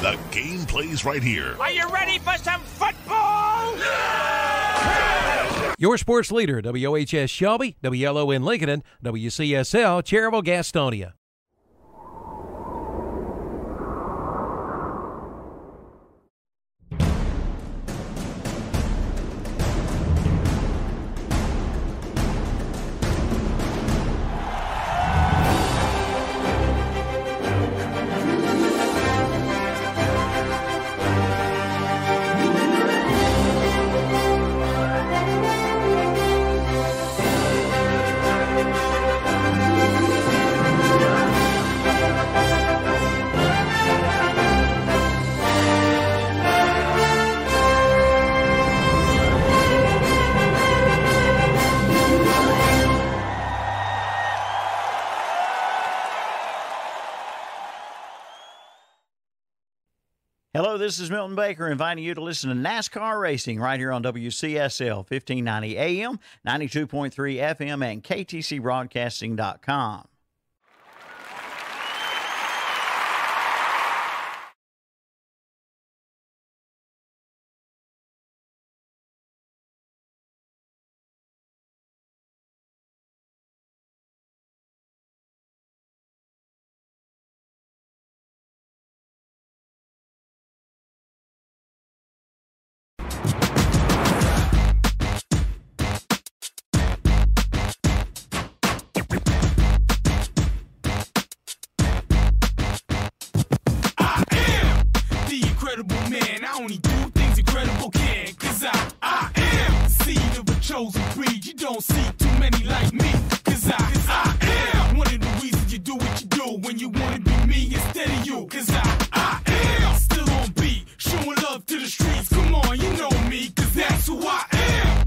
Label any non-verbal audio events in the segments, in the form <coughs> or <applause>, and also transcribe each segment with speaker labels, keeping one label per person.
Speaker 1: The game plays right here.
Speaker 2: Are you ready for some football?
Speaker 3: Your sports leader, WHS Shelby, WLON Lincoln, WCSL Cherville Gastonia.
Speaker 4: Hello, this is Milton Baker inviting you to listen to NASCAR Racing right here on WCSL 1590 AM, 92.3 FM, and KTCBroadcasting.com.
Speaker 5: I am the incredible man. I only do things incredible can. Cause I, I am the seed of a chosen breed. You don't see too many like me. Cause I, cause I am one of the reasons you do what you do when you wanna be me instead of you. Cause I, I am still on beat. Showing love to the streets. Come on, you know me. Cause that's who I am.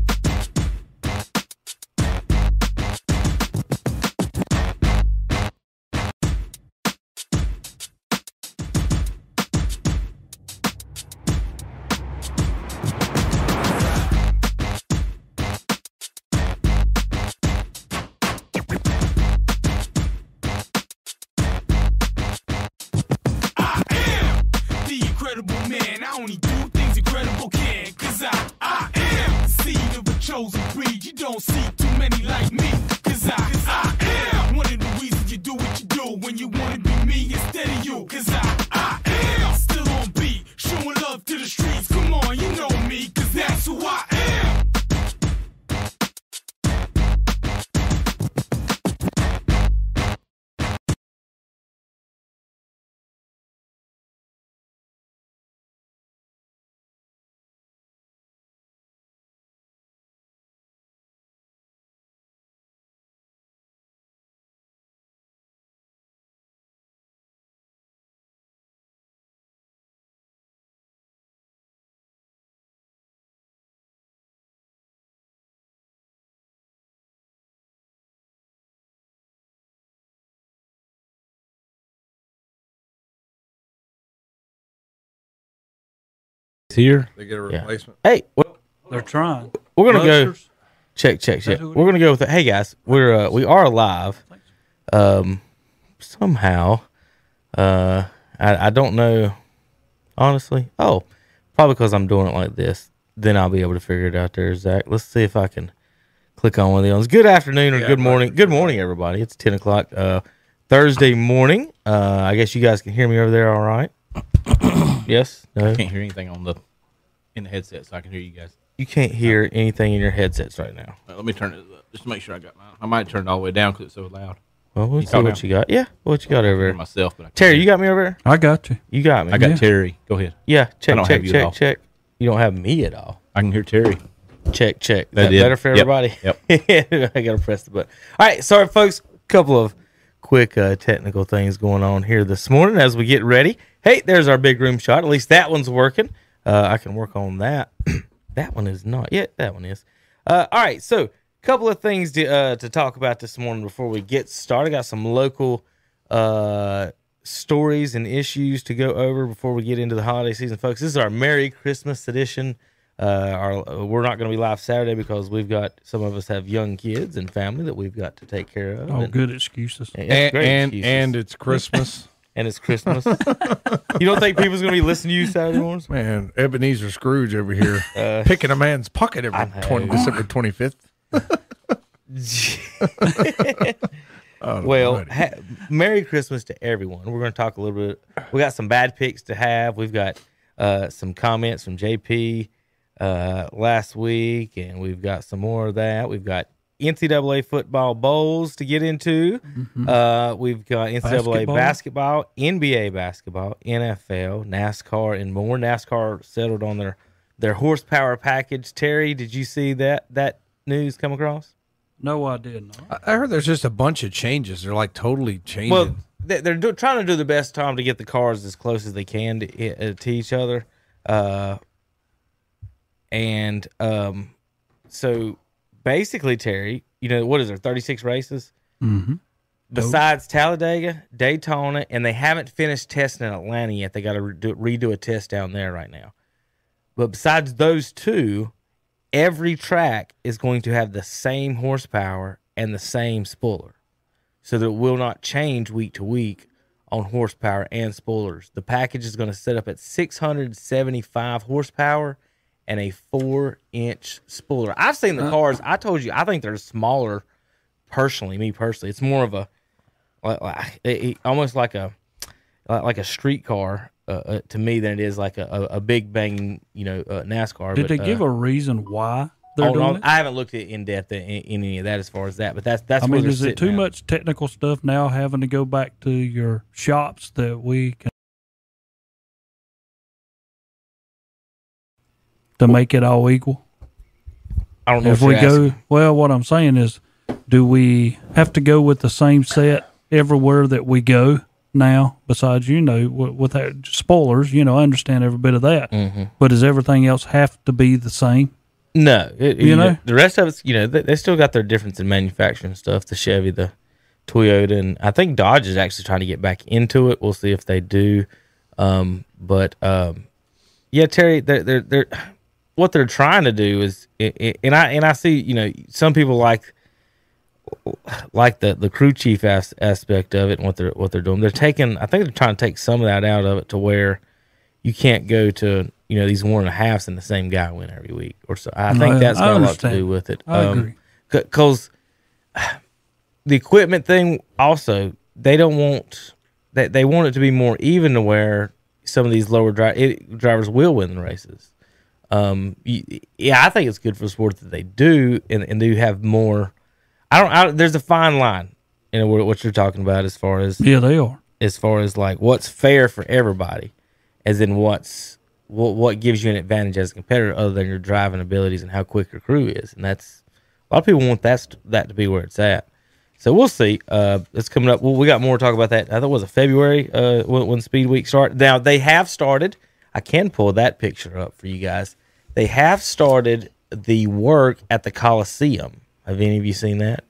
Speaker 5: I am the incredible man. I only do things incredible can. Cause I, I am the seed of a chosen breed. You don't see too many like me. Cause I, cause I am one of the reasons you do what you do when you wanna be me instead of you. Cause I, I am still on beat, showing love to the streets. Come on, you know me, cause that's who I am.
Speaker 6: It's here.
Speaker 7: They get a
Speaker 6: Yeah.
Speaker 7: replacement.
Speaker 6: Hey, well,
Speaker 8: They're trying.
Speaker 6: we're gonna go
Speaker 8: Munsters?
Speaker 6: check, check, check.
Speaker 8: who it
Speaker 6: We're gonna go with it. Hey guys, we're uh, we are live. Um, somehow, uh, I I don't know. Honestly, oh, probably because I'm doing it like this. Then I'll be able to figure it out there, Zach. Let's see if I can click on one of the ones. Good afternoon or
Speaker 7: Yeah,
Speaker 6: good
Speaker 7: right.
Speaker 6: morning. Good morning, everybody. It's ten o'clock. Uh, Thursday morning. Uh, I guess you guys can hear me over there. All right. <coughs> yes. No.
Speaker 9: can't hear anything on the in the headset, so I can hear you guys.
Speaker 6: You can't hear anything in your headsets right now.
Speaker 9: Uh, let me turn it up just to make sure I got mine. I might turn it all the way down because it's so loud.
Speaker 6: Well, we'll see
Speaker 9: talk
Speaker 6: what
Speaker 9: now?
Speaker 6: you got. Yeah, what you got
Speaker 9: I
Speaker 6: over
Speaker 9: hear
Speaker 6: there?
Speaker 9: myself, but I can't
Speaker 6: Terry,
Speaker 9: hear
Speaker 6: you got me over there?
Speaker 8: I got you.
Speaker 6: You got me.
Speaker 9: I got
Speaker 8: Yeah.
Speaker 9: Terry. Go ahead.
Speaker 6: Yeah,
Speaker 9: I
Speaker 6: check,
Speaker 9: don't
Speaker 6: check,
Speaker 9: have you at all.
Speaker 6: check, check. You don't have me at all.
Speaker 9: I can hear Terry.
Speaker 6: Check, check. Is
Speaker 9: That
Speaker 6: that
Speaker 9: did.
Speaker 6: better for
Speaker 9: Yep,
Speaker 6: everybody? Yep. <laughs> I got to press the button. All right, sorry, folks. Couple of quick uh, technical things going on here this morning as we get ready. Hey, there's our big room shot. At least that one's working. Uh, I can work on that. <clears throat> that one is not yet. That one is. Uh, all right, so couple of things to, uh, to talk about this morning before we get started. Got some local uh, stories and issues to go over before we get into the holiday season, folks. This is our Merry Christmas edition. Uh, our, uh, we're not going to be live Saturday because we've got some of us have young kids and family that we've got to take care of.
Speaker 8: Oh,
Speaker 6: and-
Speaker 8: good excuses.
Speaker 6: and,
Speaker 7: And
Speaker 6: great
Speaker 7: and,
Speaker 6: excuses.
Speaker 7: and it's Christmas.
Speaker 6: <laughs> and it's Christmas. you don't think people's gonna be listening to you Saturday mornings?
Speaker 3: Man, Ebenezer Scrooge over here picking a man's pocket every 20, December 25th.
Speaker 6: Well,
Speaker 3: Almighty.
Speaker 6: ha- Merry Christmas to everyone. We're going to talk a little bit. We got some bad picks to have. We've got uh, some comments from JP uh, last week, and we've got some more of that. We've got NCAA football bowls to get into. Uh, we've got NCAA basketball? NBA basketball, NFL, NASCAR, and more. NASCAR settled on their their horsepower package. Terry, did you see that that news come across?
Speaker 10: No, I did not.
Speaker 3: I heard there's just a bunch of changes. They're like totally changing.
Speaker 6: Well, they- they're do, trying to do the best time to get the cars as close as they can to, uh, to each other, uh, and um, so basically, Terry, you know what is there? Thirty six races. Besides Talladega, Daytona, and they haven't finished testing in Atlanta yet. They got to redo, redo a test down there right now. But besides those two, every track is going to have the same horsepower and the same spooler so that it will not change week to week on horsepower and spoilers. The package is going to set up at 675 horsepower and a four inch spoiler. I've seen the cars. I told you, I think they're smaller. Personally, me personally, it's more of a like, like it- it- almost like a like like a street car uh, uh, to me than it is like a, a, a big banging you know uh, NASCAR.
Speaker 10: Did
Speaker 6: but,
Speaker 10: they
Speaker 6: uh,
Speaker 10: give a reason why they're
Speaker 6: on-
Speaker 10: doing
Speaker 6: on-
Speaker 10: it?
Speaker 6: I haven't looked at in depth in, in any of that as far as that, but that's that's.
Speaker 10: I
Speaker 6: where
Speaker 10: mean,
Speaker 6: they're
Speaker 10: is
Speaker 6: sitting
Speaker 10: it too
Speaker 6: at.
Speaker 10: much technical stuff now having to go back to your shops that we can to make it all equal?
Speaker 6: I don't know
Speaker 10: If
Speaker 6: what
Speaker 10: we
Speaker 6: you're
Speaker 10: go, well, what I'm saying is, do we have to go with the same set everywhere that we go now? Besides, you know, with, with that, spoilers, you know, I understand every bit of that, but does everything else have to be the same?
Speaker 6: No, it,
Speaker 10: You
Speaker 6: you
Speaker 10: know?
Speaker 6: know the rest of it's you know they, they still got their difference in manufacturing stuff. The Chevy, the Toyota, and I think Dodge is actually trying to get back into it. We'll see if they do. Um, but um, yeah, Terry, they're they're they're what they're trying to do is i- i- and I and I see you know some people like like the the crew chief as, aspect of it and what they're what they're doing. They're taking I think they're trying to take some of that out of it to where you can't go to you know these one and a halves and the same guy win every week or so. I think
Speaker 10: yeah,
Speaker 6: that's
Speaker 10: I
Speaker 6: got a lot to
Speaker 10: understand.
Speaker 6: do with it.
Speaker 10: I agree.
Speaker 6: because the equipment thing also they don't want they, they want it to be more even to where some of these lower dri- it, drivers will win the races. Um, y- yeah, I think it's good for the sport that they do and, and do have more. I don't. I, there's a fine line, you know, what what you're talking about as far as
Speaker 10: Yeah, they are.
Speaker 6: as far as like what's fair for everybody, as in what's what what gives you an advantage as a competitor other than your driving abilities and how quick your crew is, and that's a lot of people want that's that to be where it's at. So we'll see. Uh, it's coming up. Well, we got more to talk about that. I thought it was a February uh, when, when Speed Week started. Now they have started. I can pull that picture up for you guys. They have started the work at the Coliseum. Have any of you seen that?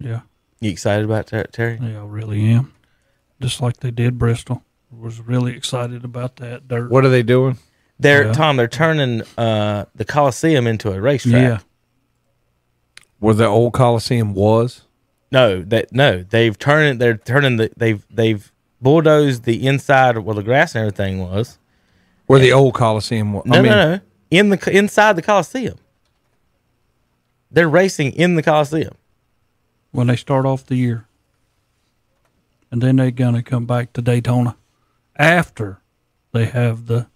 Speaker 10: Yeah,
Speaker 6: You excited about that, Terry?
Speaker 10: yeah, I really am. Just like they did Bristol. Was really excited about that dirt.
Speaker 3: what are they doing?
Speaker 6: They're Tom. They're turning uh, the Coliseum into a racetrack.
Speaker 10: yeah,
Speaker 3: Where the old Coliseum was?
Speaker 6: No, that no. They've turned. They're turning the. They've they've bulldozed the inside of where the grass and everything was.
Speaker 3: Where the old Coliseum was?
Speaker 6: No, no, no. In the inside the Coliseum. They're racing in the Coliseum.
Speaker 10: when they start off the year. And then they're going to come back to Daytona after they have the,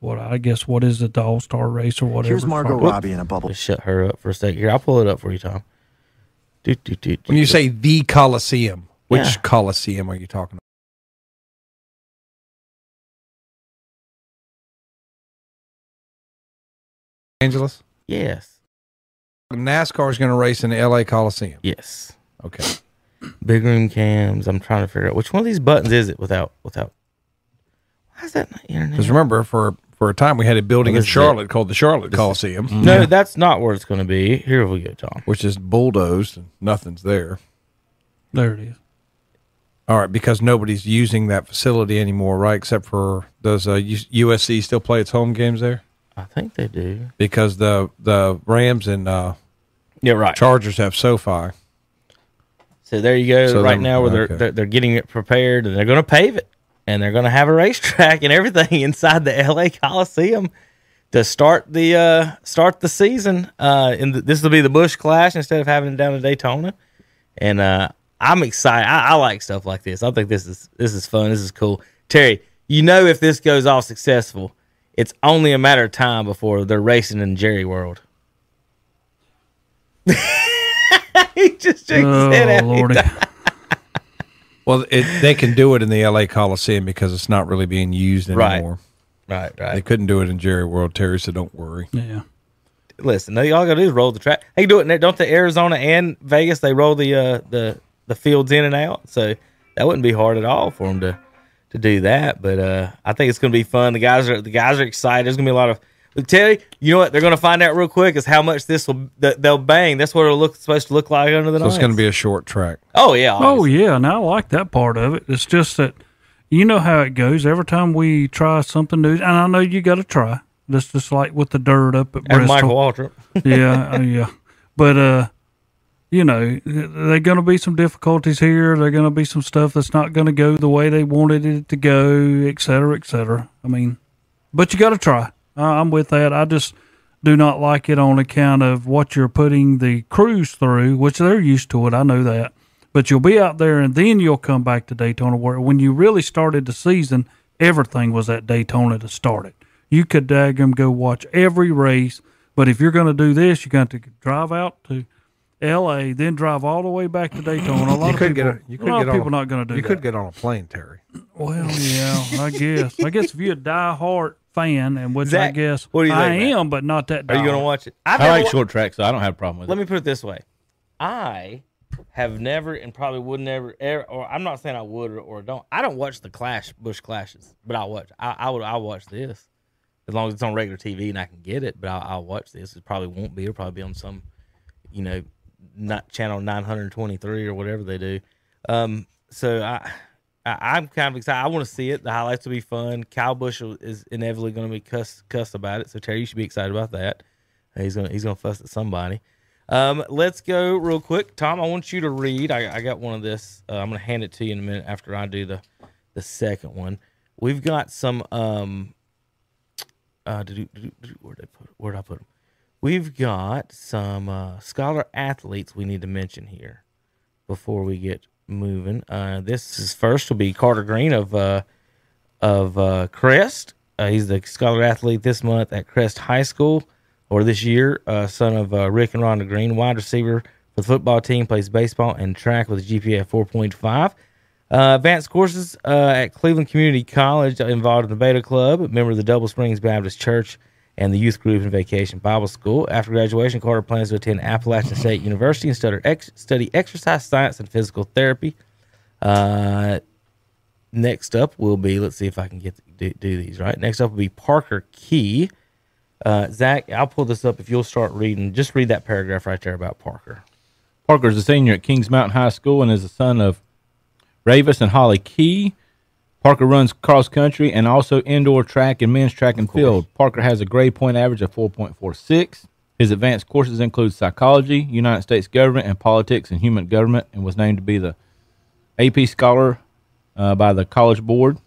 Speaker 10: what I guess, what is it, the All Star race or whatever.
Speaker 5: Here's Margot
Speaker 10: Fuck.
Speaker 5: Robbie in a bubble.
Speaker 6: Just shut her up for a second here. I'll pull it up for you, Tom. Do, do, do, do,
Speaker 3: When you
Speaker 6: do.
Speaker 3: say the Coliseum, which
Speaker 6: Yeah.
Speaker 3: Coliseum are you talking about? Angeles?
Speaker 6: yes,
Speaker 3: NASCAR's going to race in the LA Coliseum.
Speaker 6: yes.
Speaker 3: Okay.
Speaker 6: Big room cams. I'm trying to figure out which one of these buttons is it without without. Why is that not internet?
Speaker 3: Because remember, for for a time we had a building
Speaker 6: Well,
Speaker 3: in
Speaker 6: this is it.
Speaker 3: Charlotte called the Charlotte Coliseum,
Speaker 6: No, that's not where it's going to be. Here we go, Tom.
Speaker 3: which is bulldozed and nothing's there.
Speaker 5: <laughs>
Speaker 10: There it is.
Speaker 3: All right, because nobody's using that facility anymore, right? Except for does uh, U- USC still play its home games there?
Speaker 6: I think they do.
Speaker 3: Because the the Rams and uh,
Speaker 6: Yeah, right.
Speaker 3: Chargers have SoFi.
Speaker 6: So there you go.
Speaker 3: So
Speaker 6: right
Speaker 3: they're-
Speaker 6: now, where they're,
Speaker 3: okay.
Speaker 6: they're they're getting it prepared, and they're going to pave it, and they're going to have a racetrack and everything <laughs> inside the LA Coliseum to start the uh, start the season. Uh, and th- this will be the Bush Clash instead of having it down in Daytona. And uh, I'm excited. I, I like stuff like this. I think this is this is fun. This is cool. Terry, you know, if this goes all successful, it's only a matter of time before they're racing in Jerry World. <laughs> he just jinxed it
Speaker 10: Oh
Speaker 6: out.
Speaker 10: lordy,
Speaker 3: Well, it, they can do it in the LA Coliseum because it's not really being used
Speaker 6: Right.
Speaker 3: anymore.
Speaker 6: Right,
Speaker 3: They
Speaker 6: right.
Speaker 3: couldn't do it in Jerry World. Terry said, "Don't worry."
Speaker 10: yeah.
Speaker 6: Listen, they all gotta do is roll the track. They can do it. in- Don't the Arizona and Vegas they roll the uh, the the fields in and out? So that wouldn't be hard at all for them to to do that. But uh, I think it's gonna be fun. The guys are the guys are excited. There's gonna be a lot of Look, Terry. You know what they're gonna find out real quick is how much this will that they'll bang. That's what it'll look supposed to look like under the
Speaker 3: So it's
Speaker 6: lights.
Speaker 3: going to be a short track.
Speaker 6: Oh yeah.
Speaker 10: Oh
Speaker 6: obviously.
Speaker 10: yeah, and I like that part of it. It's just that you know how it goes. Every time we try something new, and I know you got to try. That's just like with the dirt up at
Speaker 6: And Michael
Speaker 10: Bristol.
Speaker 6: Waltrip.
Speaker 10: yeah, uh, yeah. But uh, you know, there're going to be some difficulties here. There's going to be some stuff that's not going to go the way they wanted it to go, et cetera, et cetera. I mean, but you got to try. I I'm with that. I just do not like it on account of what you're putting the crews through, which they're used to it. I know that. But you'll be out there, and then you'll come back to Daytona. Where when you really started the season, everything was at Daytona to start it. You could daggum go watch every race. But if you're going to do this, you're going to drive out to L.A., then drive all the way back to Daytona. A lot
Speaker 3: You
Speaker 10: of
Speaker 3: could
Speaker 10: people,
Speaker 3: get a, you could
Speaker 10: a lot
Speaker 3: get
Speaker 10: of people
Speaker 3: on a,
Speaker 10: not going to do
Speaker 3: You
Speaker 10: that.
Speaker 3: could get on a plane, Terry.
Speaker 10: Well, yeah, I guess. I guess if you're a diehard fan, and which I
Speaker 6: Zach,
Speaker 10: guess
Speaker 6: what do you think,
Speaker 10: I
Speaker 6: man?
Speaker 10: am, but not that.
Speaker 6: Are you
Speaker 10: diehard.
Speaker 6: gonna watch it? I've
Speaker 9: I
Speaker 6: never
Speaker 9: like
Speaker 6: wa-
Speaker 9: short track, so I don't have a problem with
Speaker 6: Let
Speaker 9: it.
Speaker 6: me put it this way. I have never and probably would never ever, or I'm not saying I would or, or don't. I don't watch the Clash Bush clashes, but I watch. I, I would. I watch this as long as it's on regular TV and I can get it. But I, I'll watch this. It probably won't be. It'll probably be on some, you know, not channel 923 or whatever they do. Um, so I. I, I'm kind of excited. I want to see it. The highlights will be fun. Kyle Bush will- is inevitably going to be cuss cuss about it. So Terry, you should be excited about that. He's gonna he's gonna fuss at somebody. Um, let's go real quick, Tom. I want you to read. I, I got one of this. Uh, I'm gonna hand it to you in a minute after I do the the second one. We've got some. Um, uh, did you, did you- did you- where did I put where did I put 'em? We've got some uh, scholar athletes we need to mention here before we get moving. Uh, this is first will be Carter Green of uh, of uh, Crest. Uh, he's the scholar athlete this month at Crest High School, or this year, uh, son of uh, Rick and Rhonda Green, wide receiver for the football team, plays baseball and track with a GPA of 4.5. Uh, advanced courses uh, at Cleveland Community College, uh, involved in the Beta Club, a member of the Double Springs Baptist Church, and the youth group and vacation Bible school. After graduation, Carter plans to attend Appalachian State University and study, ex- study exercise science and physical therapy. Uh, next up will be let's see if I can get do, do these right. Next up will be Parker Key. Uh, Zach, I'll pull this up if you'll start reading. Just read that paragraph right there about Parker.
Speaker 9: Parker is a senior at Kings Mountain High School and is the son of Ravis and Holly Key. Parker runs cross country and also indoor track and men's track and field. Parker has a grade point average of 4.46. His advanced courses include psychology, United States government, and politics and human government, and was named to be the AP scholar uh, by the College Board.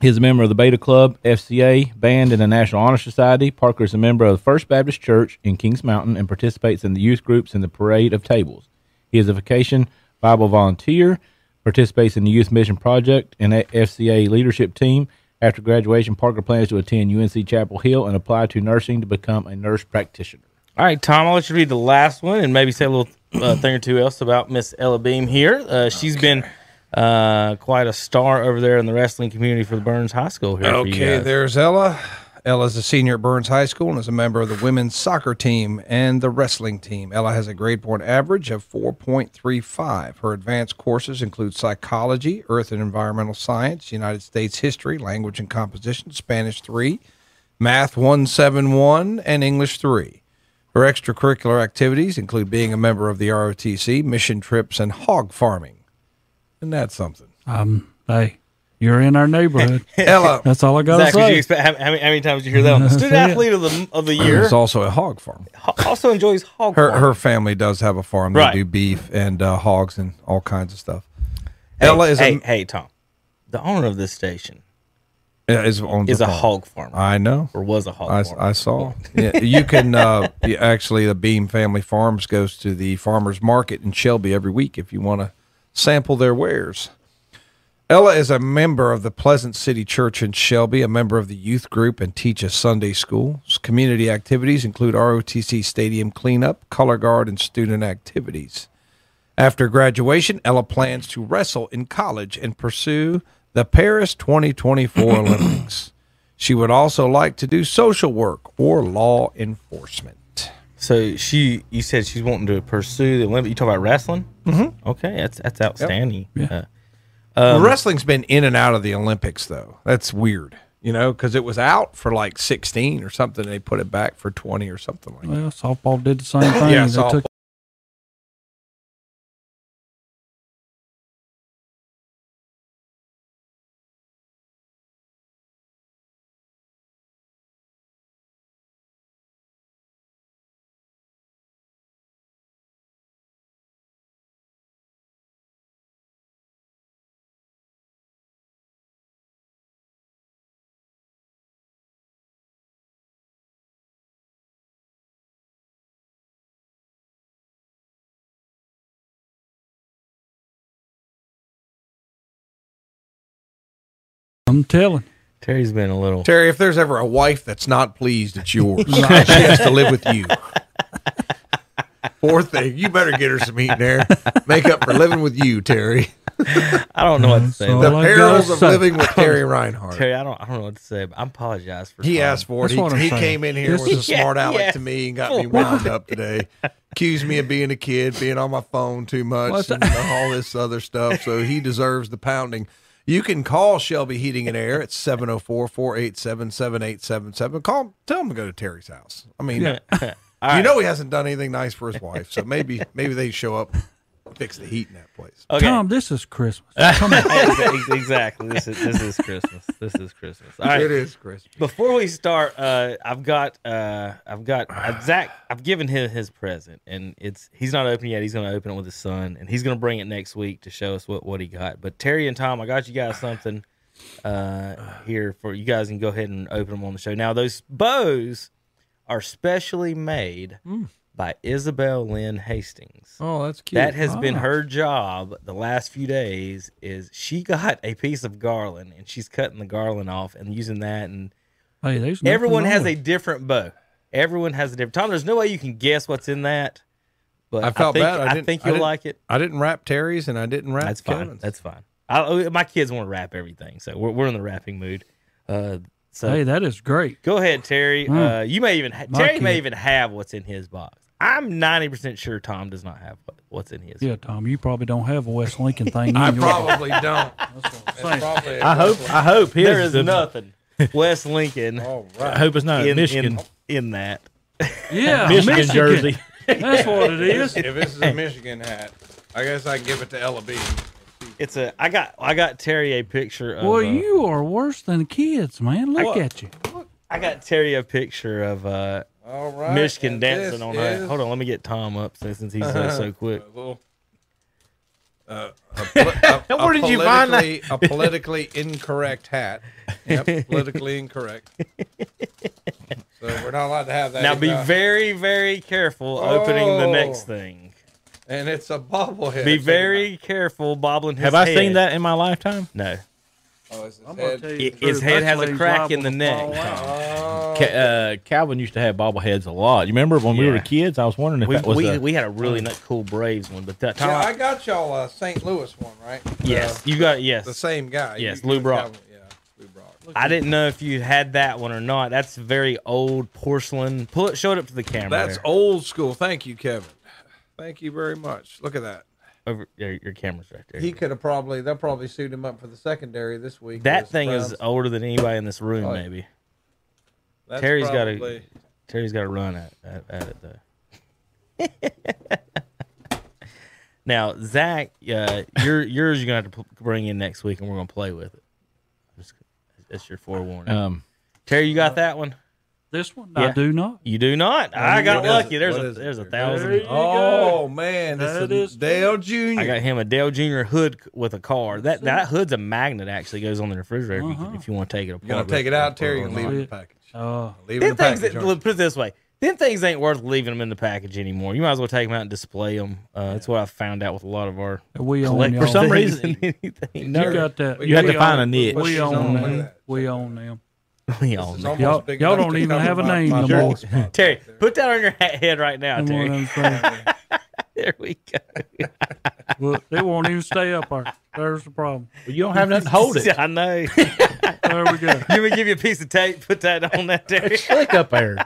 Speaker 9: He is a member of the Beta Club, FCA, band, and the National Honor Society. Parker is a member of the First Baptist Church in Kings Mountain and participates in the youth groups and the Parade of Tables. He is a Vacation Bible volunteer, participates in the Youth Mission Project and a- FCA leadership team. After graduation, Parker plans to attend UNC Chapel Hill and apply to nursing to become a nurse practitioner.
Speaker 6: All right, Tom, I'll let you read the last one and maybe say a little uh, <clears throat> thing or two else about Miss Ella Beam here. Uh, she's been uh, quite a star over there in the wrestling community for the Burns High School here. for you
Speaker 3: Okay,
Speaker 6: guys.
Speaker 3: there's Ella. Ella's a senior at Burns High School and is a member of the women's soccer team and the wrestling team. Ella has a grade point average of 4.35. Her advanced courses include psychology, earth and environmental science, United States history, language and composition, Spanish 3, math 171, and English 3. Her extracurricular activities include being a member of the ROTC, mission trips, and hog farming. And that's something.
Speaker 10: Um, hey, You're in
Speaker 6: <laughs>
Speaker 10: our neighborhood.
Speaker 5: Ella
Speaker 10: That's all I got
Speaker 6: Zach,
Speaker 10: to
Speaker 6: would you
Speaker 10: say.
Speaker 6: expect, how, how many, how many times did you hear that?
Speaker 5: <laughs>
Speaker 6: One? Student
Speaker 10: That's it.
Speaker 6: athlete of the of the year
Speaker 5: is also a hog farm.
Speaker 6: ho- also enjoys hog.
Speaker 5: Her
Speaker 6: farm.
Speaker 5: her family does have a farm. They
Speaker 6: Right.
Speaker 5: do beef and uh, hogs and all kinds of stuff.
Speaker 6: hey,
Speaker 5: Ella is
Speaker 6: hey,
Speaker 5: a,
Speaker 6: hey, Tom, the owner of this station
Speaker 5: yeah, is, owns
Speaker 6: is a
Speaker 5: farm.
Speaker 6: hog farmer
Speaker 5: I know.
Speaker 6: or was a hog
Speaker 5: I,
Speaker 6: farmer.
Speaker 5: I saw. Yeah, you can uh, <laughs> you- actually the Beam Family Farms goes to the farmers market in Shelby every week if you want to sample their wares. Ella is a member of the Pleasant City Church in Shelby, a member of the youth group, and teaches Sunday school. Community activities include ROTC stadium cleanup, color guard, and student activities. After graduation, Ella plans to wrestle in college and pursue the Paris 2024 Olympics. She would also like to do social work or law enforcement.
Speaker 6: So she, you said she's wanting to pursue the Olympic. You talk about wrestling. Mm-hmm. Okay, that's that's outstanding. Uh,
Speaker 5: Well, wrestling's been in and out of the Olympics, though. That's weird, you know, because it was out for like 16 or something. They put it back for 20 or something like that.
Speaker 10: Well, softball did
Speaker 6: <laughs>
Speaker 10: the same thing.
Speaker 5: Yeah,
Speaker 10: they
Speaker 5: softball.
Speaker 10: took I'm telling.
Speaker 6: Terry's been a little.
Speaker 5: Terry, if there's ever a wife that's not pleased, it's <laughs> yours. she has to live with you. Poor thing. You better get her some heat in there. Make up for living with you, Terry.
Speaker 6: I don't know what to say.
Speaker 5: Mm-hmm.
Speaker 10: so-
Speaker 6: about
Speaker 10: The
Speaker 6: it.
Speaker 10: Well, I perils guess of so. living
Speaker 5: with Terry Reinhardt.
Speaker 6: <laughs> Terry, I don't, I don't know what to say. But I apologize for.
Speaker 5: He
Speaker 6: trying.
Speaker 5: asked for it.
Speaker 10: That's what I'm
Speaker 5: He, he
Speaker 10: saying.
Speaker 5: came in here
Speaker 10: This
Speaker 5: was a
Speaker 10: is-
Speaker 5: smart
Speaker 6: Yeah,
Speaker 5: aleck
Speaker 6: yeah.
Speaker 5: to me and got <laughs> me wound up today. Accused me of being a kid, being on my phone too much,
Speaker 10: What's
Speaker 5: and all this other stuff. So he deserves the pounding. You can call Shelby Heating and Air at 704-487-7877. Call tell him to go to Terry's house. I mean, <laughs>
Speaker 6: <laughs>
Speaker 5: you know he hasn't done anything nice for his wife. So maybe maybe they show up fix the heat in that place.
Speaker 6: Okay. <laughs>
Speaker 10: Tom, this is Christmas.
Speaker 6: Ex- exactly. This is this is Christmas. This is Christmas. All right.
Speaker 5: It is, Chris.
Speaker 6: Before we start, uh, I've got uh, I've got uh, Zach. I've given him his present, and it's he's not open yet. He's going to open it with his son, and he's going to bring it next week to show us what what he got. But Terry and Tom, I got you guys something uh, here for you guys, can go ahead and open them on the show. Now those bows are specially made by Isabel Lynn Hastings.
Speaker 5: Oh, that's cute.
Speaker 6: That has been her job the last few days. Is she got a piece of garland and she's cutting the garland off and using that and
Speaker 10: Hey, there's nothing
Speaker 6: everyone
Speaker 10: wrong
Speaker 6: has a
Speaker 10: with-
Speaker 6: different bow. Everyone has a different. Tom, there's no way you can guess what's in that. But
Speaker 5: I felt
Speaker 6: think,
Speaker 5: bad. I
Speaker 6: I,
Speaker 5: didn't-
Speaker 6: think
Speaker 5: I
Speaker 6: you'll
Speaker 5: didn't-
Speaker 6: like it.
Speaker 5: I didn't wrap Terry's and I didn't wrap
Speaker 6: That's fine.
Speaker 5: Kevin's.
Speaker 6: That's fine. I, oh, my kids want to wrap everything, so we're, we're in the wrapping mood. Uh, so
Speaker 10: Hey, that is great.
Speaker 6: go ahead, Terry. Uh, you may even ha-
Speaker 10: My
Speaker 6: Terry may
Speaker 10: kid.
Speaker 6: even have what's in his box. I'm 90 percent sure Tom does not have what, what's in his.
Speaker 10: Yeah, Tom, you probably don't have a West Lincoln thing.
Speaker 5: <laughs>
Speaker 10: in
Speaker 5: I
Speaker 11: <laughs>
Speaker 10: your-
Speaker 5: probably don't. It's probably
Speaker 9: I hope. I hope his
Speaker 6: There is
Speaker 9: the- <laughs>
Speaker 6: nothing. West Lincoln
Speaker 9: I hope it's not
Speaker 6: in,
Speaker 9: Michigan.
Speaker 6: in in that.
Speaker 10: Yeah,
Speaker 9: Michigan, jersey.
Speaker 10: That's what it is.
Speaker 5: if this is a Michigan hat, I guess I give it to Ella B.
Speaker 6: It's a. I got. I got Terry a picture of.
Speaker 10: Well,
Speaker 6: uh,
Speaker 10: you are worse than kids, man. Look
Speaker 6: What?
Speaker 10: at you.
Speaker 6: I got Terry a picture of uh,
Speaker 5: All right.
Speaker 6: Michigan
Speaker 5: and
Speaker 6: dancing
Speaker 5: this
Speaker 6: on her.
Speaker 5: is
Speaker 6: Hold on, let me get Tom up since, since he's so, so quick.
Speaker 5: a little, <laughs> Uh, a, Where did you find that? A politically incorrect hat. Yep, politically incorrect. So we're not allowed to have that.
Speaker 6: Now be
Speaker 5: either.
Speaker 6: very, very careful opening the
Speaker 5: Oh.
Speaker 6: next thing.
Speaker 5: and it's a bobblehead.
Speaker 6: Be very careful bobbling his
Speaker 9: Have I
Speaker 6: head.
Speaker 9: seen that in my lifetime?
Speaker 6: No.
Speaker 5: Oh, it's his head.
Speaker 6: I- His head has a crack in the
Speaker 5: Oh,
Speaker 6: neck. Tom.
Speaker 9: Ca- uh, Calvin used to have bobbleheads a lot. You remember when we
Speaker 6: Yeah.
Speaker 9: were kids? I was wondering if
Speaker 6: We,
Speaker 9: that was
Speaker 6: we,
Speaker 9: a-
Speaker 6: we had a really not cool Braves one, but that Tom,
Speaker 5: Yeah, I got y'all a St. Louis one, right?
Speaker 6: yes,
Speaker 5: The,
Speaker 6: you got yes.
Speaker 5: the same guy.
Speaker 6: Yes,
Speaker 5: You-
Speaker 6: Lou
Speaker 5: you
Speaker 6: Brock.
Speaker 5: got- Yeah, Lou Brock.
Speaker 6: I didn't know if you had that one or not. That's very old porcelain. Pull it, show it up to the camera.
Speaker 5: That's
Speaker 6: there.
Speaker 5: old school. Thank you, Kevin. Thank you very much. Look at that.
Speaker 6: Over, there, your camera's right there.
Speaker 5: He could have probably they'll probably suit him up for the secondary this week.
Speaker 6: that
Speaker 5: That's
Speaker 6: thing is
Speaker 5: prob-
Speaker 6: older than anybody in this room,
Speaker 5: Oh, yeah.
Speaker 6: maybe.
Speaker 5: that's
Speaker 6: Terry's gotta-
Speaker 5: probably-
Speaker 6: Terry's got to run at, at, at it though. <laughs> now, Zach, uh, your yours you're gonna have to p- bring in next week, and we're gonna play with it. That's your forewarning.
Speaker 3: Uh,
Speaker 9: Um,
Speaker 6: Terry, you got that one?
Speaker 10: This one,
Speaker 6: Yeah.
Speaker 10: I do not.
Speaker 6: You do not. I got
Speaker 3: what is
Speaker 6: lucky.
Speaker 3: it?
Speaker 6: There's
Speaker 3: What
Speaker 6: a
Speaker 3: is it?
Speaker 6: there's a
Speaker 10: There
Speaker 6: thousand.
Speaker 10: you go.
Speaker 3: Oh man, this
Speaker 10: That
Speaker 3: is
Speaker 10: is-
Speaker 3: Dale Jr.
Speaker 6: I got him a Dell Junior hood c- with a car. That that hood's a magnet. Actually goes on the refrigerator if you-
Speaker 10: Uh-huh.
Speaker 6: if you want to take it apart. uh-huh.
Speaker 3: You gotta take it out, Terry, and leave it in the
Speaker 10: Shit.
Speaker 3: package.
Speaker 10: Oh,
Speaker 3: Leave it in the
Speaker 6: Then things.
Speaker 3: package. aren't
Speaker 6: look, put it this way. Then things ain't worth leaving them in the package anymore. You might as well take them out and display them. Uh, That's what I found out with a lot of our
Speaker 10: we own
Speaker 6: collect
Speaker 10: y'all.
Speaker 6: for some
Speaker 10: <laughs> You
Speaker 6: reason. <laughs> Anything. No,
Speaker 10: got that.
Speaker 3: You had
Speaker 10: We
Speaker 9: to find
Speaker 10: own-
Speaker 9: a niche.
Speaker 10: We
Speaker 3: She's
Speaker 10: own
Speaker 3: on. Look at
Speaker 10: them.
Speaker 3: that.
Speaker 10: We own them.
Speaker 6: <laughs> we all
Speaker 3: It's
Speaker 6: know.
Speaker 3: almost
Speaker 10: Y'all-
Speaker 3: big
Speaker 10: y'all
Speaker 3: enough
Speaker 10: don't
Speaker 3: to
Speaker 10: even
Speaker 3: cover
Speaker 10: have a
Speaker 3: my-
Speaker 10: name
Speaker 3: my
Speaker 10: no
Speaker 3: shirt.
Speaker 10: more. <laughs>
Speaker 6: Terry, put that on your ha- head right now,
Speaker 10: Them
Speaker 6: Terry.
Speaker 10: one of them things.
Speaker 6: <laughs> There we go.
Speaker 10: Well, they won't even stay up there. There's the problem.
Speaker 9: you don't have nothing to hold
Speaker 6: <laughs>
Speaker 9: it.
Speaker 6: I know.
Speaker 10: There we go.
Speaker 6: Give me give you a piece of tape. Put that on that
Speaker 10: <laughs>
Speaker 6: Terry.
Speaker 9: <laughs> Click up there.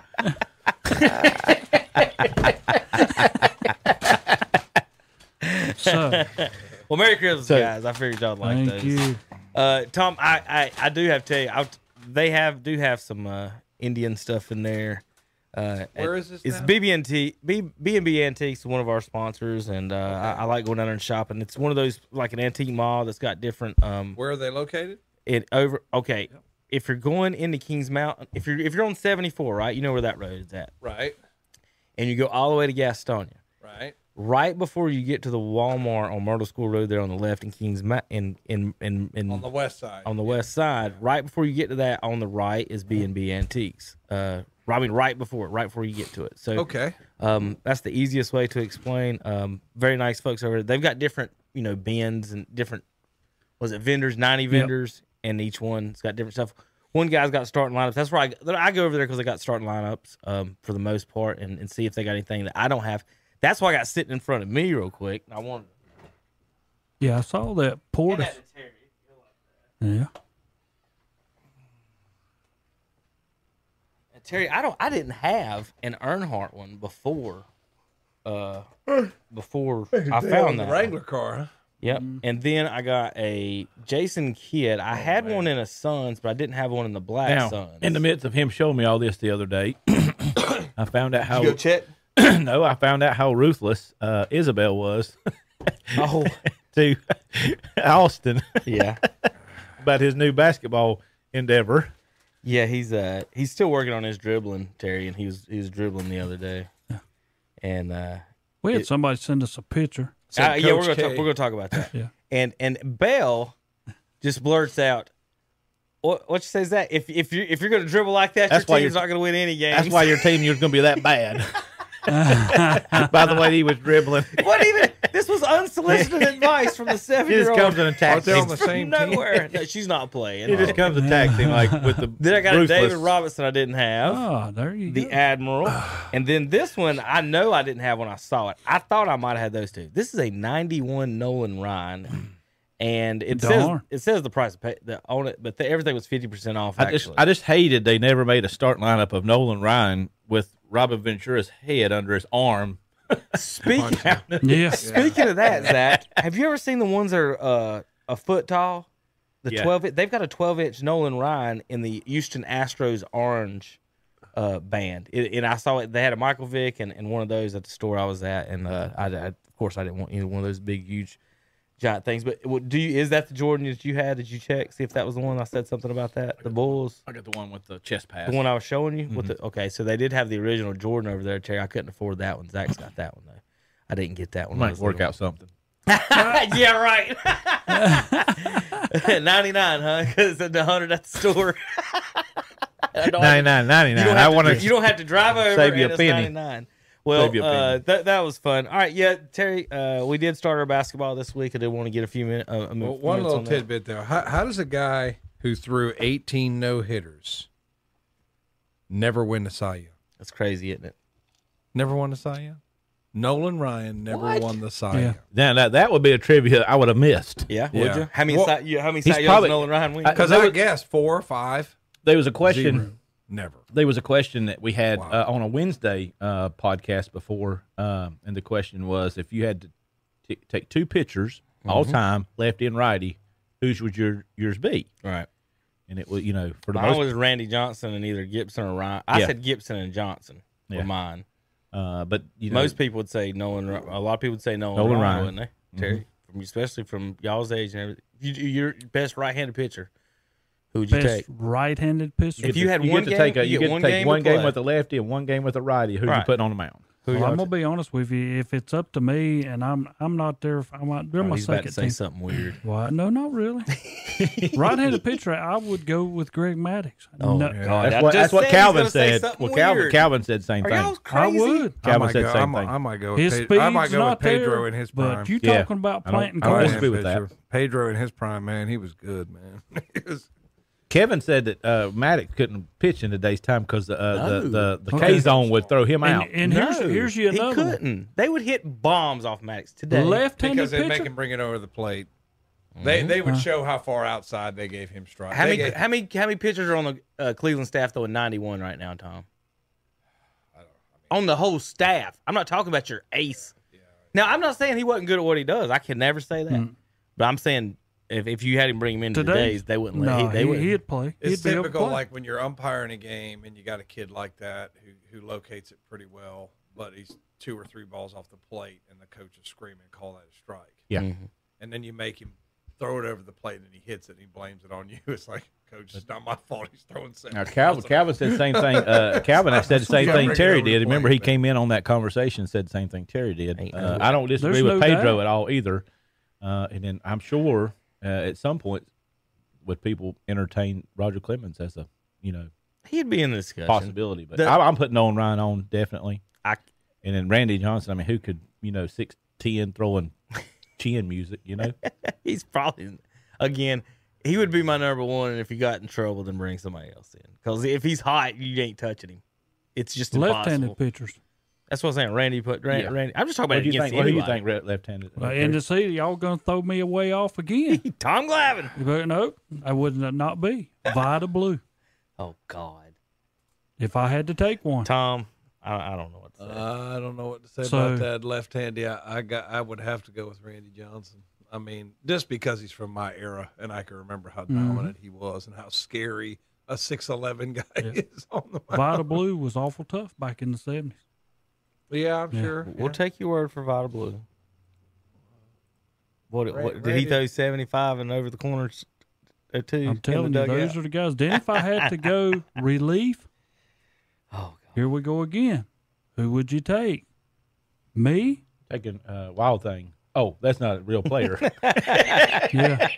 Speaker 9: <laughs>
Speaker 10: So,
Speaker 6: Well, Merry Christmas,
Speaker 9: So-
Speaker 6: guys. I figured y'all like
Speaker 10: thank
Speaker 6: those.
Speaker 10: you.
Speaker 6: Uh, Tom, I, I, I do have to tell you, I, they have do have some uh, Indian stuff in there. Uh,
Speaker 3: Where is this
Speaker 6: It's
Speaker 3: now?
Speaker 6: BB&T. B B&B Antiques, one of our sponsors, and uh, I, I like going down there and shopping. It's one of those like an antique mall that's got different um
Speaker 3: Where are they located?
Speaker 6: it over. Okay, if you're going into Kings Mountain, if you're if you're on 74, right, you know where that road is at,
Speaker 3: Right,
Speaker 6: and you go all the way to Gastonia
Speaker 3: right.
Speaker 6: right before you get to the Walmart on Myrtle School Road there on the left in Kings Ma- in in in, in
Speaker 3: On the west side.
Speaker 6: on the west side, right before you get to that on the right is B and B Antiques. Uh I mean right before it, right before you get to it. So
Speaker 3: Okay.
Speaker 6: um that's the easiest way to explain. Um very nice folks over there. They've got different, you know, bins and different was it vendors, 90 vendors and each one's got different stuff. One guy's got starting lineups. That's where I, I go over there because I got starting lineups um, for the most part and, and see if they got anything that I don't have. That's why I got sitting in front of me real quick. I wanted
Speaker 10: Yeah, I saw that Portis. Yeah.
Speaker 6: And Terry, I don't, I didn't have an Earnhardt one before, uh, before I found
Speaker 3: the
Speaker 6: that. one.
Speaker 3: Wrangler car. huh?
Speaker 6: Yep.
Speaker 9: Mm-hmm.
Speaker 6: And then I got a Jason Kidd.
Speaker 3: Oh,
Speaker 6: I had one in a Suns, but I didn't have one in the Black
Speaker 9: Now,
Speaker 6: Suns.
Speaker 9: in the midst of him showing me all this the other day, <coughs> I found out how
Speaker 3: check.
Speaker 9: <coughs> no, I found out how ruthless uh, Isabel was <laughs>
Speaker 6: oh,
Speaker 9: to <laughs> Austin
Speaker 6: yeah,
Speaker 9: about his new basketball endeavor.
Speaker 6: yeah. He's uh, he's still working on his dribbling, Terry, and he was he was dribbling the other day, and uh,
Speaker 10: We had somebody send us a picture.
Speaker 6: Uh, yeah,
Speaker 3: Coach
Speaker 6: we're gonna talk,
Speaker 3: K.
Speaker 6: we're gonna talk
Speaker 3: <laughs>
Speaker 6: about that.
Speaker 10: Yeah.
Speaker 6: And and Bell just blurts out, "What what you say is that? If if you if you're gonna dribble like that,
Speaker 9: That's
Speaker 6: your
Speaker 9: why
Speaker 6: team's
Speaker 9: you're-
Speaker 6: not gonna win any games.
Speaker 9: That's why your team you're going to be
Speaker 6: <laughs>
Speaker 9: that bad. <laughs> By the way, he was dribbling.
Speaker 6: what even? This was
Speaker 9: <laughs>
Speaker 6: unsolicited advice from the seven
Speaker 9: He
Speaker 6: year
Speaker 9: just comes
Speaker 6: old.
Speaker 9: and
Speaker 3: Aren't
Speaker 9: attacks
Speaker 3: they on
Speaker 9: him.
Speaker 3: the same team?
Speaker 6: Nowhere. No, she's not
Speaker 9: He
Speaker 6: playing.
Speaker 9: just comes and attacks him like with the.
Speaker 6: <laughs> Then I got a
Speaker 9: ruthless.
Speaker 6: David Robinson I didn't have.
Speaker 10: Oh, there you
Speaker 6: the
Speaker 10: go.
Speaker 6: Admiral.
Speaker 9: <sighs>
Speaker 6: and then this one, I know I didn't have when I saw it. I thought I might have had those two. This is a 91 Nolan Ryan. And it says
Speaker 10: Darn.
Speaker 6: it says the price of pay, the on it, but the, everything was fifty percent off.
Speaker 9: I just
Speaker 6: Actually,
Speaker 9: I just hated they never made a start lineup of Nolan Ryan with Robin Ventura's head under his arm.
Speaker 6: speaking
Speaker 10: yes.
Speaker 6: speaking of
Speaker 9: <laughs>
Speaker 6: that, Zach, have you ever seen the ones that are uh, a foot tall? The
Speaker 9: Yeah.
Speaker 6: twelve, they've got a twelve-inch Nolan Ryan in the Houston Astros orange uh, band, it, and I saw it. They had a Michael Vick and, and one of those at the store I was at, and uh, I, I- of course I didn't want either one of those big, huge, giant things. But what- do you is that the Jordan that you had? Did you check see if that was the one I said something about that? The Bulls.
Speaker 9: I got the one with the chest pass.
Speaker 6: The one I was showing you
Speaker 9: Mm-hmm.
Speaker 6: with the okay, so they did have the original Jordan over there, Terry. I couldn't afford that one. Zach's got that one though. I didn't get that one. when I
Speaker 9: might
Speaker 6: was
Speaker 9: work
Speaker 6: little.
Speaker 9: out something.
Speaker 6: <laughs> yeah, right. 99, huh? Because it's 100 at the store. <laughs> I don't-
Speaker 9: Ninety nine, ninety
Speaker 6: you
Speaker 9: nine.
Speaker 6: don't
Speaker 9: I
Speaker 6: have
Speaker 9: want
Speaker 6: to, you don't have to drive over
Speaker 9: save you
Speaker 6: and
Speaker 9: a
Speaker 6: it's
Speaker 9: penny.
Speaker 6: 99. Well,
Speaker 9: Save you a
Speaker 6: uh,
Speaker 9: penny.
Speaker 6: that, that was fun. All right, yeah, Terry, uh, we did start our basketball this week. I did want to get a few minutes. Uh, a
Speaker 3: Well,
Speaker 6: minute-
Speaker 3: one
Speaker 6: minutes
Speaker 3: little
Speaker 6: on that.
Speaker 3: tidbit though. How, how does a guy who threw 18 no hitters never win the Cy Young?
Speaker 6: That's crazy, isn't it?
Speaker 3: Never won the Cy Young. Nolan Ryan never won the Cy
Speaker 10: Yeah.
Speaker 3: Young
Speaker 9: Now that that would be a trivia I would have missed.
Speaker 6: Yeah,
Speaker 3: Yeah.
Speaker 6: would you? How many
Speaker 3: Well,
Speaker 6: side, you, how many
Speaker 9: he's
Speaker 6: side
Speaker 9: probably-
Speaker 6: Nolan Ryan win?
Speaker 9: I-
Speaker 3: because
Speaker 9: There
Speaker 3: I
Speaker 9: was-
Speaker 3: guessed four or five.
Speaker 9: There was a question.
Speaker 3: zero. Never.
Speaker 9: There was a question that we had
Speaker 3: Wow.
Speaker 9: uh, on a Wednesday uh, podcast before, um, and the question was if you had to t- take two pitchers
Speaker 3: Mm-hmm.
Speaker 9: all time, lefty and righty, whose would your yours be?
Speaker 6: right.
Speaker 9: And it was you know for the
Speaker 6: Mine
Speaker 9: most
Speaker 6: was Randy Johnson and either Gibson or Ryan. I
Speaker 9: Yeah.
Speaker 6: said Gibson and Johnson were
Speaker 9: Yeah.
Speaker 6: mine.
Speaker 9: uh, but you know
Speaker 6: Most people would say Nolan. Ry- A lot of people would say Nolan,
Speaker 9: Nolan
Speaker 6: Ryan,
Speaker 9: Ryan. Mm-hmm.
Speaker 6: wouldn't they? Terry, from especially from y'all's age and everything. You, you're best right-handed pitcher. Who would you
Speaker 10: Best
Speaker 6: take?
Speaker 10: right-handed pistol.
Speaker 6: If you had
Speaker 9: you
Speaker 6: one
Speaker 9: get to
Speaker 6: game,
Speaker 9: take a,
Speaker 6: you
Speaker 9: you
Speaker 6: get
Speaker 9: get to
Speaker 6: one
Speaker 9: take
Speaker 6: game to
Speaker 9: one game
Speaker 6: play.
Speaker 9: with a lefty and one game with a righty. Who you
Speaker 6: Right.
Speaker 9: putting on the mound?
Speaker 6: Who
Speaker 10: Well,
Speaker 6: y'all
Speaker 10: I'm
Speaker 6: ta-
Speaker 10: gonna be honest with you. If it's up to me, and I'm I'm not there, I'm not, they're
Speaker 6: Oh,
Speaker 10: my
Speaker 6: he's about to
Speaker 10: second
Speaker 6: say
Speaker 10: team.
Speaker 6: something weird.
Speaker 10: Why? No,
Speaker 6: <laughs>
Speaker 10: not really. right-handed pitcher, I would go with Greg Maddox.
Speaker 6: Oh,
Speaker 10: no,
Speaker 3: yeah.
Speaker 6: God, I
Speaker 9: That's what, that's
Speaker 6: just
Speaker 9: what
Speaker 6: said he's
Speaker 9: Calvin
Speaker 6: gonna say
Speaker 9: said.
Speaker 6: something
Speaker 9: Well, Calvin
Speaker 6: weird.
Speaker 9: Calvin said the same
Speaker 6: Are
Speaker 9: thing.
Speaker 3: I
Speaker 6: y'all
Speaker 10: I
Speaker 6: crazy?
Speaker 10: would.
Speaker 3: I
Speaker 9: Calvin
Speaker 3: might, go,
Speaker 9: said the
Speaker 3: Oh
Speaker 9: same
Speaker 3: I'm-
Speaker 9: thing.
Speaker 3: I might go.
Speaker 10: His
Speaker 3: With
Speaker 10: speed's
Speaker 3: Pe- I might go with
Speaker 10: not
Speaker 3: Pedro
Speaker 10: there,
Speaker 3: in his prime.
Speaker 10: but you
Speaker 9: Yeah.
Speaker 10: talking about
Speaker 9: I don't-
Speaker 10: planting
Speaker 9: I don't
Speaker 10: corn?
Speaker 9: disagree with that.
Speaker 3: Pedro in his prime, man, he was good, man. He was-
Speaker 9: Kevin said that uh, Maddox couldn't pitch in today's time because uh, the the, the
Speaker 10: Oh, Okay.
Speaker 9: K zone would throw him
Speaker 10: And,
Speaker 9: out.
Speaker 10: and here's here's you
Speaker 6: he
Speaker 10: another one.
Speaker 6: couldn't. They would hit bombs off Maddox today.
Speaker 10: left-handed
Speaker 3: because they make
Speaker 10: pitcher.
Speaker 3: him bring it over the plate. They they
Speaker 10: uh,
Speaker 3: would show how far outside they gave him strike.
Speaker 6: How
Speaker 3: They
Speaker 6: many,
Speaker 3: gave-
Speaker 6: how many how many pitchers are on the uh, Cleveland staff though in 91 right now, Tom? On the whole staff. I'm not talking about your ace. Now, I'm not saying he wasn't good at what he does. I can never say that. But I'm saying if, if you had him bring him in
Speaker 10: Mm. Today-
Speaker 6: today's, they wouldn't let
Speaker 10: No,
Speaker 6: he, they
Speaker 10: he,
Speaker 6: wouldn't.
Speaker 10: he'd play.
Speaker 3: It's
Speaker 10: he'd be able to
Speaker 3: typical,
Speaker 10: play.
Speaker 3: like when you're umpiring a game and you got a kid like that who who locates it pretty well, but he's two or three balls off the plate, and the coach is screaming, "Call that a strike!"
Speaker 9: Yeah.
Speaker 3: and then you make him throw it over the plate, and he hits it, and he blames it on you. <laughs> It's like, coach, it's not my fault. He's throwing seven.
Speaker 9: Now, Calvin,
Speaker 3: balls."
Speaker 9: Calvin said the same thing.
Speaker 10: <laughs>
Speaker 9: Uh, Calvin said the same
Speaker 3: gotta
Speaker 9: thing
Speaker 3: bring it
Speaker 9: Terry
Speaker 3: over the
Speaker 9: did. Remember, he
Speaker 3: plate,
Speaker 9: came in on that conversation and said the same thing Terry did.
Speaker 6: Ain't
Speaker 9: Uh, I don't disagree
Speaker 10: There's
Speaker 9: with
Speaker 10: no
Speaker 9: Pedro
Speaker 10: doubt.
Speaker 9: at all either. Uh, and then I'm sure uh, at some point would people entertain Roger Clemens as a you know
Speaker 6: He'd be in the discussion.
Speaker 9: possibility. But
Speaker 6: The-
Speaker 9: I, I'm putting on Ryan on definitely.
Speaker 6: I, <laughs>
Speaker 9: And then Randy Johnson. I mean, who could you know six ten throwing chin music? You know,
Speaker 6: he's probably again. He would be my number one, and if he got in trouble, then bring somebody else in. Because if he's hot, you ain't touching him. It's just
Speaker 10: left-handed
Speaker 6: impossible.
Speaker 10: pitchers.
Speaker 6: <laughs> That's what I'm saying. Randy put Randy.
Speaker 9: Yeah.
Speaker 6: Randy I'm just talking
Speaker 9: what
Speaker 6: about
Speaker 9: do you
Speaker 6: against
Speaker 9: think? What do you
Speaker 6: anybody.
Speaker 9: think? re- Left-handed.
Speaker 10: Uh, and to see y'all gonna throw me away
Speaker 6: <laughs>
Speaker 10: off again.
Speaker 6: Tom Glavin.
Speaker 10: but no, I wouldn't not be Vita Blue
Speaker 6: Oh God,
Speaker 10: if I had to take one.
Speaker 6: Tom. I, I don't know what to say.
Speaker 5: I don't know what to say
Speaker 10: So-
Speaker 5: about that left-handed. I, I got. I would have to go with Randy Johnson. I mean, just because he's from my era, and I can remember how
Speaker 10: Mm-hmm.
Speaker 5: dominant he was and how scary a six eleven guy <laughs> is on the mound.
Speaker 10: Vita Blue was awful tough back in the seventies.
Speaker 5: Yeah, I'm sure.
Speaker 6: we'll take your word for Vital Blue. What,
Speaker 5: Ra-
Speaker 6: what did he
Speaker 5: Randy-
Speaker 6: throw seventy five and over the corners? At two
Speaker 10: I'm telling you, those are the guys. Then if I had
Speaker 3: <laughs>
Speaker 10: to go relief,
Speaker 6: Oh, God.
Speaker 10: here we go again. Who would you take? Me?
Speaker 9: Taking uh, Wild Thing. Oh, that's not a
Speaker 5: <laughs>
Speaker 9: real player.
Speaker 3: <laughs>
Speaker 10: Yeah,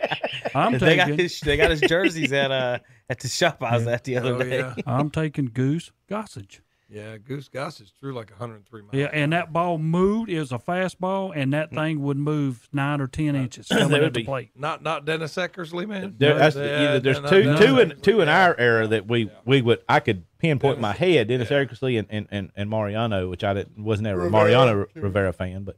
Speaker 10: I'm
Speaker 6: they got
Speaker 10: taking.
Speaker 6: his they got his jerseys at
Speaker 5: <laughs>
Speaker 6: uh at the shop I was at the other
Speaker 5: Oh
Speaker 6: day.
Speaker 5: yeah,
Speaker 10: I'm taking Goose Gossage.
Speaker 5: yeah. Goose Goss is through like 103 miles.
Speaker 10: Yeah, and that ball moved. It was a fastball, and that thing would move nine or
Speaker 9: <laughs>
Speaker 10: ten inches
Speaker 9: Mm. Uh, That
Speaker 10: coming
Speaker 9: would
Speaker 10: at the
Speaker 9: be-
Speaker 10: plate.
Speaker 5: Not not Dennis Eckersley, man.
Speaker 9: There,
Speaker 5: No,
Speaker 9: that's,
Speaker 5: yeah,
Speaker 9: either there's
Speaker 5: no,
Speaker 9: two,
Speaker 5: no,
Speaker 9: two,
Speaker 5: no.
Speaker 9: in two in our era that we, we would I could pinpoint my head Dennis Eckersley and, and, and, and Mariano, which I didn't wasn't ever a Mariano Rivera fan, but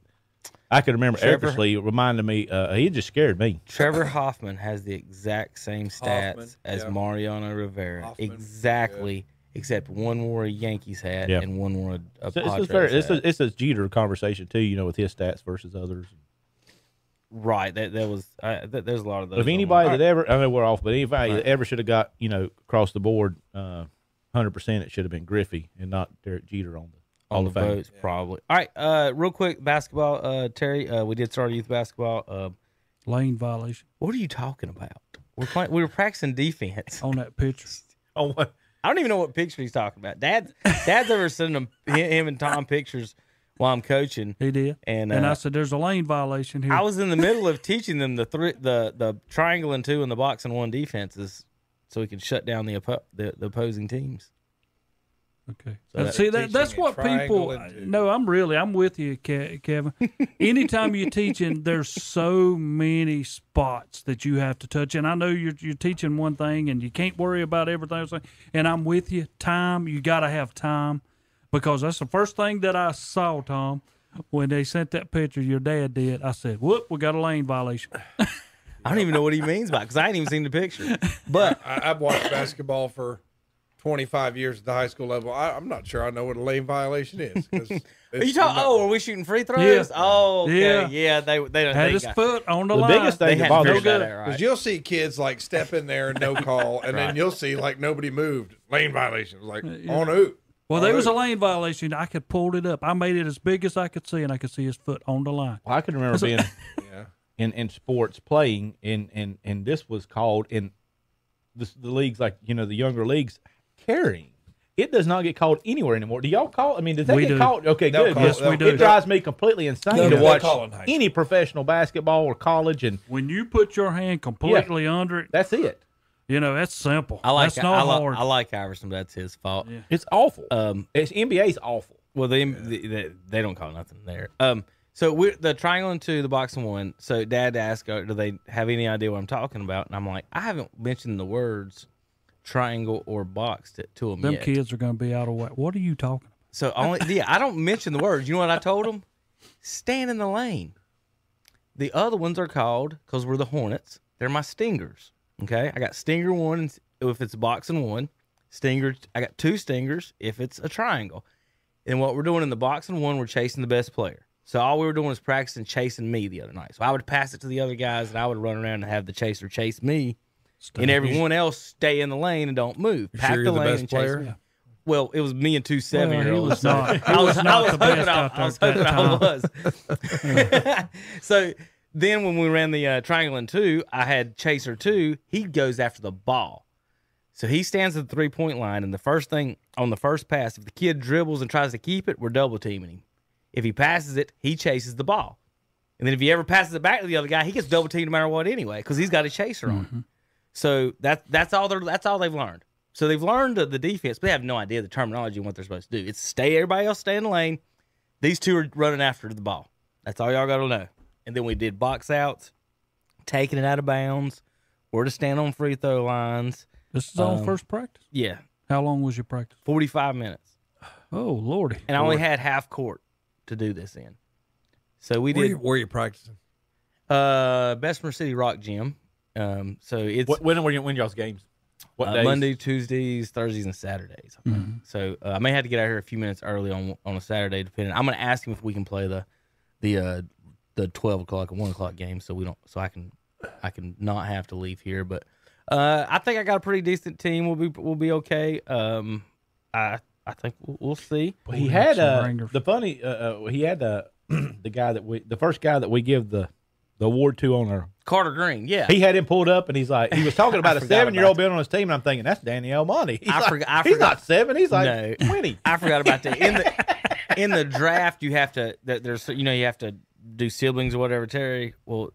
Speaker 9: I could remember
Speaker 6: Trevor-
Speaker 9: Eckersley reminded me uh, he just scared me.
Speaker 6: Trevor Hoffman has the exact same stats
Speaker 5: Hoffman,
Speaker 6: as
Speaker 5: yeah.
Speaker 6: Mariano Rivera,
Speaker 5: Hoffman,
Speaker 6: exactly, except one wore a Yankees hat
Speaker 9: Yeah.
Speaker 6: and one wore a, a
Speaker 5: Oh,
Speaker 9: So it's,
Speaker 6: Padres
Speaker 9: it's, very, it's,
Speaker 6: hat.
Speaker 9: a, it's a Jeter conversation too, you know, with his stats versus others.
Speaker 6: right. That that was uh, th- there's a lot of those.
Speaker 9: if
Speaker 6: on
Speaker 9: anybody
Speaker 6: there.
Speaker 9: that ever I know we're off, but anybody that ever should have got you know across the board, uh, hundred percent, it should have been Griffey and not Derek Jeter on the
Speaker 6: on the
Speaker 9: Hall of Fame.
Speaker 6: votes, probably. All right, uh, real quick, basketball, uh, Terry. Uh, we did start youth basketball. Uh,
Speaker 10: Lane violation
Speaker 6: what are you talking about? We're playing. We were practicing defense.
Speaker 10: on that pitcher.
Speaker 9: On what?
Speaker 6: I don't even know what picture he's talking about. Dad's Dad's ever sending him, him and Tom pictures while I'm coaching.
Speaker 10: He did,
Speaker 6: And,
Speaker 10: and
Speaker 6: uh,
Speaker 10: I said, "There's a lane violation here."
Speaker 6: I was in the middle of teaching them the three, the the triangle and two and the box and one defenses, so we can shut down the oppo- the, the opposing teams.
Speaker 10: Okay.
Speaker 6: that-
Speaker 10: and see that that's
Speaker 5: teaching
Speaker 10: what
Speaker 5: a triangle
Speaker 10: people. uh,
Speaker 5: and two.
Speaker 10: No, I'm really I'm with you, Ke- Kevin. Anytime you're teaching, there's so many spots that you have to touch, and I know you're you're teaching one thing, and you can't worry about everything. else. And I'm with you. Time, you got to have time, because that's the first thing that I saw, Tom. When they sent that picture, your dad did. I said, "Whoop, we got a lane violation."
Speaker 6: I don't even know what he means by because I ain't even seen the <laughs> picture. But
Speaker 5: I, I've watched basketball for 25 years at the high school level. I, I'm not sure I know what a lane violation is. 'cause <laughs>
Speaker 6: are you
Speaker 5: it's-
Speaker 6: talking? Oh, are we shooting free throws? Oh, okay. yeah,
Speaker 10: Yeah.
Speaker 6: They they don't
Speaker 10: Had
Speaker 6: think
Speaker 10: his
Speaker 6: I-
Speaker 10: foot on the,
Speaker 9: The
Speaker 10: line.
Speaker 9: biggest thing
Speaker 6: they
Speaker 9: that
Speaker 6: hadn't
Speaker 9: bothers
Speaker 6: figured that
Speaker 10: good.
Speaker 6: out
Speaker 5: Because
Speaker 6: right.
Speaker 5: you'll see kids like step in there and no call, and then you'll see like nobody moved, lane violations, like on who?
Speaker 10: Well, there was a lane violation. I could pulled it up. I made it as big as I could see, and I could see his foot on the line.
Speaker 9: Well, I can remember being in, in sports playing, and, and, and this was called in the, the leagues like you know the younger leagues carrying. It does not get called anywhere anymore. Do y'all call? I mean, does that
Speaker 10: We
Speaker 9: get
Speaker 10: do.
Speaker 9: called? Okay,
Speaker 3: They'll
Speaker 9: good.
Speaker 3: call- Yes,
Speaker 10: we
Speaker 9: it
Speaker 10: do.
Speaker 9: drives me completely insane
Speaker 3: No,
Speaker 9: to
Speaker 3: they
Speaker 9: watch
Speaker 3: call it high school.
Speaker 9: any professional basketball or college, and
Speaker 10: When you put your hand completely under it,
Speaker 9: that's it.
Speaker 10: you know that's simple.
Speaker 6: I like
Speaker 10: that's not
Speaker 6: I, li-
Speaker 10: hard.
Speaker 6: I like Iverson. But that's his fault.
Speaker 9: It's awful.
Speaker 6: Um,
Speaker 9: it's NBA's awful.
Speaker 6: Well, they, they they don't call nothing there. Um, so we're the triangle and two, the box and one. So Dad asked, uh, do they have any idea what I'm talking about? And I'm like, I haven't mentioned the words triangle or box to, to them,
Speaker 10: Them
Speaker 6: yet.
Speaker 10: kids are going to be out of whack. What are you talking? about?
Speaker 6: So only yeah, I don't mention the words. You know what I told them? Stand in the lane. The other ones are called because we're the Hornets. They're my stingers. Okay, I got stinger one and s- if it's boxing one, stinger. I got two stingers if it's a triangle. And what we're doing in the boxing one, we're chasing the best player. So all we were doing was practicing chasing me the other night. So I would pass it to the other guys and I would run around and have the chaser chase me, and everyone else stay in the lane and don't move.
Speaker 3: You
Speaker 6: Pack
Speaker 3: sure
Speaker 6: the
Speaker 3: you're the
Speaker 6: lane
Speaker 3: best
Speaker 6: and chase
Speaker 3: player?
Speaker 6: me. Well, it was me and two seven year olds. <laughs>
Speaker 10: was not- he
Speaker 6: I was,
Speaker 10: was not
Speaker 6: I was
Speaker 10: the
Speaker 6: hoping
Speaker 10: best
Speaker 6: I,
Speaker 10: out there
Speaker 6: I was
Speaker 10: at
Speaker 6: hoping
Speaker 10: that
Speaker 6: I was. <laughs> so then when we ran the uh, triangle in two, I had chaser two. He goes after the ball. So he stands at the three point line, and the first thing on the first pass, if the kid dribbles and tries to keep it, we're double teaming him. If he passes it, he chases the ball. And then if he ever passes it back to the other guy, he gets double teamed no matter what anyway, because he's got a chaser on. him. So that that's all they're that's all they've learned. So they've learned the, the defense, but they have no idea the terminology and what they're supposed to do. It's stay everybody else stay in the lane. These two are running after the ball. That's all y'all gotta know. And then we did box outs, taking it out of bounds, where to stand on free throw lines.
Speaker 10: This is
Speaker 6: Um,
Speaker 10: all first practice.
Speaker 6: Yeah.
Speaker 10: How long was your practice?
Speaker 6: Forty five minutes.
Speaker 10: Oh lordy!
Speaker 6: And I only had half court to do this in. So we
Speaker 5: Where
Speaker 6: did
Speaker 5: you, where you practicing?
Speaker 6: uh Bessemer City Rock Gym. Um so it's
Speaker 9: What, when were you, when y'all's games? What
Speaker 6: uh,
Speaker 9: days?
Speaker 6: Monday, Tuesdays, Thursdays, and Saturdays. I think. So uh, I may have to get out here a few minutes early on on a Saturday, depending. I'm going to ask him if we can play the the uh, the twelve o'clock and one o'clock game, so we don't, so I can I can not have to leave here. But uh, I think I got a pretty decent team. We'll be we'll be okay. Um, I I think we'll, we'll see.
Speaker 9: Well, he
Speaker 10: Ooh,
Speaker 9: had
Speaker 10: some
Speaker 9: uh,
Speaker 10: ringers.
Speaker 9: the funny. Uh, uh, he had uh, the <clears throat> guy that we, the first guy that we give the the award to on our.
Speaker 6: Carter Green, yeah.
Speaker 9: He had him pulled up, and he's like, he was
Speaker 6: <laughs>
Speaker 9: talking about a
Speaker 6: forgot
Speaker 9: seven year old being on his team, and I'm thinking that's Daniel Monty. He's
Speaker 6: I
Speaker 9: like,
Speaker 6: forgot- I
Speaker 9: he's
Speaker 6: forgot.
Speaker 9: not seven. He's like
Speaker 6: No.
Speaker 9: twenty.
Speaker 6: I forgot about that. In the in the draft, you have to that there's you know you have to do siblings or whatever. Terry, well,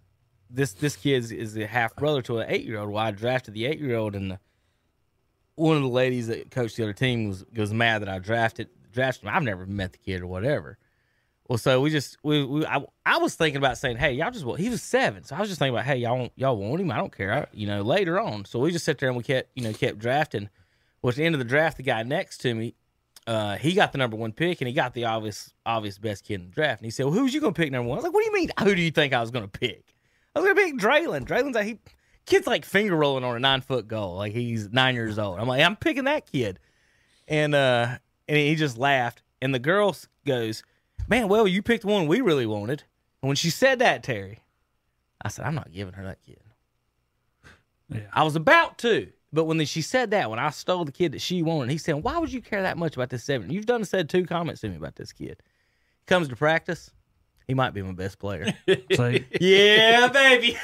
Speaker 6: this this kid is a half brother to an eight year old. Well, I drafted the eight year old, and the, one of the ladies that coached the other team was was mad that I drafted drafted him. I've never met the kid or whatever. Well, so we just we, we I, I was thinking about saying, hey, y'all just want. He was seven, so I was just thinking about, hey, y'all want- y'all want him? I don't care, I, you know. Later on, so we just sat there and we kept you know kept drafting. Well, at the end of the draft, the guy next to me, uh, he got the number one pick and he got the obvious obvious best kid in the draft. And he said, well, "Who's you gonna pick number one?" I was like, "What do you mean? Who do you think I was gonna pick? I was gonna pick Draylen. Draylen's like he kid's like finger rolling on a nine foot goal, like he's nine years old. I'm like, I'm picking that kid." and uh and he just laughed and the girl s- goes man well you picked one we really wanted and when she said that terry i said i'm not giving her that kid
Speaker 10: Yeah.
Speaker 6: i was about to but when she said that when i stole the kid that she wanted he said why would you care that much about this seven you've done said two comments to me about this kid comes to practice he might be my best player
Speaker 10: See,
Speaker 6: <laughs> yeah baby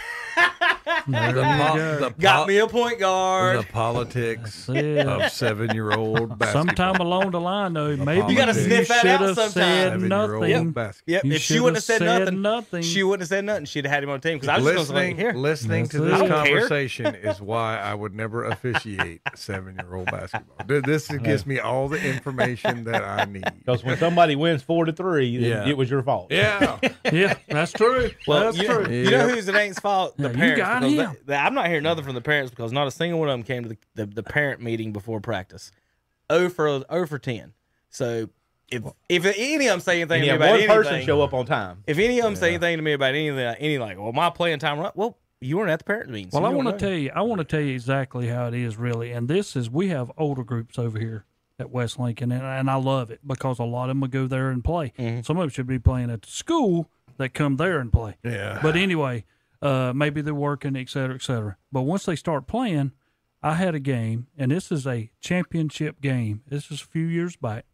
Speaker 10: there
Speaker 5: The,
Speaker 10: you
Speaker 5: po-
Speaker 10: go.
Speaker 5: the
Speaker 6: got
Speaker 5: po-
Speaker 6: me a point guard
Speaker 5: the <laughs> politics
Speaker 10: Said-
Speaker 5: of seven-year-old basketball.
Speaker 10: Sometime along the line, though, maybe
Speaker 5: You gotta
Speaker 6: sniff that
Speaker 10: should
Speaker 6: out
Speaker 10: have Said
Speaker 6: sometime.
Speaker 5: Seven-year-old
Speaker 10: nothing.
Speaker 5: basketball.
Speaker 6: Yep,
Speaker 10: You
Speaker 6: if she
Speaker 10: should
Speaker 6: wouldn't have
Speaker 10: have
Speaker 6: said,
Speaker 10: said
Speaker 6: nothing,
Speaker 10: nothing.
Speaker 6: she wouldn't have said nothing. She'd have had him on the team because I was just
Speaker 5: Listening,
Speaker 6: going to here.
Speaker 5: listening to
Speaker 10: That's
Speaker 5: this
Speaker 10: it. I
Speaker 6: don't care.
Speaker 5: conversation is why I would never officiate seven-year-old basketball. Dude, This gives me all the information that I need.
Speaker 9: Because when somebody wins four to three, then
Speaker 5: Yeah.
Speaker 9: it was your fault.
Speaker 5: Yeah,
Speaker 10: <laughs> Yeah, that's true.
Speaker 6: Well,
Speaker 5: That's
Speaker 6: you,
Speaker 5: true.
Speaker 6: you know
Speaker 5: Yep.
Speaker 6: who's it ain't's fault? The
Speaker 10: Yeah, you
Speaker 6: parents.
Speaker 10: got
Speaker 6: because
Speaker 10: him.
Speaker 6: they- they- I'm not hearing nothing from the parents because not a single one of them came to the, the, the parent meeting before practice. O for O for ten. So if if any of them say anything to me
Speaker 9: And yet
Speaker 6: about
Speaker 9: one
Speaker 6: anything,
Speaker 9: person show up on time.
Speaker 6: if any of them say anything to me about anything, any like, well, my playing time, right? Well, you weren't at the parent meeting. so
Speaker 10: Well, I
Speaker 6: you don't
Speaker 10: want to
Speaker 6: know.
Speaker 10: tell you, I want to tell you exactly how it is really. And this is, we have older groups over here at West Lincoln, and, and I love it because a lot of them will go there and play.
Speaker 6: Mm-hmm.
Speaker 10: Some of them should be playing at the school that come there and play.
Speaker 5: Yeah.
Speaker 10: But anyway, uh, maybe they're working, et cetera, et cetera. But once they start playing, I had a game, and this is a championship game. This is a few years back,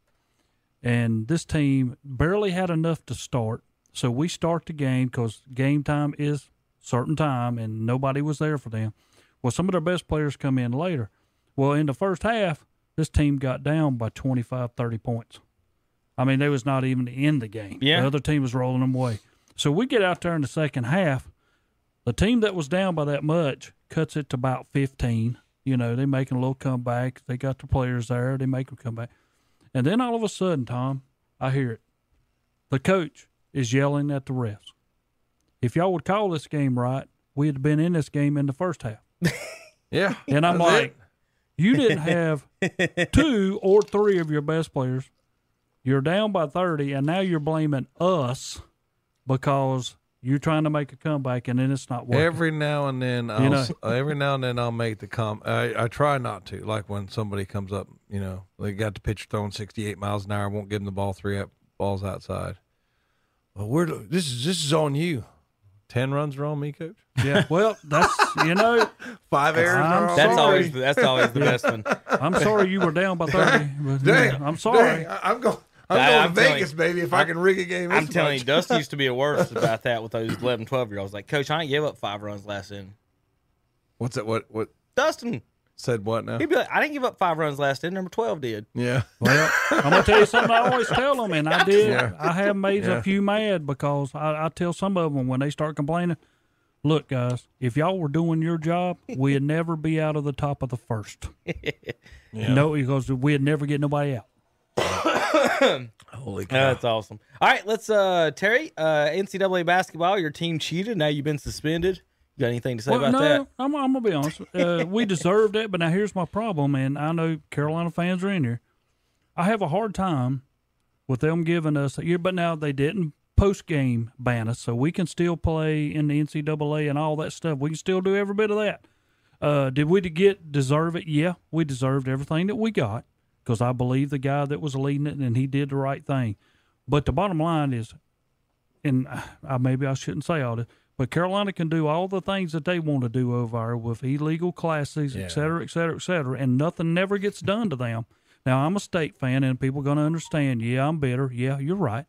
Speaker 10: and this team barely had enough to start. So we start the game because game time is certain time, and nobody was there for them. Well, some of their best players come in later. Well, in the first half, this team got down by 25, 30 points. I mean, they was not even in the game.
Speaker 6: Yeah.
Speaker 10: The other team was rolling them away. So we get out there in the second half. The team that was down by that much cuts it to about 15. You know, they making a little comeback. They got the players there. They make them come back. And then all of a sudden, Tom, I hear it. The coach is yelling at the refs. If y'all would call this game right, we'd have been in this game in the first half.
Speaker 3: Yeah.
Speaker 10: And I'm
Speaker 3: That's it.
Speaker 10: like, you
Speaker 3: <laughs>
Speaker 10: didn't have two or three of your best players. You're down by 30, and now you're blaming us because you're trying to make a comeback, and then it's not working.
Speaker 5: Every now and then, I'll,
Speaker 10: know.
Speaker 5: s- every now and then I'll make the com. I, I try not to. Like when somebody comes up, you know, they got the pitcher throwing 68 miles an hour. Won't give them the ball three up, balls outside. Well, we're this is this is on you. Ten runs are on me, coach.
Speaker 3: <laughs>
Speaker 10: yeah, well, that's, you know,
Speaker 5: Five errors.
Speaker 10: I'm
Speaker 5: are on
Speaker 6: That's
Speaker 5: me.
Speaker 6: always that's always the best one.
Speaker 10: I'm sorry you were down by 30. But,
Speaker 5: Dang,
Speaker 10: I'm sorry.
Speaker 5: dang, I- I'm going. <laughs> I'm
Speaker 6: I-
Speaker 5: going
Speaker 6: I'm
Speaker 5: to
Speaker 6: telling
Speaker 5: Vegas,
Speaker 6: you.
Speaker 5: baby. If i can rig a game,
Speaker 6: I'm
Speaker 5: this
Speaker 6: telling you,
Speaker 5: much.
Speaker 6: Dust used to be a worse
Speaker 5: <laughs>
Speaker 6: about that with those 11, 12 year olds. Like, Coach, I ain't give up five runs last inning.
Speaker 5: What's that? What? What
Speaker 6: Dustin,
Speaker 5: said? What now?
Speaker 6: he'd be like, I didn't give up five runs last inning. Number 12 did.
Speaker 5: Yeah.
Speaker 10: I'm gonna tell you something. I always tell them, and I did.
Speaker 5: Yeah.
Speaker 10: I have made
Speaker 5: Yeah.
Speaker 10: a few mad because I, I tell some of them when they start complaining. Look, guys, if y'all were doing your job, we'd never be out of the top of the first. No, because we'd never get nobody out.
Speaker 5: Holy cow!
Speaker 6: That's awesome. All right, let's, uh, Terry, uh, NCAA basketball, your team cheated. Now you've been suspended. You got anything to say
Speaker 10: Well,
Speaker 6: about
Speaker 10: no,
Speaker 6: that?
Speaker 10: I'm, I'm gonna be honest. Uh,
Speaker 6: <laughs>
Speaker 10: we deserved it, but now here's my problem, and I know Carolina fans are in here. I have a hard time with them giving us a year, but now they didn't post game ban us, so we can still play in the NCAA and all that stuff. We can still do every bit of that. Uh, did we get deserve it? Yeah, we deserved everything that we got because I believe the guy that was leading it and he did the right thing. But the bottom line is, and uh, I, maybe I shouldn't say all this, but Carolina can do all the things that they want to do over there with illegal classes, et cetera, et cetera, et cetera, and nothing never gets done to them. Now I'm a state fan, and people going to understand. Yeah, I'm bitter. Yeah, you're right,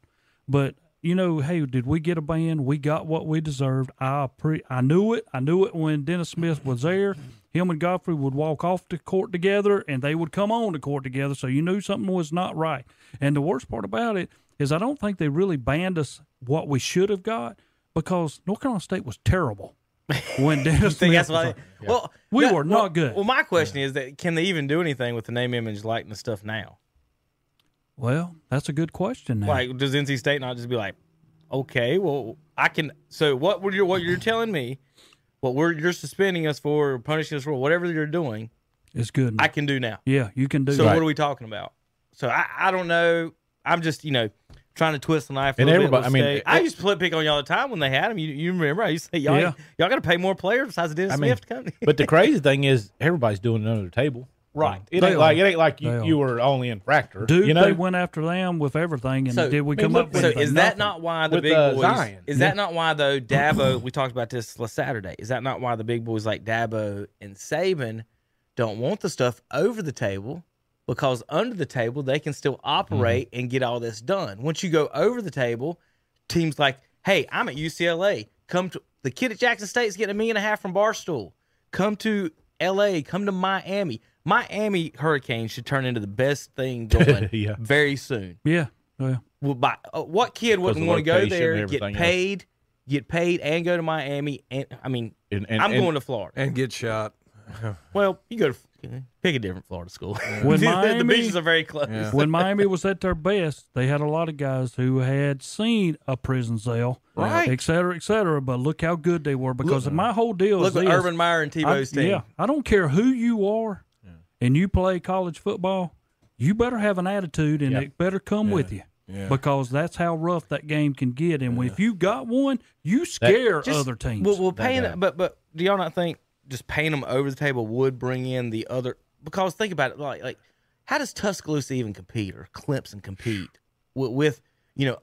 Speaker 10: but you know, hey, did we get a ban? We got what we deserved. I pre- I knew it. I knew it when Dennis Smith was there. Him and Godfrey would walk off the court together, and they would come on the court together. So you knew something was not right. And the worst part about it is, I don't think they really banned us what we should have got because North Carolina State was terrible
Speaker 6: <laughs>
Speaker 10: when Dennis
Speaker 6: Think
Speaker 10: Smith.
Speaker 6: that's
Speaker 10: was
Speaker 6: why-
Speaker 10: there.
Speaker 6: Well,
Speaker 10: We
Speaker 6: that-
Speaker 10: were
Speaker 6: well-
Speaker 10: not good.
Speaker 6: Well, my question is that can they even do anything with the name, image, likeness stuff now?
Speaker 10: Well, that's a good question. Now.
Speaker 6: Like, does NC State not just be like, okay, well, I can? So what were you? What you're telling me? What we're you're suspending us for, punishing us for, whatever you're doing,
Speaker 10: it's good.
Speaker 6: I can do now.
Speaker 10: yeah, you can do.
Speaker 6: So
Speaker 10: that.
Speaker 6: what are we talking about? So I, I don't know. I'm just you know trying to twist the knife. A
Speaker 9: And
Speaker 6: little
Speaker 9: everybody-
Speaker 6: bit
Speaker 9: I mean,
Speaker 6: with State. I
Speaker 9: it-
Speaker 6: used to put pick on y'all all the time when they had them. You, you remember? I used to say y'all
Speaker 10: Yeah.
Speaker 6: y'all got to pay more players besides Dennis
Speaker 9: I mean,
Speaker 6: Smith to come.
Speaker 9: but the crazy thing is, everybody's doing it under the table. Right. It
Speaker 10: They
Speaker 9: ain't like it
Speaker 10: are.
Speaker 9: ain't like
Speaker 10: They are.
Speaker 9: you, you were only infractor.
Speaker 10: Dude,
Speaker 9: you know,
Speaker 10: they went after them with everything, and
Speaker 6: So-
Speaker 10: did we
Speaker 9: I mean,
Speaker 10: come
Speaker 9: look,
Speaker 10: up with
Speaker 6: So
Speaker 10: anything?
Speaker 6: is that
Speaker 10: Nothing.
Speaker 6: not why the
Speaker 9: With,
Speaker 6: big
Speaker 9: uh,
Speaker 6: boys?
Speaker 9: Zion.
Speaker 6: Is that not why though Dabo? we talked about this last Saturday. Is that not why the big boys like Dabo and Saban don't want the stuff over the table? Because under the table they can still operate and get all this done. Once you go over the table, teams like, hey, I'm at UCLA. Come to the kid at Jackson State's getting a million and a half from Barstool. Come to LA. Come to Miami. Miami Hurricanes should turn into the best thing going
Speaker 9: Yeah.
Speaker 6: very soon
Speaker 10: Yeah, yeah.
Speaker 6: well, by, uh, what kid wouldn't
Speaker 9: the
Speaker 6: want to go
Speaker 9: location
Speaker 6: there,
Speaker 9: and
Speaker 6: get
Speaker 9: everything else.
Speaker 6: paid, get paid, and go to Miami? And I mean,
Speaker 9: And- and-
Speaker 6: I'm
Speaker 9: and-
Speaker 6: going to Florida.
Speaker 5: And get shot.
Speaker 6: <laughs> well, you go to pick a different Florida school. <laughs>
Speaker 10: When
Speaker 6: the,
Speaker 10: Miami-
Speaker 6: beaches are very close.
Speaker 10: when Miami was at their best, they had a lot of guys who had seen a prison cell,
Speaker 6: Right.
Speaker 10: Et cetera, et cetera. But look how good they were because my whole deal
Speaker 6: Look
Speaker 10: is
Speaker 6: at
Speaker 10: this.
Speaker 6: Urban Meyer and
Speaker 10: I-
Speaker 6: Tebow's team.
Speaker 10: yeah, I don't care who you are, and you play college football, you better have an attitude, and it better come with you. Because that's how rough that game can get, and if you got one, you scare
Speaker 6: Just-
Speaker 10: other teams.
Speaker 6: Well, well paying, but but do y'all not think just paying them over the table would bring in the other? Because think about it, like like how does Tuscaloosa even compete or Clemson compete with, with you know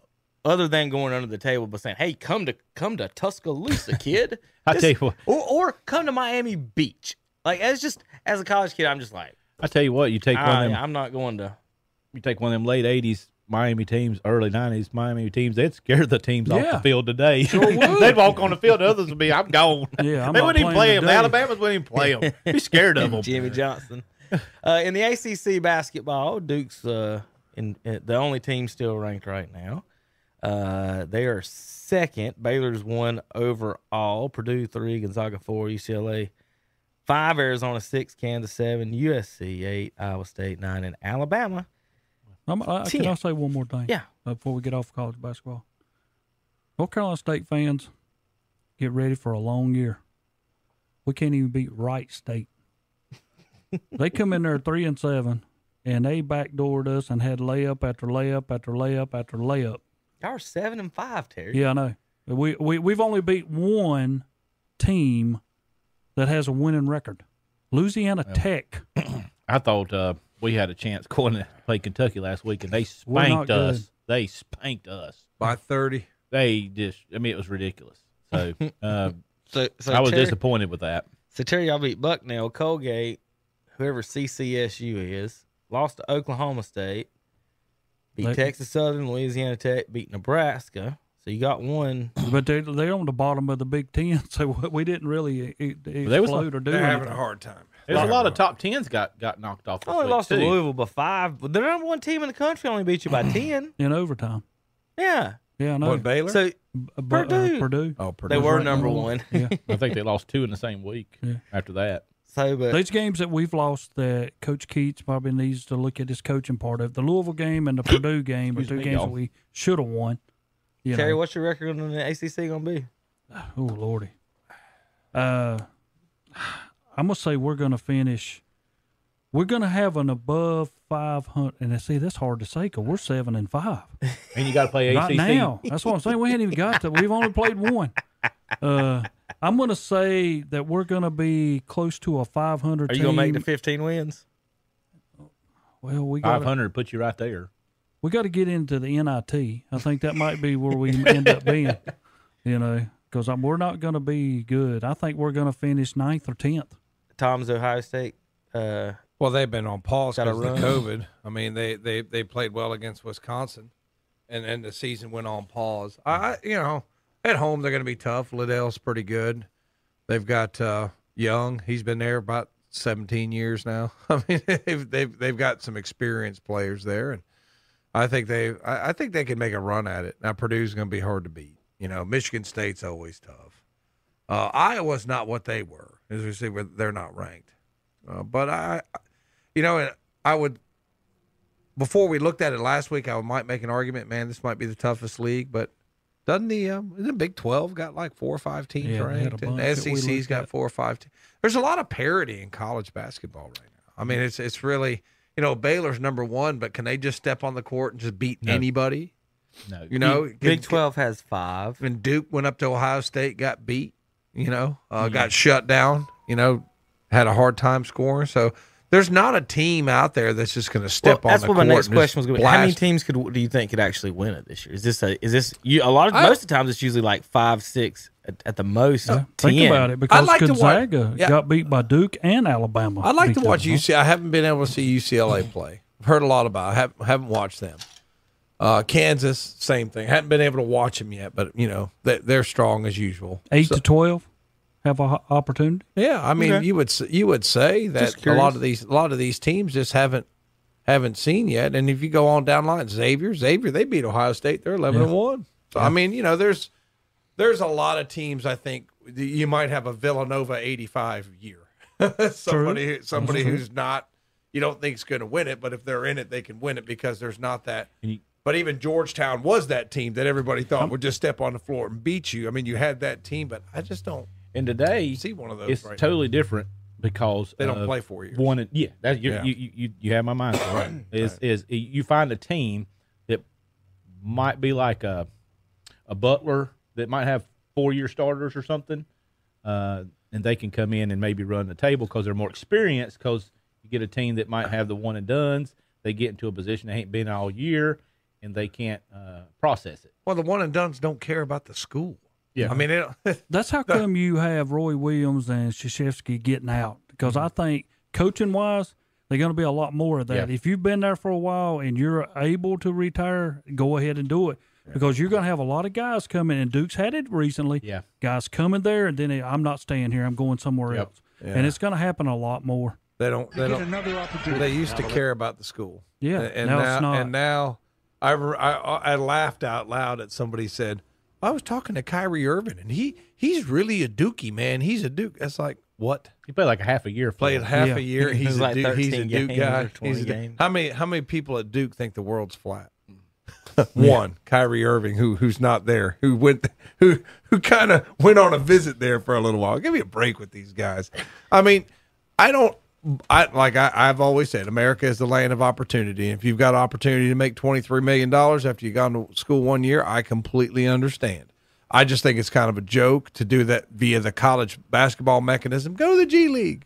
Speaker 6: other than going under the table but saying, hey, come to come to
Speaker 9: <laughs>
Speaker 6: Tuscaloosa, kid.
Speaker 9: I
Speaker 6: This-
Speaker 9: tell you what.
Speaker 6: or or come to Miami Beach. Like as just as a college kid, I'm just like "Ah,
Speaker 9: I tell you what, you take one
Speaker 6: I,
Speaker 9: of them,
Speaker 6: I'm not going to.
Speaker 9: you take one of them late '80s Miami teams, early '90s Miami teams, they'd scare the teams off
Speaker 5: Yeah.
Speaker 9: the field today. <laughs> they'd walk on the field, the others would be, "I'm <laughs> gone."
Speaker 10: Yeah, I'm
Speaker 9: they
Speaker 10: not
Speaker 9: wouldn't even
Speaker 10: playing
Speaker 9: play them. The
Speaker 10: today.
Speaker 9: Alabama's wouldn't even play them. Be scared <laughs> of
Speaker 6: <laughs>
Speaker 9: them.
Speaker 6: Jimmy Johnson. Uh, in the ACC basketball, Duke's uh, in, in the only team still ranked right now. Uh, they are second. Baylor's one overall. Purdue three, Gonzaga four, UCLA five, Arizona six, Kansas seven, USC eight, Iowa State nine, and Alabama.
Speaker 10: I'm, I, I
Speaker 6: Ten.
Speaker 10: can I say one more thing?
Speaker 6: Yeah.
Speaker 10: uh, Before we get off college basketball, North Carolina State fans, get ready for a long year. We can't even beat Wright
Speaker 5: <laughs>
Speaker 10: State. they come in there three and seven, and they backdoored us and had layup after layup after layup after layup.
Speaker 6: Y'all are seven and five, Terry.
Speaker 10: Yeah, I know. We we we've only beat one team that has a winning record. Louisiana Tech.
Speaker 9: I thought uh, we had a chance going to play Kentucky last week, and they
Speaker 10: We're not
Speaker 9: spanked us.
Speaker 10: good.
Speaker 9: They spanked us.
Speaker 5: by 30.
Speaker 9: They just, I mean, it was ridiculous. <laughs> So uh,
Speaker 6: So, so
Speaker 9: I was
Speaker 6: Terry,
Speaker 9: disappointed with that.
Speaker 6: So Terry, y'all beat Bucknell, Colgate, whoever CCSU is, lost to Oklahoma State, beat
Speaker 10: They-
Speaker 6: Texas Southern, Louisiana Tech, beat Nebraska. So you got one.
Speaker 10: But they they're on the bottom of the Big Ten, <laughs> so we- we didn't really e- e-
Speaker 9: was
Speaker 10: explode or do
Speaker 5: They're having a
Speaker 10: anything.
Speaker 5: hard time.
Speaker 9: There's a lot of top tens got got knocked off.
Speaker 6: <clears throat> I only Oh, lost to Louisville by five. But the number one team in the country only beat <clears throat> you by ten.
Speaker 10: in overtime.
Speaker 6: Yeah.
Speaker 10: Yeah, I know.
Speaker 5: What, Baylor?
Speaker 6: So
Speaker 10: B- but,
Speaker 6: Purdue.
Speaker 10: Uh, Purdue.
Speaker 5: oh,
Speaker 6: they
Speaker 5: Purdue.
Speaker 6: were number one.
Speaker 9: I think they lost two in the same week. After that,
Speaker 6: <laughs> so, but
Speaker 10: These games that we've lost that Coach Keats probably needs to look at his coaching part of the Louisville game and the Purdue game are
Speaker 9: Excuse
Speaker 10: two
Speaker 9: me,
Speaker 10: games
Speaker 9: y'all.
Speaker 10: that we should have won. You
Speaker 6: Terry,
Speaker 10: know.
Speaker 6: what's your record on the ACC gonna be?
Speaker 10: Oh lordy. Uh, I'm gonna say we're gonna finish. We're gonna have an above 500, and see that's hard to say because we're seven and five
Speaker 9: and you got to play
Speaker 10: right
Speaker 9: ACC.
Speaker 10: now. That's what I'm saying. We ain't even got to. We've only played one. Uh, I'm gonna say that we're gonna be close to a 500.
Speaker 6: Are you
Speaker 10: team.
Speaker 6: gonna make the fifteen wins?
Speaker 10: Well, we
Speaker 9: Five
Speaker 10: got
Speaker 9: hundred put you right there.
Speaker 10: we got to get into the NIT. I think that might be where we end
Speaker 9: <laughs>
Speaker 10: up being. You know, because we're not gonna be good. I think we're gonna finish ninth or tenth.
Speaker 6: Tom's Ohio State. Uh,
Speaker 5: Well, they've been on pause
Speaker 6: Gotta
Speaker 5: because of the
Speaker 6: run.
Speaker 5: COVID. I mean, they, they, they played well against Wisconsin, and and the season went on pause. I I- you know at home they're going to be tough. Liddell's pretty good. They've got uh, Young. He's been there about seventeen years now. <laughs> I mean, they've they've, they've got some experienced players there, and I think they I, I think they can make a run at it. Now Purdue's going to be hard to beat. You know, Michigan State's always tough. Uh, Iowa's not what they were. As we see, where they're not ranked. Uh, but I, you know, and I would before we looked at it last week, I might make an argument, man, this might be the toughest league, but doesn't the um, isn't Big Twelve got like four or five teams
Speaker 10: Yeah, they had a
Speaker 5: ranked, and
Speaker 10: bunch that we
Speaker 5: SEC's
Speaker 10: looked
Speaker 5: E got
Speaker 10: at.
Speaker 5: four or five. Te- There's a lot of parity in college basketball right now. I mean, it's it's really you know Baylor's number one, but can they just step on the court and just beat
Speaker 9: No.
Speaker 5: anybody?
Speaker 9: No,
Speaker 5: You know,
Speaker 6: Big
Speaker 5: Can-
Speaker 6: Twelve has five.
Speaker 5: when Duke went up to Ohio State, got beat, you know, uh, got shut down, you know, had a hard time scoring. So there's not a team out there that's just going to step on
Speaker 6: Well, that's
Speaker 5: the
Speaker 6: what
Speaker 5: court.
Speaker 6: my next
Speaker 5: and just
Speaker 6: question was going to be. How many
Speaker 5: blast-
Speaker 6: teams could do you think could actually win it this year? Is this a is this you? A lot of
Speaker 5: I-
Speaker 6: most of the times it's usually like five, six at, at the most.
Speaker 10: Think
Speaker 6: 10.
Speaker 10: about it because
Speaker 5: like to watch-
Speaker 10: Gonzaga
Speaker 5: yeah.
Speaker 10: got beat by Duke and Alabama.
Speaker 5: I'd like
Speaker 10: beat
Speaker 5: to watch
Speaker 10: them, huh?
Speaker 5: UC. I haven't been able to see UCLA play. I've heard a lot about. It. I haven't, haven't watched them. Uh, Kansas, same thing. Haven't been able to watch them yet, but you know they, they're strong as usual.
Speaker 10: Eight to twelve have a ho- opportunity.
Speaker 5: Yeah, I mean, you would s- you would say that a lot
Speaker 6: curious.
Speaker 5: of these a lot of these teams just haven't haven't seen yet. And if you go on down the line, Xavier, Xavier, they beat Ohio State. They're eleven and one. So
Speaker 10: <laughs>
Speaker 5: I mean, you know, there's there's a lot of teams. I think that you might have a Villanova eighty five year. somebody who- somebody who's not you don't think is going to win it, but if they're in it, they can win it because there's not that. But even Georgetown was that team that everybody thought would just step on the floor and beat you. I mean, you had that team, but I just don't
Speaker 9: and today
Speaker 5: see one of those.
Speaker 9: it's
Speaker 5: right now.
Speaker 9: totally different because
Speaker 5: They don't
Speaker 9: of
Speaker 5: play four years.
Speaker 9: One, and, yeah, that you're,
Speaker 5: Yeah.
Speaker 9: You, you you you have my mind. right. Is is you find a team that might be like a a Butler that might have four year starters or something, uh, and they can come in and maybe run the table because they're more experienced. Because you get a team that might have the one and duns, they get into a position they ain't been all year, and they can't uh, process it.
Speaker 5: Well, the one and done's don't care about the school.
Speaker 9: Yeah.
Speaker 5: I mean, it,
Speaker 10: That's how come you have Roy Williams and Shashevsky getting out because I think coaching wise, They're going to be a lot more of that.
Speaker 6: Mm-hmm. Yeah.
Speaker 10: If you've been there for a while and you're able to retire, go ahead and do it because you're going to have a lot of guys coming. And Duke's had it recently.
Speaker 6: Yeah.
Speaker 10: guys coming there and then they, I'm not staying here. I'm going somewhere
Speaker 6: Yep.
Speaker 10: else, and it's going to happen a
Speaker 6: <laughs>
Speaker 10: lot more.
Speaker 5: They don't. They don't. They used to care about the school.
Speaker 10: Yeah,
Speaker 5: and
Speaker 10: now
Speaker 5: now,
Speaker 10: it's not.
Speaker 5: and now I, re- I I laughed out loud at somebody said, "I was talking to Kyrie Irving, and he he's really a Dookie man. He's a Duke." That's like what
Speaker 9: He played like a half a year. for
Speaker 5: played
Speaker 9: him.
Speaker 5: half
Speaker 10: Yeah.
Speaker 5: a
Speaker 10: <laughs>
Speaker 5: year. He's a
Speaker 6: like
Speaker 5: Duke. He's a
Speaker 6: 13
Speaker 5: Duke
Speaker 6: games
Speaker 5: guy.
Speaker 6: or 20
Speaker 5: He's a Duke.
Speaker 6: games.
Speaker 5: How many how many people at Duke think the world's flat? One, Kyrie Irving, who who's not there, who went who who kind of went on a visit there for a little while. Give me a break with these guys. I mean, I don't. I like I, I've always said, America is the land of opportunity. If you've got opportunity to make twenty three million dollars after you gone to school one year, I completely understand. I just think it's kind of a joke to do that via the college basketball mechanism. Go to the G League.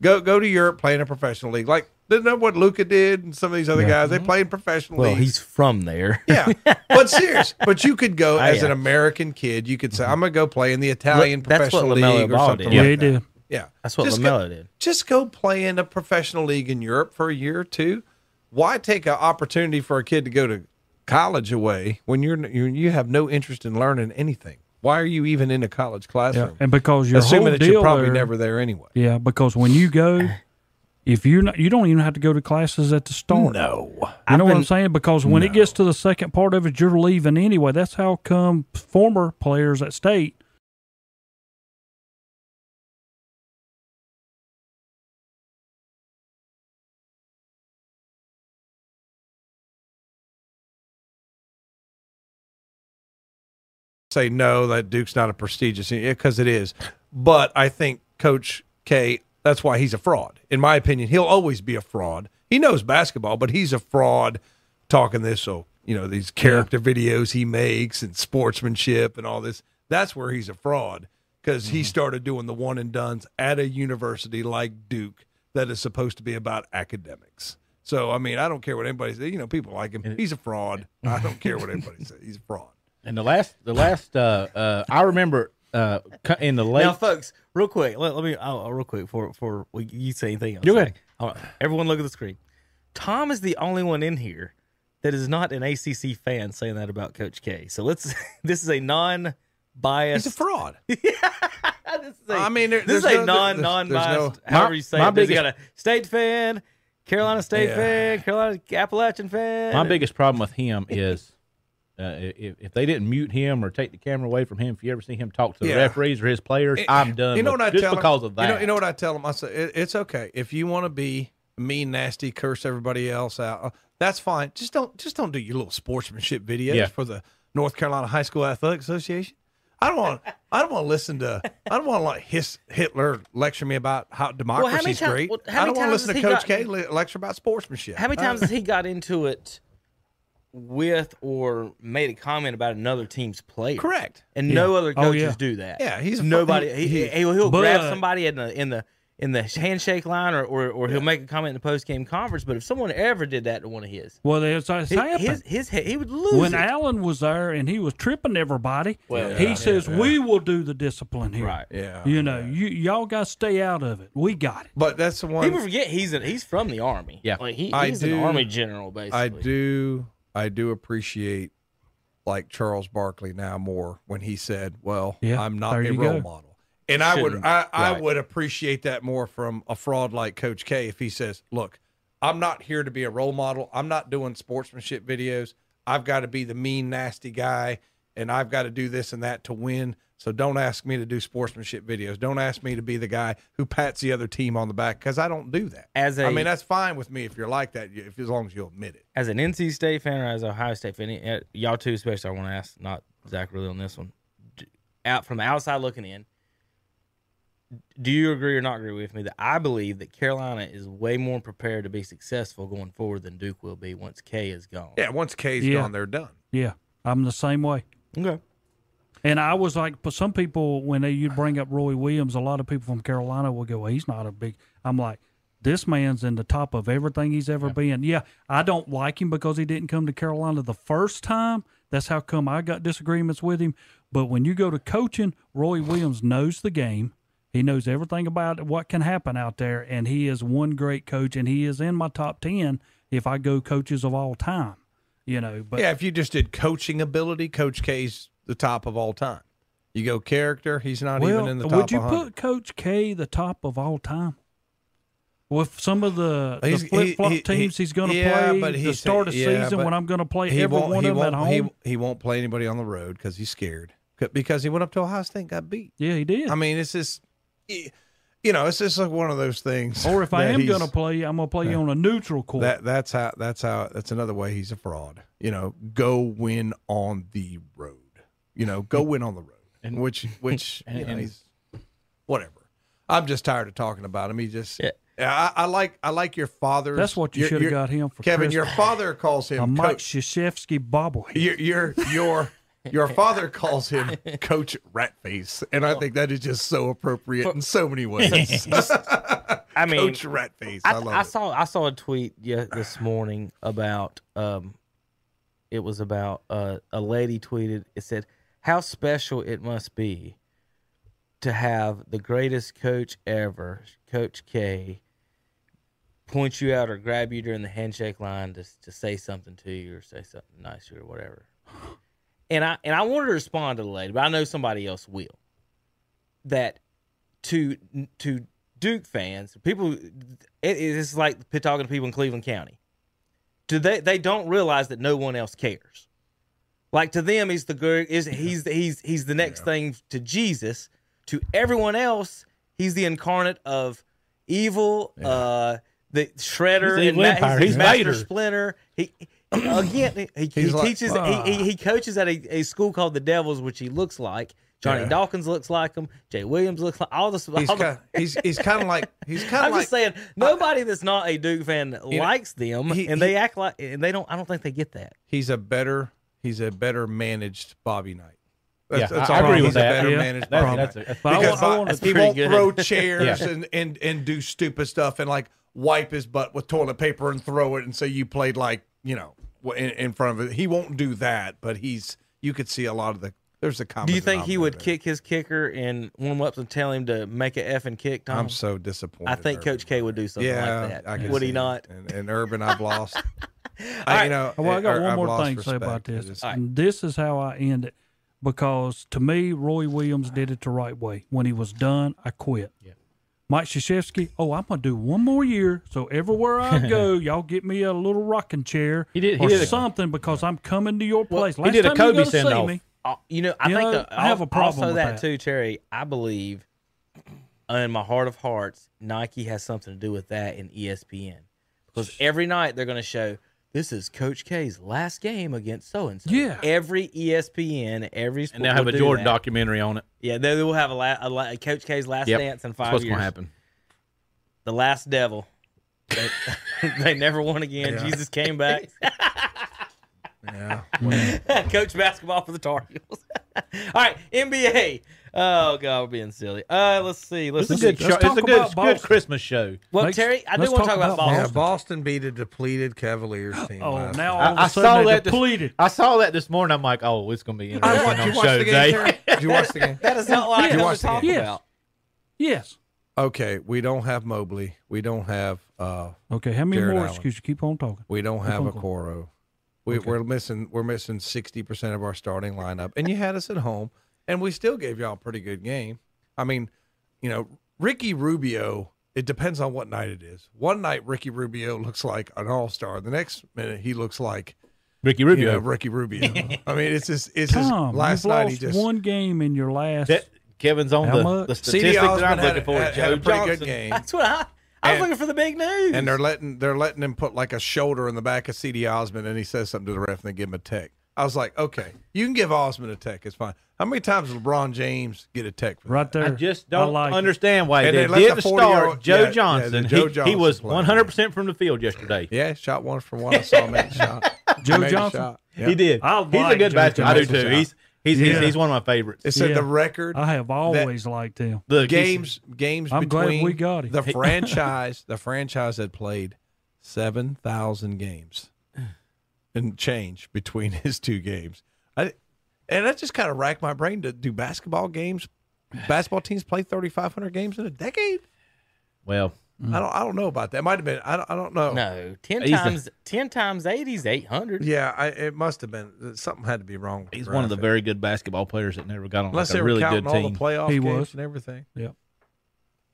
Speaker 5: Go go to Europe, play in a professional league. Like didn't know what Luca did and some of these other guys. They played professional
Speaker 6: Well,
Speaker 5: leagues.
Speaker 6: he's from there.
Speaker 5: yeah. But serious. But you could <laughs> go as
Speaker 6: yeah.
Speaker 5: an American kid, you could say, I'm gonna go play in the Italian
Speaker 6: that's what
Speaker 5: professional
Speaker 6: LaMelo
Speaker 5: league or
Speaker 6: Ball
Speaker 5: something
Speaker 6: did. Yeah,
Speaker 5: like
Speaker 10: he
Speaker 5: that.
Speaker 10: did.
Speaker 5: Yeah.
Speaker 6: That's what
Speaker 5: go-
Speaker 6: LaMelo did.
Speaker 5: Just go play in a professional league in Europe for a year or two. Why take an opportunity for a kid to go to college away when you're you you have no interest in learning anything? Why are you even in a college classroom?
Speaker 10: And because your
Speaker 5: Assuming
Speaker 10: whole
Speaker 5: that
Speaker 10: deal
Speaker 5: you're probably
Speaker 10: there-
Speaker 5: never there anyway.
Speaker 10: Yeah, because when
Speaker 5: <sighs>
Speaker 10: you go, if you're not, you don't even have to go to classes at the start. No, you know what I'm saying? Because when it gets to the second part of it, you're leaving anyway. That's how come former players at state
Speaker 5: say no that duke's not a prestigious because it is but i think coach k that's why he's a fraud in my opinion he'll always be a fraud he knows basketball but he's a fraud talking this so you know these character videos he makes and sportsmanship and all this that's where he's a fraud because he started doing the one and duns at a university like duke that is supposed to be about academics so i mean i don't care what anybody says you know people like him he's a fraud i don't care what anybody says he's a fraud
Speaker 9: And the last, the last, uh, uh, I remember uh, cu- in the late.
Speaker 6: Now,
Speaker 5: <laughs>
Speaker 6: folks, real quick, let, let me I'll, I'll- real quick for for well, you say anything. Else,
Speaker 9: You're good.
Speaker 6: All right, everyone, look at the screen. Tom is the only one in here that is not an ACC fan saying that about Coach K. So let's. <laughs> This is a non-biased.
Speaker 5: he's a
Speaker 6: <laughs>
Speaker 5: fraud
Speaker 6: this is a-
Speaker 5: I mean, there-
Speaker 6: this is
Speaker 5: there's
Speaker 6: a
Speaker 5: no-
Speaker 6: non
Speaker 5: there's-
Speaker 6: non
Speaker 5: there's
Speaker 6: biased.
Speaker 5: no-
Speaker 6: however
Speaker 9: My-
Speaker 6: you say
Speaker 9: my
Speaker 6: it. There's- you
Speaker 9: biggest-
Speaker 6: got a state fan, Carolina State
Speaker 5: Yeah.
Speaker 6: fan, Carolina Appalachian fan.
Speaker 9: My biggest problem with him is uh, if, if they didn't mute him or take the camera away from him, if you ever see him talk to the
Speaker 5: Yeah.
Speaker 9: referees or his players,
Speaker 5: It-
Speaker 9: I'm done.
Speaker 5: You know
Speaker 9: with-
Speaker 5: what I
Speaker 9: just
Speaker 5: tell 'em?
Speaker 9: because of that.
Speaker 5: You know, you know what I tell them? I say it, it's okay if you want to be mean, nasty, curse everybody else out. uh, That's fine. Just don't just don't do your little sportsmanship videos
Speaker 9: Yeah.
Speaker 5: for the North Carolina High School Athletic Association. I don't want. I don't want to listen to. I don't want to like his Hitler lecture me about how
Speaker 6: many
Speaker 5: democracy's
Speaker 6: times-
Speaker 5: great.
Speaker 6: well, how
Speaker 5: I
Speaker 6: many
Speaker 5: don't want to
Speaker 6: times
Speaker 5: listen to
Speaker 6: has
Speaker 5: Coach
Speaker 6: he
Speaker 5: K le- lecture about sportsmanship.
Speaker 6: How many
Speaker 5: Uh.
Speaker 6: times has he got into it with or made a comment about another team's player?
Speaker 5: Correct.
Speaker 6: And no other
Speaker 10: Oh,
Speaker 6: coaches
Speaker 10: yeah.
Speaker 6: do that.
Speaker 5: Yeah, he's a fu-
Speaker 6: nobody.
Speaker 5: he-
Speaker 6: He,
Speaker 5: he-
Speaker 6: he, will he'll grab
Speaker 5: uh,
Speaker 10: But-
Speaker 6: somebody in the in the in the handshake line, or or, or he'll make a comment in the post game conference. But if someone ever did that to one of his,
Speaker 10: Well, it's, it's
Speaker 6: he-
Speaker 10: happened.
Speaker 6: his his head, he would lose.
Speaker 10: when
Speaker 6: it.
Speaker 10: Allen was there and he was tripping everybody,
Speaker 6: Well,
Speaker 10: he
Speaker 6: yeah,
Speaker 10: says, "We will do the discipline here.
Speaker 6: right,
Speaker 5: Yeah.
Speaker 10: You know, you y'all guys stay out of it. We got it."
Speaker 5: But that's the one.
Speaker 6: people forget he's an, he's from the army.
Speaker 9: Yeah.
Speaker 6: like he,
Speaker 5: I
Speaker 6: he's
Speaker 5: do-
Speaker 6: an army general basically.
Speaker 5: I do I do appreciate like Charles Barkley now more when he said, "Well,
Speaker 10: Yeah,
Speaker 5: I'm not
Speaker 10: there
Speaker 5: a
Speaker 10: you
Speaker 5: role
Speaker 10: go.
Speaker 5: model." And I would
Speaker 6: Shouldn't-
Speaker 5: I, I
Speaker 6: right.
Speaker 5: would appreciate that more from a fraud like Coach K if he says, "Look, I'm not here to be a role model. I'm not doing sportsmanship videos. I've got to be the mean nasty guy and I've got to do this and that to win." So don't ask me to do sportsmanship videos. Don't ask me to be the guy who pats the other team on the back because I don't do that.
Speaker 6: As
Speaker 5: I
Speaker 6: a-
Speaker 5: mean, that's fine with me if you're like that, if as long as you admit it.
Speaker 6: as an NC State fan or as an Ohio State fan, any- uh, y'all two especially, I want to ask, not Zach really on this one, D- out from the outside looking in, do you agree or not agree with me that I believe that Carolina is way more prepared to be successful going forward than Duke will be once K is gone?
Speaker 5: Yeah, once K's
Speaker 10: Yeah.
Speaker 5: gone, they're done.
Speaker 10: Yeah, I'm the same way.
Speaker 6: Okay.
Speaker 10: And I was like, but some people, when they, you bring up Roy Williams, a lot of people from Carolina will go, well, he's not a big. I'm like, this man's in the top of everything he's ever been. Yeah, I don't like him because he didn't come to Carolina the first time. That's how come I got disagreements with him. But when you go to coaching, Roy Williams knows the game. He knows everything about what can happen out there, and he is one great coach, and he is in my top ten if I go coaches of all time. You know, but
Speaker 5: yeah, if you just did coaching ability, Coach K's the top of all time. You go character, he's not even in the top.
Speaker 10: would you
Speaker 5: 100.
Speaker 10: put Coach K the top of all time? With some of the, the
Speaker 5: He's- he-
Speaker 10: flip flop
Speaker 5: he-
Speaker 10: teams
Speaker 5: he-
Speaker 10: he's going to
Speaker 5: yeah,
Speaker 10: play,
Speaker 5: but
Speaker 10: the
Speaker 5: he's-
Speaker 10: start of
Speaker 5: yeah,
Speaker 10: season
Speaker 5: but
Speaker 10: when I'm going to play
Speaker 5: he
Speaker 10: every
Speaker 5: won't-
Speaker 10: one
Speaker 5: he
Speaker 10: of them at
Speaker 5: won't-
Speaker 10: home.
Speaker 5: he- He, won't play anybody on the road because he's scared. C- Because he went up to Ohio State and got beat.
Speaker 10: yeah, he did.
Speaker 5: I mean, it's just, y- you know, it's just like one of those things.
Speaker 10: or if I
Speaker 5: that
Speaker 10: am
Speaker 5: he's-
Speaker 10: going to play, I'm going to play you on a neutral court.
Speaker 5: that that's how that's how that's another way he's a fraud. You know, go win on the road. You know, go win on the road. And which which you know, he's whatever. I'm just tired of talking about him. He just
Speaker 6: Yeah.
Speaker 5: yeah. I, I like I like your father's.
Speaker 10: That's what you
Speaker 5: your-
Speaker 10: shoulda
Speaker 5: your-
Speaker 10: got him for
Speaker 5: Kevin. Your
Speaker 10: Christmas.
Speaker 5: father calls
Speaker 10: a
Speaker 5: him
Speaker 10: Mike
Speaker 5: coach.
Speaker 10: Krzyzewski bobblehead.
Speaker 5: Your your your your father calls him Coach Ratface, and I think that is just so appropriate in so many
Speaker 10: <laughs>
Speaker 5: ways.
Speaker 6: I mean,
Speaker 5: Coach Ratface. I,
Speaker 6: I,
Speaker 5: love
Speaker 6: I
Speaker 5: it.
Speaker 6: saw I saw a tweet yeah, this morning about um, it was about uh, a lady tweeted. It said how special it must be to have the greatest coach ever, Coach K, point you out or grab you during the handshake line to to say something to you or say something nice to you or whatever. And I and I wanted to respond to the lady, but I know somebody else will. That to to Duke fans, people, it, it's like talking to people in Cleveland County. Do they they don't realize that no one else cares? Like to them, he's the gr- is he's he's he's the next thing to Jesus. To everyone else, he's the incarnate of evil. Uh, the shredder
Speaker 9: He's the
Speaker 6: and
Speaker 9: evil
Speaker 6: ma-
Speaker 9: empire.
Speaker 6: he's
Speaker 9: He's
Speaker 6: the master
Speaker 9: Vader.
Speaker 6: splinter. He again he, he, he
Speaker 5: He's like,
Speaker 6: teaches he, he, he coaches at a, a school called the Devils, which he looks like. Johnny
Speaker 5: Yeah.
Speaker 6: Dawkins looks like him. Jay Williams looks like all this.
Speaker 5: He's
Speaker 6: all the-
Speaker 5: kind, he's he's kind of like he's kind
Speaker 6: I'm
Speaker 5: of like
Speaker 6: just saying, nobody that's not a Duke fan likes them,
Speaker 5: he-
Speaker 6: and they
Speaker 5: he-
Speaker 6: act like and they don't. I don't think they get that.
Speaker 5: he's a better he's a better managed Bobby Knight. That's,
Speaker 9: Yeah,
Speaker 5: that's
Speaker 9: I- I
Speaker 5: all.
Speaker 9: agree
Speaker 5: he's
Speaker 9: with
Speaker 5: a
Speaker 9: that.
Speaker 5: better
Speaker 10: Yeah.
Speaker 5: managed
Speaker 9: That's-
Speaker 5: Bobby
Speaker 9: that's
Speaker 5: Knight.
Speaker 9: a- that's
Speaker 10: But I
Speaker 5: because
Speaker 10: want- I
Speaker 5: Bo-
Speaker 10: want-
Speaker 5: he
Speaker 6: pretty
Speaker 5: won't
Speaker 6: good. <laughs>
Speaker 5: throw chairs
Speaker 9: Yeah.
Speaker 5: and, and and do stupid stuff and like wipe his butt with toilet paper and throw it and say you played like you know wh- in, in front of it. He won't do that, but he's you could see a lot of the there's a common.
Speaker 6: Do you think he would
Speaker 5: denominator.
Speaker 6: kick his kicker in warm ups and tell him to make an effing kick? Tom,
Speaker 5: I'm so disappointed.
Speaker 6: um, I think
Speaker 5: Urban.
Speaker 6: Coach K would do something
Speaker 5: yeah,
Speaker 6: like that.
Speaker 5: I can
Speaker 6: would he
Speaker 5: see it.
Speaker 6: not?
Speaker 5: And, and Urban, I've
Speaker 6: <laughs>
Speaker 5: lost. I,
Speaker 6: right.
Speaker 5: you know,
Speaker 10: Well, I got
Speaker 5: Ur-
Speaker 10: one
Speaker 5: I've
Speaker 10: more
Speaker 5: lost
Speaker 10: thing to say about
Speaker 5: respect. I
Speaker 10: this.
Speaker 5: just-
Speaker 10: And This is how I end it because to me, Roy Williams did it the right way. When he was done, I quit. Mike Krzyzewski, oh, I'm gonna do one more year. So everywhere I
Speaker 5: <laughs>
Speaker 10: go, y'all get me a little rocking chair
Speaker 9: He did- he
Speaker 10: or
Speaker 9: did a-
Speaker 10: something because I'm coming to your place.
Speaker 9: he
Speaker 10: Last
Speaker 9: did a
Speaker 10: time you
Speaker 9: Kobe
Speaker 10: gonna
Speaker 9: send
Speaker 10: see
Speaker 9: off.
Speaker 10: me-
Speaker 6: Uh, you know, I
Speaker 10: You
Speaker 6: think
Speaker 10: know,
Speaker 6: uh,
Speaker 10: I have a problem
Speaker 6: Also,
Speaker 10: with
Speaker 6: that,
Speaker 10: that.
Speaker 6: too, Terry. I believe in my heart of hearts, Nike has something to do with that in E ESPN because every night they're going to show this is Coach K's last game against so and so.
Speaker 10: Yeah.
Speaker 6: every E ESPN, every sport
Speaker 9: And they'll have
Speaker 6: will
Speaker 9: a
Speaker 6: do
Speaker 9: Jordan
Speaker 6: that.
Speaker 9: documentary on it.
Speaker 6: Yeah, they will have a, la- a, la- a Coach K's last dance in five
Speaker 9: That's what's
Speaker 6: years.
Speaker 9: gonna happen.
Speaker 6: The last devil. They, <laughs> they never won again. Jesus came
Speaker 9: <laughs>
Speaker 6: back.
Speaker 5: yeah.
Speaker 6: <laughs> Coach basketball for the Tar Heels. <laughs> All right, NBA. Oh God, we're being silly. Uh, let's see. Let's
Speaker 9: It's a
Speaker 6: see.
Speaker 9: good show. It's
Speaker 10: talk
Speaker 9: a good,
Speaker 10: about
Speaker 9: good
Speaker 10: Boston.
Speaker 9: Christmas show.
Speaker 6: Well,
Speaker 10: Let's-
Speaker 6: Terry, I do
Speaker 10: let's
Speaker 6: want to talk about Boston.
Speaker 5: Yeah, Boston beat a depleted Cavaliers team.
Speaker 10: Oh,
Speaker 5: last
Speaker 10: now
Speaker 5: night.
Speaker 10: all of a sudden they
Speaker 9: this-
Speaker 10: depleted.
Speaker 9: I saw that this morning. I'm like, oh, it's gonna be interesting
Speaker 5: Did
Speaker 9: on
Speaker 5: you
Speaker 9: the
Speaker 5: watch
Speaker 9: show
Speaker 5: the game?
Speaker 9: today.
Speaker 5: Terry? Did you watch the game?
Speaker 6: That
Speaker 5: <laughs>
Speaker 6: is not what I
Speaker 10: Yes. You
Speaker 6: come to
Speaker 5: watched the
Speaker 6: talk
Speaker 5: game.
Speaker 10: Yes.
Speaker 6: about.
Speaker 10: Yes.
Speaker 5: Okay, we don't have Mobley. We don't have uh
Speaker 10: Okay. How many
Speaker 5: Jared
Speaker 10: more
Speaker 5: Allen.
Speaker 10: excuses? Keep on talking.
Speaker 5: we don't have
Speaker 10: on,
Speaker 5: a
Speaker 10: go on.
Speaker 5: Coro. We, We're missing we're missing sixty percent of our starting lineup, and you had us at home, and we still gave y'all a pretty good game. I mean, you know, Ricky Rubio. It depends on what night it is. One night Ricky Rubio looks like an all star. The next minute he looks like
Speaker 9: Ricky
Speaker 5: you
Speaker 9: Rubio.
Speaker 5: know, Ricky Rubio. I mean, it's just it's just
Speaker 10: Tom,
Speaker 5: last
Speaker 10: you've
Speaker 5: night
Speaker 10: lost
Speaker 5: he just
Speaker 10: one game in your last.
Speaker 9: that Kevin's on
Speaker 10: How
Speaker 9: the,
Speaker 10: much?
Speaker 9: the
Speaker 5: CD
Speaker 9: statistic that I'm
Speaker 5: Osmond had
Speaker 9: looking
Speaker 5: a-
Speaker 9: for.
Speaker 5: had-
Speaker 9: Joe
Speaker 5: had a pretty good
Speaker 9: Johnson.
Speaker 5: game.
Speaker 6: That's what I. I was
Speaker 5: And-
Speaker 6: looking for the big news.
Speaker 5: and they're letting they're letting him put like a shoulder in the back of CD Osmond, and he says something to the ref, and they give him a tech. I was like, okay, you can give Osmond a tech. It's fine. How many times did LeBron James get a tech? For
Speaker 10: right
Speaker 5: that?
Speaker 10: there.
Speaker 9: I just don't
Speaker 10: like it.
Speaker 9: understand why
Speaker 5: And
Speaker 9: they,
Speaker 5: they let
Speaker 9: did
Speaker 5: the
Speaker 9: the
Speaker 5: 40 year
Speaker 9: start
Speaker 5: old-
Speaker 9: Joe
Speaker 5: yeah, yeah, the
Speaker 9: Johnson.
Speaker 5: Joe
Speaker 9: He- he,
Speaker 5: Johnson
Speaker 9: was
Speaker 5: play.
Speaker 9: 100 percent from the field yesterday.
Speaker 5: Yeah, shot one from one. I saw him make a <laughs> shot.
Speaker 10: Joe
Speaker 5: He made a
Speaker 10: Johnson?
Speaker 5: shot. Yeah.
Speaker 9: He did.
Speaker 10: I
Speaker 9: he's a
Speaker 10: like
Speaker 9: good
Speaker 10: Joe
Speaker 9: basketball. I do
Speaker 10: Johnson.
Speaker 9: too. He's he's,
Speaker 10: Yeah.
Speaker 9: he's he's one of my favorites.
Speaker 5: It said
Speaker 10: Yeah.
Speaker 5: the record.
Speaker 10: I have always liked him.
Speaker 9: Look, he's-
Speaker 5: games games
Speaker 10: I'm glad
Speaker 5: between
Speaker 10: we got him.
Speaker 5: the franchise the franchise had played 7,000 games and change <laughs> between his two games. I and that just kind of racked my brain to do basketball games basketball teams play 3,500 games in a decade?
Speaker 9: Well,
Speaker 10: Mm.
Speaker 5: I don't. I don't know about that. Might have been. I don't, I don't know.
Speaker 6: No, ten
Speaker 9: He's the-
Speaker 6: times ten times eighty is eight hundred.
Speaker 5: Yeah, I, it must have been something had to be wrong. With
Speaker 9: he's
Speaker 5: the
Speaker 9: one of the
Speaker 5: graphic.
Speaker 9: very good basketball players that never got on
Speaker 5: unless
Speaker 9: like
Speaker 5: they
Speaker 9: a
Speaker 5: were
Speaker 9: really
Speaker 5: counting
Speaker 9: good
Speaker 5: all
Speaker 9: team.
Speaker 5: the playoff
Speaker 10: He
Speaker 5: games
Speaker 10: was.
Speaker 5: and everything.
Speaker 10: Yep.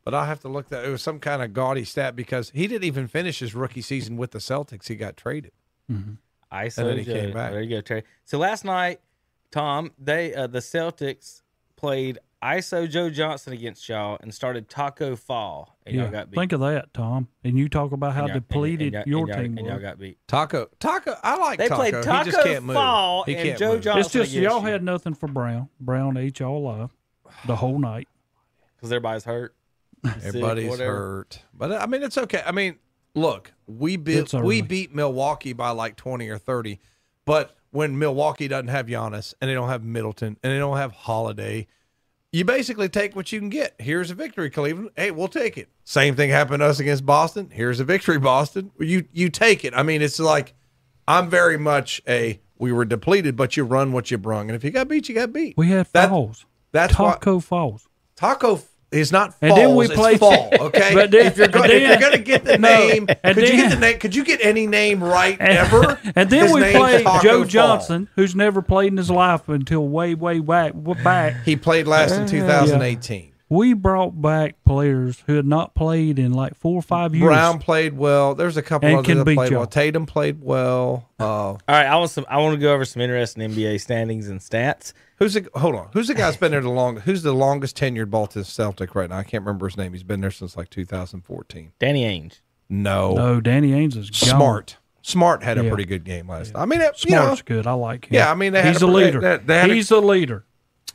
Speaker 5: But I have to look that. It was some kind of gaudy stat because he didn't even finish his rookie season with the Celtics. He got traded.
Speaker 6: ISO.
Speaker 5: And then he
Speaker 6: Joe.
Speaker 5: came back.
Speaker 6: There you go, uh, Terry. So last night, Tom, they uh, the Celtics played ISO Joe Johnson against y'all and started Taco Fall, and y'all got beat.
Speaker 10: Think of that, Tom. And you talk about how
Speaker 6: And y'all- and-
Speaker 10: depleted
Speaker 6: and y'all-
Speaker 10: your
Speaker 6: and y'all-
Speaker 10: team
Speaker 6: and y'all
Speaker 10: was.
Speaker 6: got beat.
Speaker 5: Taco, Taco. I like
Speaker 6: They
Speaker 5: Taco.
Speaker 6: played
Speaker 5: he
Speaker 6: Taco
Speaker 5: just can't move.
Speaker 6: Fall
Speaker 5: he
Speaker 6: and
Speaker 5: can't
Speaker 6: Joe
Speaker 5: move.
Speaker 6: Johnson.
Speaker 10: It's just
Speaker 6: against
Speaker 10: y'all
Speaker 6: you.
Speaker 10: had nothing for Brown. Brown ate y'all alive the whole night.
Speaker 6: because everybody's hurt.
Speaker 5: Everybody's
Speaker 6: whatever.
Speaker 5: hurt. But I mean, it's okay. I mean, look, we beat
Speaker 10: It's early.
Speaker 5: we beat Milwaukee by like twenty or thirty, but when Milwaukee doesn't have Giannis and they don't have Middleton and they don't have Holiday, you basically take what you can get. Here's a victory, Cleveland. Hey, we'll take it. Same thing happened to us against Boston. Here's a victory, Boston. You you take it. I mean, it's like I'm very much a we were depleted, but you run what you brung, and if you got beat, you got beat.
Speaker 10: We had
Speaker 5: That-
Speaker 10: falls.
Speaker 5: That's why-
Speaker 10: Taco Falls.
Speaker 5: Taco f- is not falls.
Speaker 10: And then we
Speaker 5: it's
Speaker 10: play-
Speaker 5: fall. Okay,
Speaker 10: <laughs> But then-
Speaker 5: if you're going
Speaker 10: and then-
Speaker 5: to get the
Speaker 10: <laughs> No,
Speaker 5: name,
Speaker 10: and
Speaker 5: could you get
Speaker 10: then-
Speaker 5: the name? Could you get any name right ever?
Speaker 10: <laughs> And then
Speaker 5: His
Speaker 10: we
Speaker 5: name's
Speaker 10: played
Speaker 5: Taco
Speaker 10: Joe
Speaker 5: Fall.
Speaker 10: Johnson, who's never played in his life until way, way back. back.
Speaker 5: He played last in 2018.
Speaker 10: We brought back players who had not played in like four or five years.
Speaker 5: Brown played well. There's a couple
Speaker 10: And
Speaker 5: others
Speaker 10: can
Speaker 5: that
Speaker 10: beat
Speaker 5: played
Speaker 10: y'all.
Speaker 5: well. Tatum played well. Uh,
Speaker 6: All right, I want some. I want to go over some interesting NBA standings and stats.
Speaker 5: who's the, hold on? Who's the guy that's been there the long? Who's the longest tenured Baltimore Celtic right now? I can't remember his name. He's been there since like 2014.
Speaker 6: Danny Ainge.
Speaker 5: No,
Speaker 10: Oh, No, Danny Ainge is gone.
Speaker 5: smart. Smart had a
Speaker 10: Yeah.
Speaker 5: pretty good game last. night. I mean, it, you know,
Speaker 10: Smart's good. I like him.
Speaker 5: Yeah, I mean, they had
Speaker 10: he's
Speaker 5: a
Speaker 10: a,
Speaker 5: pretty-
Speaker 10: leader.
Speaker 5: they- they had a-
Speaker 10: he's a leader.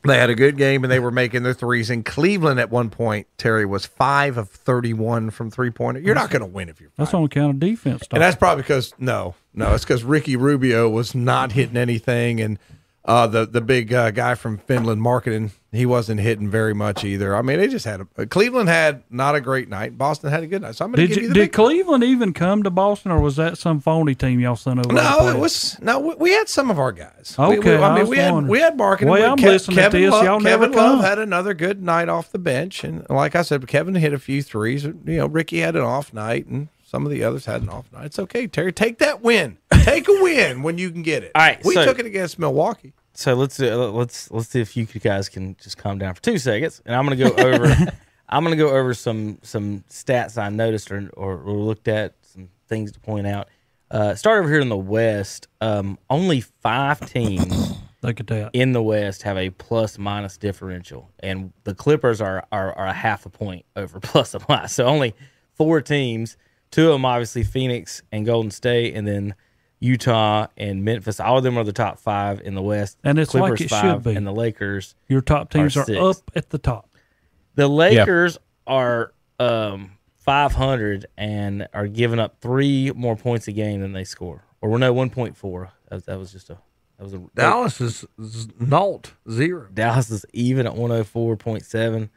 Speaker 5: They had a good game and they were making their threes. In Cleveland at one point, Terry was five of 31 from three pointer. You're not going to win if you're.
Speaker 10: That's on account of defense.
Speaker 5: And
Speaker 10: Doc.
Speaker 5: that's probably because, no, no, it's because Ricky Rubio was not hitting anything. And uh, the, the big uh, guy from Finland marketing, he wasn't hitting very much either. I mean, they just had a. Cleveland had not a great night. Boston had a good night. So I'm going to
Speaker 10: Did,
Speaker 5: give
Speaker 10: you,
Speaker 5: you,
Speaker 10: did
Speaker 5: the big-
Speaker 10: Cleveland even come to Boston, or was that some phony team y'all sent over? there to
Speaker 5: No,
Speaker 10: play?
Speaker 5: it was no. We, we had some of our guys.
Speaker 10: Okay,
Speaker 5: we, we,
Speaker 10: I
Speaker 5: I mean
Speaker 10: was
Speaker 5: we had
Speaker 10: wondering.
Speaker 5: we had marketing.
Speaker 10: Well,
Speaker 5: We-
Speaker 10: I'm
Speaker 5: Ke-
Speaker 10: listening to
Speaker 5: Kevin
Speaker 10: this.
Speaker 5: Love,
Speaker 10: Y'all never
Speaker 5: Kevin Love
Speaker 10: come.
Speaker 5: had another good night off the bench, and like I said, Kevin hit a few threes. You know, Ricky had an off night, and some of the others had an off night. It's okay, Terry. Take that win. Take a win when you can get it.
Speaker 6: All right,
Speaker 5: we
Speaker 6: so-
Speaker 5: took it against Milwaukee.
Speaker 6: So let's do, uh, let's let's see if you guys can just calm down for two seconds, and I'm gonna go over. I'm gonna go over some some stats I noticed or or, or looked at some things to point out. Uh, start over here in the West. Um, only five teams
Speaker 10: Look at that.
Speaker 6: in the West have a plus minus differential, and the Clippers are are, are a half a point over <laughs> plus a minus. So only four teams, two of them obviously Phoenix and Golden State, and then Utah and Memphis. All of them are the top five in the West.
Speaker 10: And it's like
Speaker 6: Clippers
Speaker 10: it should
Speaker 6: five,
Speaker 10: be.
Speaker 6: And the Lakers,
Speaker 10: Your top teams
Speaker 6: Our
Speaker 10: are
Speaker 6: sixth.
Speaker 10: up at the top.
Speaker 6: the Lakers are um, 500 and are giving up three more points a game than they score, or no, 1.4. That was, that was just a that was a
Speaker 5: Dallas is not zero.
Speaker 6: Dallas is even at 104.7.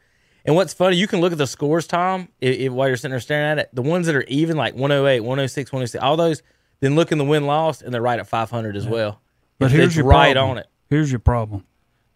Speaker 6: And what's funny, you can look at the scores, Tom, i i- while you're sitting there staring at it. The ones that are even, like 108, 106, 106, all those, then look in the win loss, and they're right at 500 as well.
Speaker 10: But
Speaker 6: It's-
Speaker 10: here's
Speaker 6: it's
Speaker 10: your
Speaker 6: right
Speaker 10: problem.
Speaker 6: on it.
Speaker 10: Here's your problem.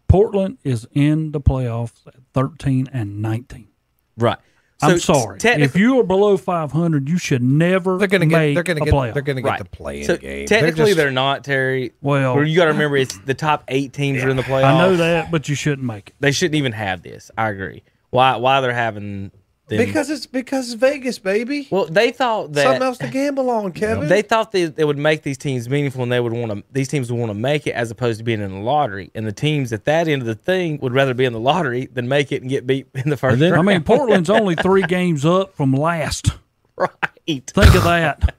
Speaker 10: Portland is in the playoffs at 13 and 19.
Speaker 6: Right.
Speaker 10: I'm sorry. If
Speaker 6: Technically,
Speaker 10: you are below 500, you should never
Speaker 5: They're going to get.
Speaker 10: make
Speaker 5: They're going
Speaker 10: a
Speaker 5: to get.
Speaker 10: playoff.
Speaker 5: They're going to get
Speaker 6: right.
Speaker 5: the play in
Speaker 6: so
Speaker 5: game.
Speaker 6: technically,
Speaker 5: just-
Speaker 6: they're, not, Terry.
Speaker 10: Well-
Speaker 6: Where you got to remember, it's the top eight teams are in the playoffs.
Speaker 10: I know that, but you shouldn't make it.
Speaker 6: They shouldn't even have this. I agree. Why, why they're having them.
Speaker 5: because it's because it's Vegas, baby.
Speaker 6: well, they thought that.
Speaker 5: Something else to gamble
Speaker 6: <laughs>
Speaker 5: on, Kevin.
Speaker 6: They thought they, they would make these teams meaningful and they would want to these teams would want to make it as opposed to being in the lottery. And the teams at that end of the thing would rather be in the lottery than make it and get beat in the first
Speaker 9: then-
Speaker 10: I
Speaker 6: round. <laughs>
Speaker 10: mean, Portland's only three games up from last.
Speaker 6: right.
Speaker 10: Think of that.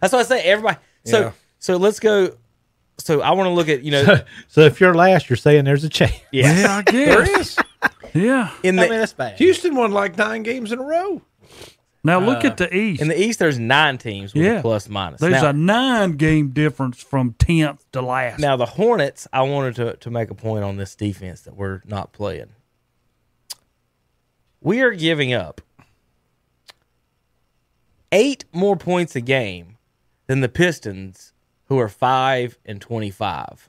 Speaker 6: That's why I say everybody so
Speaker 5: Yeah.
Speaker 6: so let's go so I want to look at, you
Speaker 10: <laughs>
Speaker 6: know,
Speaker 9: so if you're last, you're saying there's a chance.
Speaker 6: yeah,
Speaker 10: Yeah, I guess.
Speaker 5: there is.
Speaker 10: Yeah.
Speaker 6: in
Speaker 9: <laughs> I mean,
Speaker 6: the
Speaker 9: that's bad.
Speaker 5: Houston won like nine games in a row.
Speaker 10: Now look
Speaker 6: Uh,
Speaker 10: at the East.
Speaker 6: in the East there's nine teams with
Speaker 10: Yeah.
Speaker 6: a plus minus.
Speaker 10: There's
Speaker 6: now,
Speaker 10: a nine game difference from 10th to last.
Speaker 6: now the Hornets, I wanted to, to make a point on this defense that we're not playing. We are giving up eight more points a game than the Pistons, who are five and twenty-five.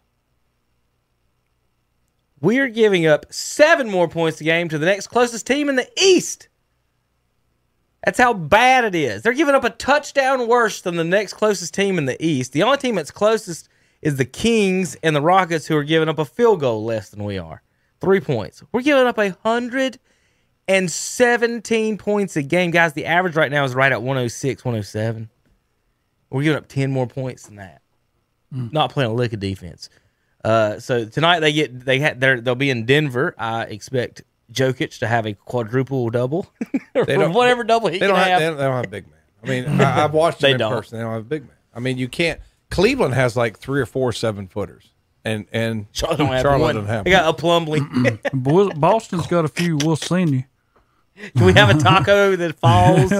Speaker 6: We are giving up seven more points a game to the next closest team in the East. That's how bad it is. They're giving up a touchdown worse than the next closest team in the East. The only team that's closest is the Kings and the Rockets, who are giving up a field goal less than we are. Three points. We're giving up a hundred and seventeen points a game, guys. The average right now is right at 106, 107. We're giving up ten more points than that. Not playing a lick of defense. Uh, so tonight they get they ha- they're, they'll be in Denver. I expect Jokic to have a quadruple double, <laughs> or
Speaker 3: don't-
Speaker 6: whatever double he
Speaker 3: They
Speaker 6: can
Speaker 3: don't, have,
Speaker 6: have.
Speaker 3: they don't- they don't have a big man. I mean, I,
Speaker 9: <laughs>
Speaker 3: I've watched
Speaker 6: They
Speaker 3: them in
Speaker 6: don't.
Speaker 3: person. They don't have a big man. I mean, you can't. Cleveland has like three or four seven footers, and and
Speaker 6: Charlotte don't have one.
Speaker 3: doesn't have
Speaker 6: They got a plumbly.
Speaker 10: Bo- Boston's got a few. We'll send you.
Speaker 6: Do we have a taco that falls?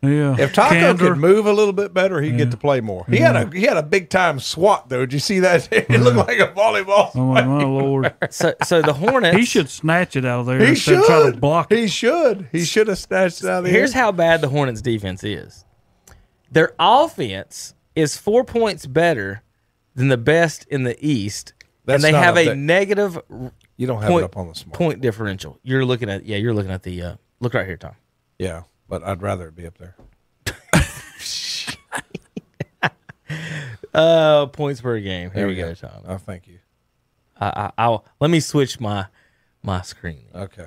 Speaker 10: Yeah.
Speaker 3: If Taco
Speaker 10: Kander.
Speaker 3: could move a little bit better, he'd get to play more. He had a he had a big time swat though. Did you see that? <laughs> It looked like a volleyball.
Speaker 10: Oh my, my lord!
Speaker 6: so, so the Hornets.
Speaker 10: He should snatch it out of there.
Speaker 3: He
Speaker 10: instead of trying to
Speaker 3: should
Speaker 10: block it.
Speaker 3: He should. He should have snatched it out of the
Speaker 6: Here's
Speaker 3: air.
Speaker 6: how bad the Hornets defense is. Their offense is four points better than the best in the East,
Speaker 3: That's
Speaker 6: and they
Speaker 3: not
Speaker 6: have
Speaker 3: up
Speaker 6: a
Speaker 3: there.
Speaker 6: negative
Speaker 3: You don't have
Speaker 6: point,
Speaker 3: it up on the smart.
Speaker 6: point differential. You're looking at yeah, you're looking at the uh, look right here, Tom.
Speaker 3: Yeah, but I'd rather it be up there.
Speaker 6: Uh, points per game. Here we
Speaker 3: we
Speaker 6: go,
Speaker 3: go.
Speaker 6: Tom.
Speaker 3: Oh, thank you.
Speaker 6: I, I, I'll let me switch my my screen.
Speaker 3: Okay.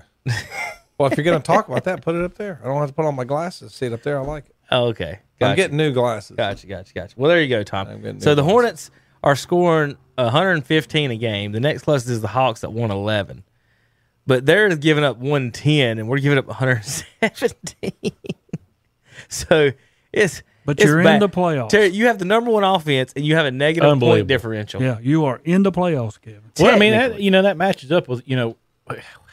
Speaker 3: well, if you're gonna talk about that, put it up there. I don't have to put on my glasses. See it up there. I like it.
Speaker 6: Okay,
Speaker 3: I'm
Speaker 6: gotcha.
Speaker 3: getting new glasses.
Speaker 6: Gotcha, gotcha, gotcha. Well, there you go, Tom.
Speaker 3: getting
Speaker 6: So
Speaker 3: new
Speaker 6: the
Speaker 3: ones.
Speaker 6: Hornets are scoring 115 a game. The next closest is the Hawks at 111. But they're giving up 110, and we're giving up 117. <laughs> so it's.
Speaker 10: But
Speaker 6: it's
Speaker 10: you're in
Speaker 6: bad.
Speaker 10: the playoffs.
Speaker 6: Terry, you have the number one offense, and you have a negative point
Speaker 9: Unbelievable.
Speaker 6: differential.
Speaker 10: Yeah, you are in the playoffs, Kevin.
Speaker 9: Well, I mean, that,
Speaker 6: Technically.
Speaker 9: you know, that matches up with, you know,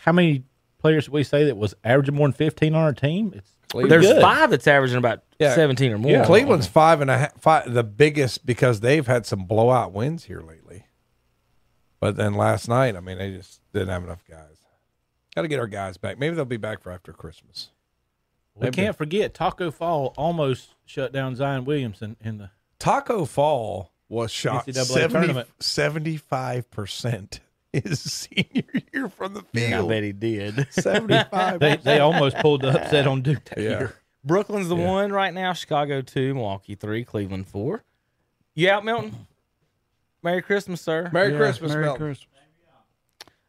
Speaker 9: how many players did we say that was averaging more than 15 on our team? It's pretty
Speaker 6: There's
Speaker 9: good.
Speaker 6: five that's averaging about
Speaker 3: Yeah.
Speaker 6: 17 or more.
Speaker 3: Cleveland's five and a half, five, the biggest because they've had some blowout wins here lately. But then last night, I mean, they just didn't have enough guys. Got to get our guys back. Maybe they'll be back for after Christmas.
Speaker 9: We can't forget Taco Fall almost shut down Zion Williamson in the.
Speaker 3: Taco Fall was shot
Speaker 9: NCAA
Speaker 3: 70,
Speaker 9: tournament. <laughs>
Speaker 3: 75% his <laughs> senior year from the
Speaker 6: I
Speaker 3: field.
Speaker 6: bet he did.
Speaker 3: 75
Speaker 9: They, they almost pulled the upset on Duke that
Speaker 3: Yeah.
Speaker 9: year.
Speaker 6: Brooklyn's the one right now. Chicago two, Milwaukee three, Cleveland four. You out, Milton? Merry Christmas, sir.
Speaker 3: Merry
Speaker 10: Yeah,
Speaker 3: Christmas,
Speaker 10: Merry
Speaker 3: Melton.
Speaker 10: Christmas.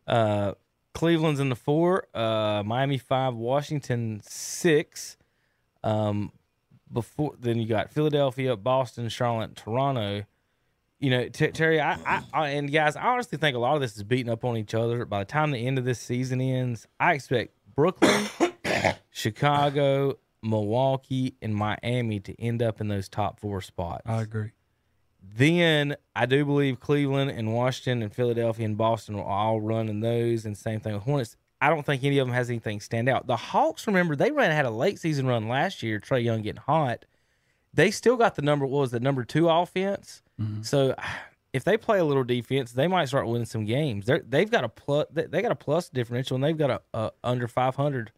Speaker 6: Uh, Cleveland's in the four. Uh, Miami five, Washington six. Um, before then you got Philadelphia, Boston, Charlotte, Toronto. You know, Ter- Terry, I, I, I and guys, I honestly think a lot of this is beating up on each other. By the time the end of this season ends, I expect Brooklyn, <coughs> Chicago, Milwaukee, and Miami to end up in those top four spots.
Speaker 10: I agree.
Speaker 6: Then I do believe Cleveland and Washington and Philadelphia and Boston will all run in those, and same thing with Hornets. I don't think any of them has anything stand out. The Hawks, remember, they ran had a late season run last year. Trey Young getting hot. They still got the number. What was the number two offense? So if they play a little defense, they might start winning some games. They're, they've got a plus. They got a plus differential, and they've got a, a under five hundred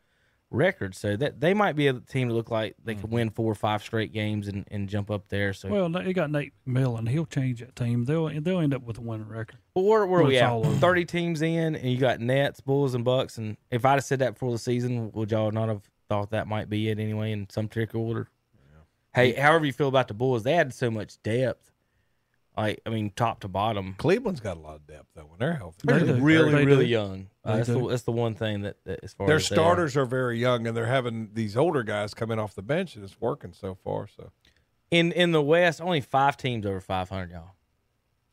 Speaker 6: record. So that they might be a team to look like they could win four or five straight games and, and jump up there. So
Speaker 10: Well, they got Nate Millen. He'll change that team. They'll they'll end up with a winning record.
Speaker 6: But where where
Speaker 10: Well,
Speaker 6: we
Speaker 10: it's
Speaker 6: at?
Speaker 10: all over.
Speaker 6: Thirty teams in, and you got Nets, Bulls, and Bucks. And if I'd have said that before the season, would y'all not have thought that might be it anyway in some trick order? Hey, however you feel about the Bulls, they had so much depth. Like I mean, top to bottom,
Speaker 3: Cleveland's got a lot of depth, though, when they're healthy.
Speaker 10: They do.
Speaker 6: really,
Speaker 10: They
Speaker 6: really
Speaker 10: do.
Speaker 6: young. Uh,
Speaker 10: They
Speaker 6: that's, the,
Speaker 10: do.
Speaker 6: that's the one thing that, that as far
Speaker 3: Their
Speaker 6: as they are.
Speaker 3: starters are very young, and they're having these older guys coming off the bench, and it's working so far. So
Speaker 6: in in the West, only five teams over five hundred, y'all.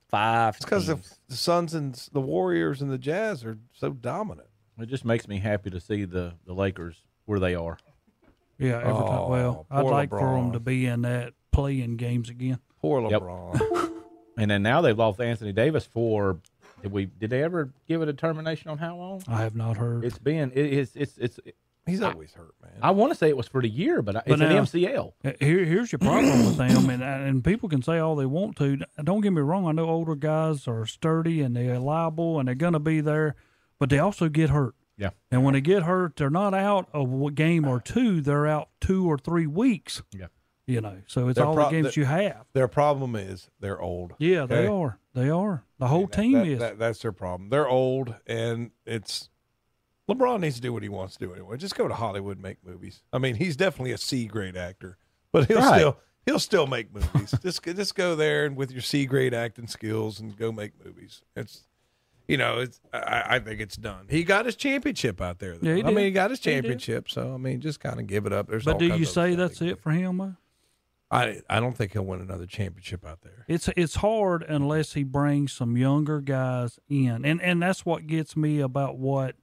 Speaker 6: Five.
Speaker 3: It's because the,
Speaker 6: teams.
Speaker 3: the Suns and s- the Warriors and the Jazz are so dominant.
Speaker 9: It just makes me happy to see the, the Lakers where they are.
Speaker 10: Yeah, every
Speaker 3: Oh,
Speaker 10: time. Well, I'd
Speaker 3: poor
Speaker 10: like for them
Speaker 3: LeBron.
Speaker 10: to be in that playing games again.
Speaker 3: Poor
Speaker 9: Yep.
Speaker 3: LeBron.
Speaker 9: And then now they've lost Anthony Davis for. Did we? Did they ever give a determination on how long?
Speaker 10: I have not heard.
Speaker 9: It's been. It, it's. It's. It's.
Speaker 3: He's always hurt, man.
Speaker 9: I want to say it was for the year, but, I, it's
Speaker 10: But
Speaker 9: an
Speaker 10: now-
Speaker 9: MCL.
Speaker 10: Uh, Here, here's your problem with them, and and people can say all they want to. Don't get me wrong. I know older guys are sturdy and they're liable and they're going to be there, but they also get hurt.
Speaker 9: Yeah.
Speaker 10: And when they get hurt, they're not out a w- game or two. They're out two or three weeks.
Speaker 9: Yeah.
Speaker 10: You know, so it's
Speaker 5: They're
Speaker 10: all
Speaker 5: pro-
Speaker 10: the games
Speaker 5: they're-
Speaker 10: you have.
Speaker 5: Their problem is they're old.
Speaker 10: Yeah,
Speaker 5: Okay?
Speaker 10: they are. They are. The whole
Speaker 5: That-
Speaker 10: team
Speaker 5: that-
Speaker 10: is.
Speaker 5: that- that's their problem. They're old, and it's LeBron needs to do what he wants to do anyway. Just go to Hollywood, and make movies. I mean, he's definitely a C grade actor, but he'll
Speaker 9: Right.
Speaker 5: still he'll still make movies. <laughs> just go- just go there and with your C grade acting skills and go make movies. It's you know, it's I, I think it's done. He got his championship out there. Though.
Speaker 10: Yeah, he
Speaker 5: I mean,
Speaker 10: did.
Speaker 5: he got his
Speaker 10: He did.
Speaker 5: championship. So I mean, just kind of give it up. There's
Speaker 10: but
Speaker 5: all
Speaker 10: do
Speaker 5: kinds
Speaker 10: you
Speaker 5: of other
Speaker 10: say
Speaker 5: stuff
Speaker 10: that's
Speaker 5: they can
Speaker 10: it
Speaker 5: do.
Speaker 10: for him? Though?
Speaker 5: I I don't think he'll win another championship out there.
Speaker 10: It's it's hard unless he brings some younger guys in, and and that's what gets me about what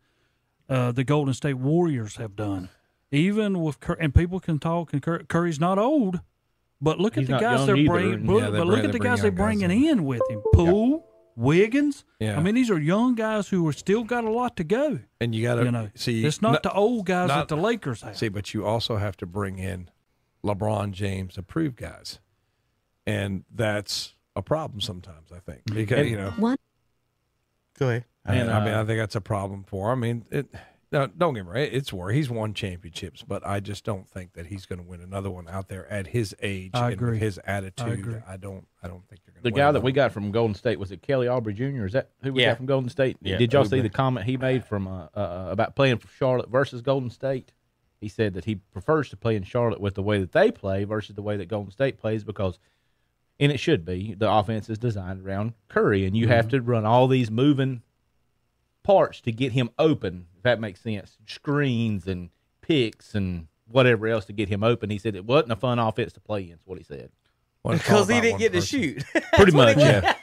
Speaker 10: uh, the Golden State Warriors have done. Even with Curry, and people can talk, and Curry, Curry's not old, but look
Speaker 9: He's
Speaker 10: at the
Speaker 9: not
Speaker 10: guys
Speaker 9: young
Speaker 10: they're
Speaker 9: either,
Speaker 10: bringing.
Speaker 9: and-
Speaker 10: But,
Speaker 5: Yeah, they
Speaker 10: but look
Speaker 5: bring- they
Speaker 10: at the
Speaker 5: bring
Speaker 10: guys they're
Speaker 5: young guys
Speaker 10: bringing in with him: Poole, Wiggins.
Speaker 5: Yeah.
Speaker 10: I mean, these are young guys who are still got a lot to go.
Speaker 5: And you got to
Speaker 10: You know,
Speaker 5: see.
Speaker 10: it's not
Speaker 5: no-
Speaker 10: the old guys
Speaker 5: not-
Speaker 10: that the Lakers have.
Speaker 5: See, but you also have to bring in LeBron James approved guys, and that's a problem sometimes. I think because you know,
Speaker 6: Go ahead.
Speaker 5: I mean,
Speaker 9: And,
Speaker 5: I mean,
Speaker 9: uh,
Speaker 5: I think that's a problem for. him. I mean, it. No, don't get me right. It's war. He's won championships, but I just don't think that he's going to win another one out there at his age
Speaker 10: I
Speaker 5: and with
Speaker 10: agree.
Speaker 5: his attitude. I,
Speaker 10: agree.
Speaker 5: don't. I don't think you're going to.
Speaker 9: The guy that we got from Golden State was it Kelly Aubrey Jr. Is that who we
Speaker 6: Yeah.
Speaker 9: got from Golden State?
Speaker 6: Yeah,
Speaker 9: Did y'all
Speaker 6: Oubre.
Speaker 9: see the comment he made from uh, uh, about playing for Charlotte versus Golden State? He said that he prefers to play in Charlotte with the way that they play versus the way that Golden State plays because, and it should be the offense is designed around Curry, and you have to run all these moving parts to get him open. If that makes sense, screens and picks and whatever else to get him open. He said it wasn't a fun offense to play in. Is what he said.
Speaker 6: Because he didn't get to shoot. <laughs>
Speaker 9: Pretty much, yeah.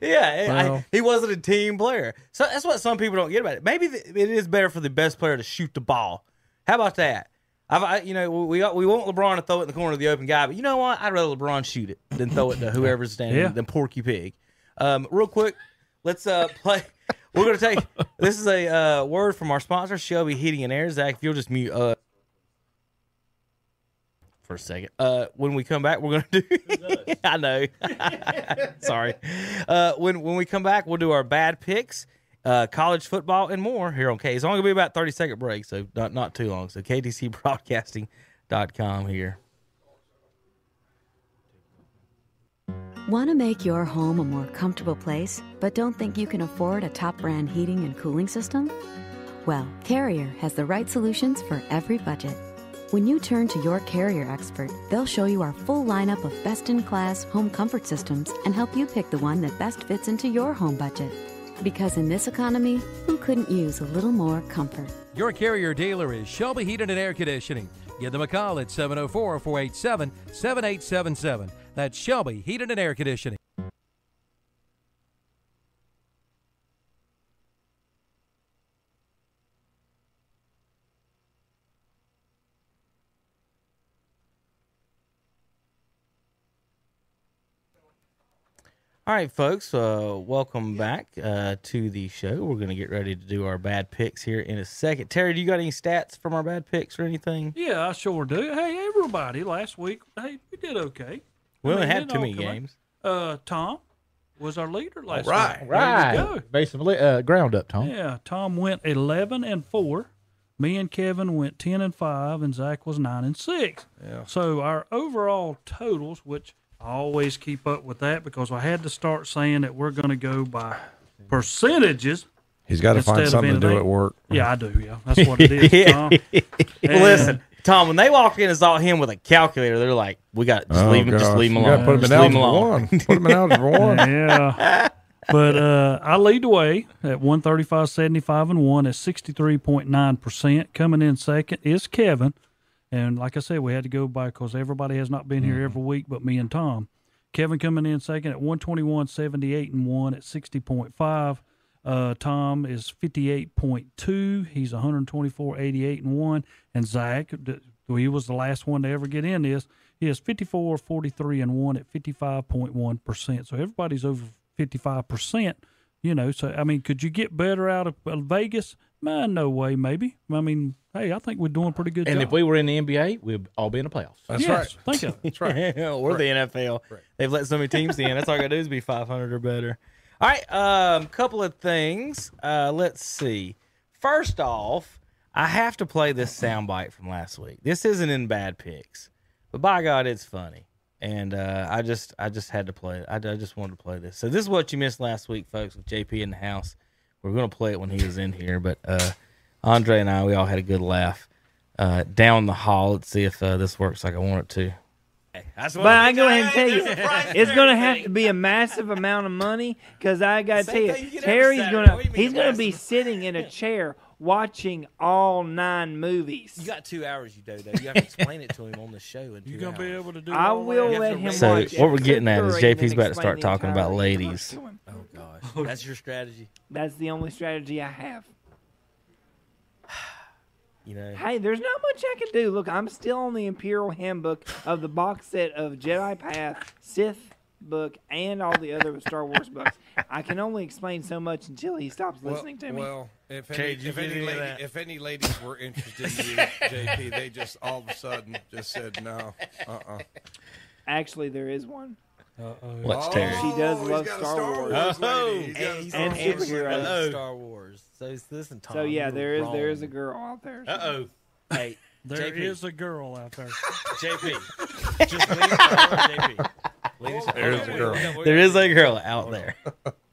Speaker 6: yeah, I-
Speaker 5: Well-
Speaker 6: he wasn't a team player. So that's what some people don't get about it. Maybe th- it is better for the best player to shoot the ball. How about that? I've, I, you know, we we want LeBron to throw it in the corner of the open guy, but you know what? I'd rather LeBron shoot it than throw it to whoever's standing
Speaker 10: Yeah.
Speaker 6: than Porky Pig. Um, real quick, let's uh <laughs> play. We're gonna take this is a uh, word from our sponsor, Shelby Heating and Air. Zach, if you'll just mute uh for a second. Uh, when we come back, we're gonna do. <laughs> I know. Sorry. Uh, when when we come back, we'll do our bad picks, uh, college football, and more here on K. It's only gonna be about thirty second break, so not not too long. So KTCBroadcasting.com here.
Speaker 12: Want to make your home a more comfortable place, but don't think you can afford a top brand heating and cooling system? Well, Carrier has the right solutions for every budget. When you turn to your Carrier expert, they'll show you our full lineup of best in class home comfort systems and help you pick the one that best fits into your home budget. Because in this economy, who couldn't use a little more comfort?
Speaker 11: Your carrier dealer is Shelby Heating and Air Conditioning. Give them a call at 704 487 7877. That's Shelby Heating and Air Conditioning.
Speaker 6: All right, folks, uh, welcome back uh, to the show. We're going to get ready to do our bad picks here in a second. Terry, do you got any stats from our bad picks or anything?
Speaker 10: Yeah, I sure do. Hey, everybody, last week, hey, we did okay.
Speaker 6: We only
Speaker 10: mean,
Speaker 6: had
Speaker 10: it
Speaker 6: too
Speaker 10: all
Speaker 6: many
Speaker 10: come
Speaker 5: <laughs>
Speaker 10: out.
Speaker 6: games.
Speaker 10: Uh, Tom was our leader last
Speaker 5: Right,
Speaker 10: week.
Speaker 9: Right.
Speaker 10: There we go.
Speaker 9: Based on uh, ground up, Tom.
Speaker 10: Yeah, Tom went eleven and four. Me and Kevin went ten and five, and Zach was nine and six. Yeah. So our overall totals, which I always keep up with that because I had to start saying that we're going to go by percentages.
Speaker 5: He's got to
Speaker 10: instead
Speaker 5: find
Speaker 10: of
Speaker 5: something to do
Speaker 10: anything.
Speaker 5: at work.
Speaker 10: Yeah, I do. Yeah, that's what it is.
Speaker 5: <laughs>
Speaker 10: Tom.
Speaker 6: Well, listen, Tom, when they walked in and saw him with a calculator, they're like, we got just
Speaker 5: Oh,
Speaker 6: leave him, just leave him alone.
Speaker 5: Put him in
Speaker 6: just leave him
Speaker 5: algebra
Speaker 6: alone.
Speaker 5: one. Put him in algebra one.
Speaker 10: uh, yeah. But uh, I lead the way at 135, 75, and 1 at 63.9%. Coming in second is Kevin. And like I said, we had to go by because everybody has not been here every week but me and Tom. Kevin coming in second at 121, 78, and 1 at 60.5. Uh, Tom is 58.2. He's 124, 88, and 1. And Zach, d- he was the last one to ever get in this. He is 54, 43, and 1 at 55.1%. So everybody's over 55%. You know, so I mean, could you get better out of uh, Vegas? Man, no way, maybe. I mean, hey, I think we're doing a pretty good
Speaker 9: And
Speaker 10: job.
Speaker 9: if we were in the NBA, we'd all be in the playoffs.
Speaker 5: That's
Speaker 10: yes,
Speaker 5: right.
Speaker 10: Think of it.
Speaker 5: That's right.
Speaker 6: <laughs> or the NFL. They've let so many teams in. That's all I got to do is be 500 or better. All right, um, couple of things. Uh, let's see. First off, I have to play this soundbite from last week. This isn't in bad picks, But by God, it's funny. And uh, I just I just had to play it. I, I just wanted to play this. So this is what you missed last week, folks, with JP in the house. We are gonna play it when he was in here, but uh, Andre and I we all had a good laugh uh, down the hall. Let's see if uh, this works like I want it to.
Speaker 13: That's
Speaker 2: but I go ahead and tell you, it's going to have to be a massive amount of money because I got to tell
Speaker 13: Same
Speaker 2: you,
Speaker 13: thing you get every
Speaker 2: Terry's
Speaker 13: Saturday.
Speaker 2: going to
Speaker 13: What do you mean
Speaker 2: he's going to be sitting in a chair watching all nine movies.
Speaker 13: You got two hours, you do though. You have to explain it to him on the show. In You're gonna be able to do.
Speaker 2: I all will that? let him
Speaker 6: So what we're getting at is JP's about to start talking about ladies.
Speaker 5: <laughs>
Speaker 13: That's your strategy.
Speaker 2: That's the only strategy I have.
Speaker 13: You know.
Speaker 2: Hey, there's not much I can do. Look, I'm still on the Imperial Handbook of the box set of Jedi Path, Sith book, and all the other Star Wars books. I can only explain so much until he stops listening
Speaker 5: well,
Speaker 2: to me.
Speaker 5: Well, if any,
Speaker 2: Okay, did you
Speaker 5: if,
Speaker 2: get
Speaker 5: any
Speaker 2: any of
Speaker 5: lady,
Speaker 2: that?
Speaker 5: if any ladies were interested
Speaker 2: <laughs>
Speaker 5: in you, JP, they just all of a sudden just said no. Uh uh
Speaker 2: Actually, there is one.
Speaker 5: What's Oh, Terry?
Speaker 2: She does
Speaker 5: he's
Speaker 2: love
Speaker 5: got a
Speaker 2: Star,
Speaker 5: Star
Speaker 2: Wars.
Speaker 5: Wars lady. He's got a
Speaker 2: and,
Speaker 5: Star
Speaker 2: and
Speaker 5: Wars lady.
Speaker 2: superheroes.
Speaker 5: Hello.
Speaker 13: Star Wars. So it's- listen, Tom.
Speaker 2: So yeah,
Speaker 13: you
Speaker 2: there
Speaker 13: were
Speaker 2: is there is a
Speaker 13: wrong.
Speaker 2: girl out there.
Speaker 13: Uh-oh. Hey,
Speaker 10: <laughs> There is
Speaker 13: JP.
Speaker 10: a girl
Speaker 2: <laughs>
Speaker 10: out there. <laughs>
Speaker 13: JP. Just leave it alone, JP. Leave us-
Speaker 6: There is a
Speaker 13: Wait,
Speaker 6: girl.
Speaker 13: wait, wait,
Speaker 6: There
Speaker 13: wait.
Speaker 6: is a girl out
Speaker 13: Hold on.
Speaker 6: there.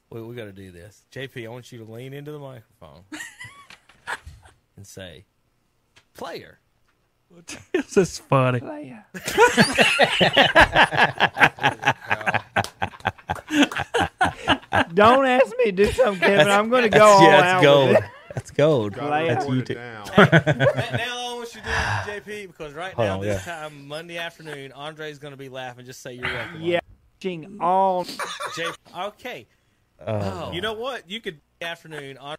Speaker 13: Wait, <laughs> we got to do this. JP, I want you to lean into the
Speaker 6: <laughs>
Speaker 13: microphone and say, "Player."
Speaker 10: this is funny.
Speaker 13: Player.
Speaker 2: Don't ask me to do something, Kevin.
Speaker 6: That's-
Speaker 2: I'm going to
Speaker 6: that's-
Speaker 2: go all
Speaker 6: yeah, that's
Speaker 2: out.
Speaker 6: gold.
Speaker 2: With it.
Speaker 6: <laughs> That's gold.
Speaker 2: Gotta Play
Speaker 6: That's
Speaker 2: record
Speaker 6: you
Speaker 2: it
Speaker 6: too. <laughs>
Speaker 2: <laughs>
Speaker 13: Hey, now I want you to do it, JP, because right
Speaker 6: Hold
Speaker 13: now
Speaker 6: on,
Speaker 13: this
Speaker 6: yeah.
Speaker 13: time Monday afternoon, Andre's going to be laughing. Just say you're welcome.
Speaker 2: Yeah, watching all.
Speaker 13: JP. Okay.
Speaker 2: Oh.
Speaker 13: You know what? You could afternoon on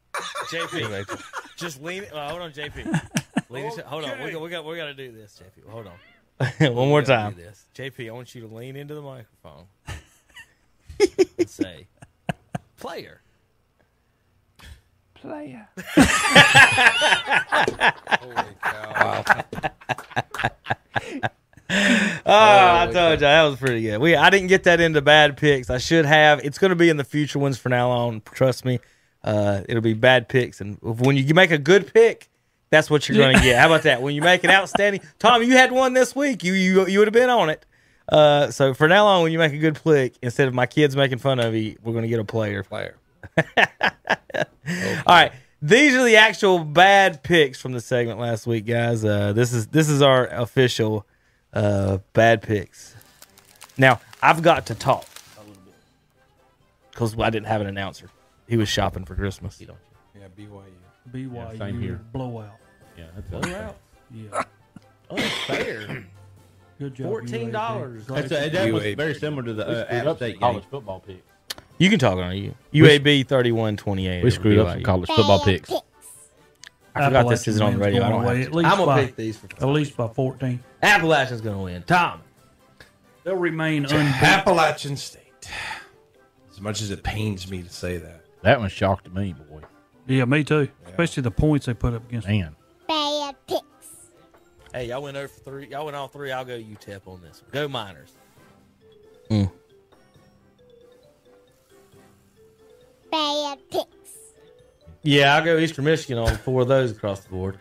Speaker 13: JP. just lean. Well, hold on, JP. Lean into- hold on. We got. We got. We got to do this, JP. Hold on.
Speaker 6: <laughs> One more
Speaker 13: We gotta do
Speaker 6: time.
Speaker 13: this. JP, I want you to lean into the microphone and say, "Player."
Speaker 2: Player.
Speaker 6: Oh, I told you that was pretty good. We I didn't get that into bad picks. I should have. It's going to be in the future ones for now on. Trust me, uh, it'll be bad picks. And when you make a good pick, that's what you're going to get. How about that? When you make an outstanding, Tom, you had one this week. You you you would have been on it. Uh, so for now on, when you make a good pick, instead of my kids making fun of you, we're going to get a player. <laughs> Player. All right. These are the actual bad picks from the segment last week, guys. Uh, this is this is our official uh, bad picks. Now I've got to talk because I didn't have an announcer. He was shopping for Christmas.
Speaker 5: Yeah, BYU.
Speaker 10: BYU
Speaker 6: same here.
Speaker 10: blowout.
Speaker 6: Yeah,
Speaker 10: Blowout. <laughs> Yeah.
Speaker 13: Unfair.
Speaker 10: Good job.
Speaker 13: $14.
Speaker 10: UAB.
Speaker 9: That's a, that was very similar to the uh,
Speaker 13: screwed
Speaker 9: App
Speaker 13: up
Speaker 9: State
Speaker 13: some
Speaker 9: college football pick.
Speaker 6: You can talk on it.
Speaker 9: We
Speaker 6: You UAB thirty one twenty eight.
Speaker 9: we screwed up some college football
Speaker 6: pick.
Speaker 9: picks.
Speaker 6: I forgot this
Speaker 10: Appalachian
Speaker 6: isn't on the
Speaker 10: man's
Speaker 6: radio. I
Speaker 10: going
Speaker 6: don't
Speaker 10: away
Speaker 6: have
Speaker 10: at
Speaker 6: to.
Speaker 10: least
Speaker 6: I'm gonna
Speaker 10: by-
Speaker 6: pick these for
Speaker 10: at least by fourteen.
Speaker 6: Appalachian's gonna win. Tom.
Speaker 10: They'll remain
Speaker 5: To
Speaker 10: unbeaten.
Speaker 5: Appalachian State. As much as it pains me to say that,
Speaker 9: That one shocked me, boy.
Speaker 10: Yeah, me too. Especially the points they put up against.
Speaker 9: Man,
Speaker 13: Bad picks. Hey, y'all went over three. Y'all went all three. I'll go UTEP E on this. One. Go Miners.
Speaker 9: Mm.
Speaker 14: Bad picks.
Speaker 6: Yeah, I'll go Eastern Michigan on four of those across the board.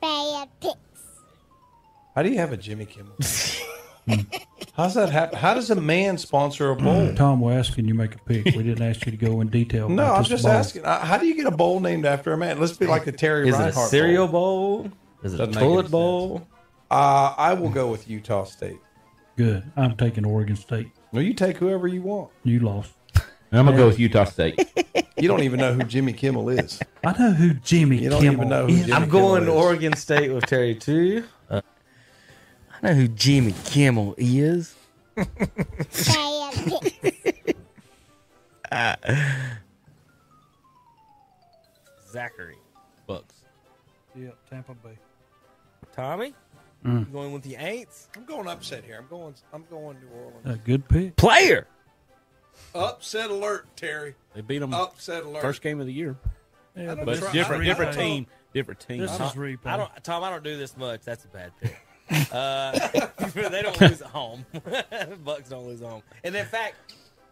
Speaker 14: Bad picks.
Speaker 5: how do you have a Jimmy Kimmel? How's that happen? How does a man sponsor
Speaker 3: <clears throat>
Speaker 5: a bowl?
Speaker 10: Tom, we're asking you make a pick. We didn't ask you to go in detail.
Speaker 5: No,
Speaker 10: about
Speaker 5: I'm
Speaker 10: this
Speaker 5: just
Speaker 10: bowl.
Speaker 5: asking. uh, How do you get a bowl named after a man? Let's be like the Terry
Speaker 6: Is it a
Speaker 5: Reinhart
Speaker 6: cereal bowl? Is it a toilet bowl?
Speaker 5: Uh, I will go with Utah State.
Speaker 10: Good. I'm taking Oregon State.
Speaker 5: No, you take whoever you want.
Speaker 10: You lost.
Speaker 9: I'm gonna go with Utah <laughs> State.
Speaker 5: You don't even know who Jimmy Kimmel is.
Speaker 10: I know who Jimmy
Speaker 5: You don't
Speaker 10: Kimmel
Speaker 5: even know who
Speaker 10: is.
Speaker 5: Jimmy
Speaker 6: I'm going to
Speaker 5: Kimmel
Speaker 6: Oregon State with Terry too. Uh, I know who Jimmy Kimmel is.
Speaker 14: Bad picks.
Speaker 6: Uh,
Speaker 13: Zachary.
Speaker 9: Bucks.
Speaker 10: Yep, Tampa Bay.
Speaker 13: Tommy.
Speaker 10: Mm.
Speaker 13: You going with the Aints?
Speaker 5: I'm going upset here. I'm going. I'm going New Orleans.
Speaker 10: A good pick.
Speaker 6: Player.
Speaker 5: Upset alert, Terry.
Speaker 9: They beat them
Speaker 6: Oh,
Speaker 5: Upset alert.
Speaker 9: first game of the year.
Speaker 5: Yeah,
Speaker 9: but
Speaker 5: but
Speaker 9: it's
Speaker 5: try-
Speaker 9: different,
Speaker 5: I
Speaker 9: different
Speaker 5: don't-
Speaker 9: team, different team.
Speaker 10: This
Speaker 13: Tom-
Speaker 10: is replay.
Speaker 13: I don't, Tom. I don't do this much. That's a bad pick. uh, <laughs> they don't lose at home. Bucks don't lose at home. And in fact,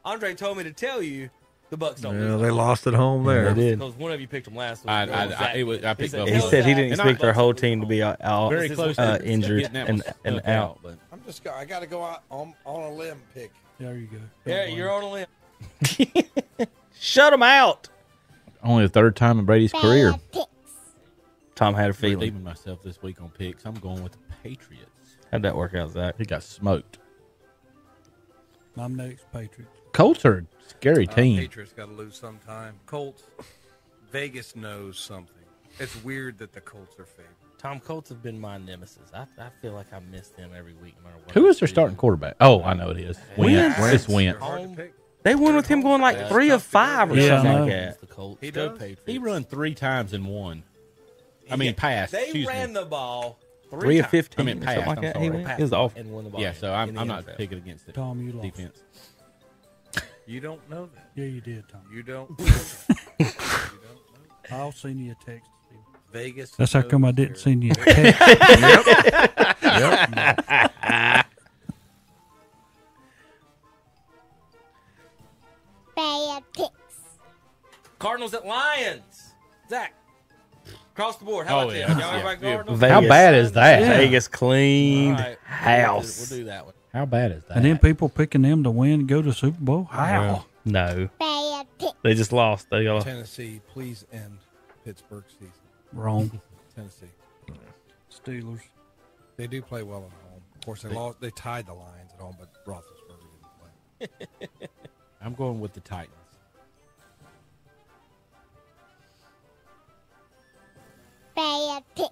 Speaker 13: Andre told me to tell you The Bucks don't.
Speaker 5: Yeah,
Speaker 13: lose.
Speaker 5: they lost at home there.
Speaker 6: They did.
Speaker 13: Because one of you picked them last week.
Speaker 9: I- I-
Speaker 13: It was
Speaker 9: I-
Speaker 13: Zach.
Speaker 9: it was- I picked
Speaker 13: said-
Speaker 9: up
Speaker 6: He said he didn't
Speaker 13: And I-
Speaker 6: expect their whole team to be out, out
Speaker 9: Very close
Speaker 6: uh,
Speaker 9: to
Speaker 6: injured
Speaker 9: getting that
Speaker 6: and,
Speaker 9: one
Speaker 6: and
Speaker 9: snuck
Speaker 6: out.
Speaker 9: but
Speaker 5: I'm just. Go- I got to go out on on a limb pick.
Speaker 10: There you go.
Speaker 13: Yeah, you're on a limb.
Speaker 6: Shut him out.
Speaker 9: Only the third time in Brady's career.
Speaker 6: Tom had a feeling.
Speaker 9: Redeeming myself this week on picks. I'm going with the Patriots.
Speaker 6: How'd that work out, Zach?
Speaker 9: He got smoked.
Speaker 10: I'm next, Patriot.
Speaker 9: Colts are a scary
Speaker 5: Uh,
Speaker 9: team.
Speaker 5: Patriots got to lose sometime. Colts. Vegas knows something. It's weird that the Colts are favored.
Speaker 13: Tom Colts have been my nemesis. I, I feel like I miss them every week, no matter what.
Speaker 9: Who is their starting quarterback? Oh, I know it is. Wentz.
Speaker 6: Wentz.
Speaker 9: It's Wentz.
Speaker 6: They won with him going like three of five or
Speaker 9: Yeah, I
Speaker 6: something
Speaker 9: know.
Speaker 6: like that.
Speaker 13: The Colts.
Speaker 9: He
Speaker 13: Go
Speaker 9: does?
Speaker 13: Patriots.
Speaker 9: He run three times in one. I mean, pass.
Speaker 13: They
Speaker 9: excuse
Speaker 13: ran
Speaker 9: me.
Speaker 13: the ball three,
Speaker 6: Three of
Speaker 13: times.
Speaker 6: 15
Speaker 9: I mean,
Speaker 6: or
Speaker 9: pass.
Speaker 6: something like
Speaker 9: I'm
Speaker 6: that.
Speaker 9: sorry.
Speaker 6: He went- he was off.
Speaker 13: and won the ball.
Speaker 9: Yeah, so
Speaker 13: in
Speaker 9: I'm,
Speaker 13: the
Speaker 9: I'm
Speaker 13: end
Speaker 9: not
Speaker 13: zone.
Speaker 9: picking against it.
Speaker 10: Tom, you lost.
Speaker 9: Defense.
Speaker 5: You don't know that.
Speaker 10: Yeah, you did, Tom.
Speaker 5: You
Speaker 10: <laughs>
Speaker 5: don't.
Speaker 10: I'll send you a text.
Speaker 5: Vegas.
Speaker 10: That's how come I didn't send
Speaker 5: <laughs>
Speaker 10: you a text.
Speaker 5: Yep. Yep.
Speaker 14: Bad picks.
Speaker 13: Cardinals at Lions. Zach, across the board. How
Speaker 9: Oh,
Speaker 13: about
Speaker 9: yeah.
Speaker 13: that?
Speaker 9: Yeah.
Speaker 13: Y'all everybody
Speaker 9: Yeah.
Speaker 13: Cardinals?
Speaker 9: How bad is that?
Speaker 6: Vegas cleaned
Speaker 13: All right.
Speaker 6: house.
Speaker 13: We'll do that one.
Speaker 9: How bad is that?
Speaker 10: and then people picking them to win, go to Super Bowl. How?
Speaker 6: No,
Speaker 14: Bad picks.
Speaker 6: they just lost. They got
Speaker 5: Tennessee, please end Pittsburgh season.
Speaker 10: Wrong.
Speaker 5: Tennessee.
Speaker 10: Steelers.
Speaker 5: They do play well at home. Of course, they lost. They tied the Lions at home, but Roethlisberger didn't play.
Speaker 9: I'm going with the Titans.
Speaker 14: Bad picks.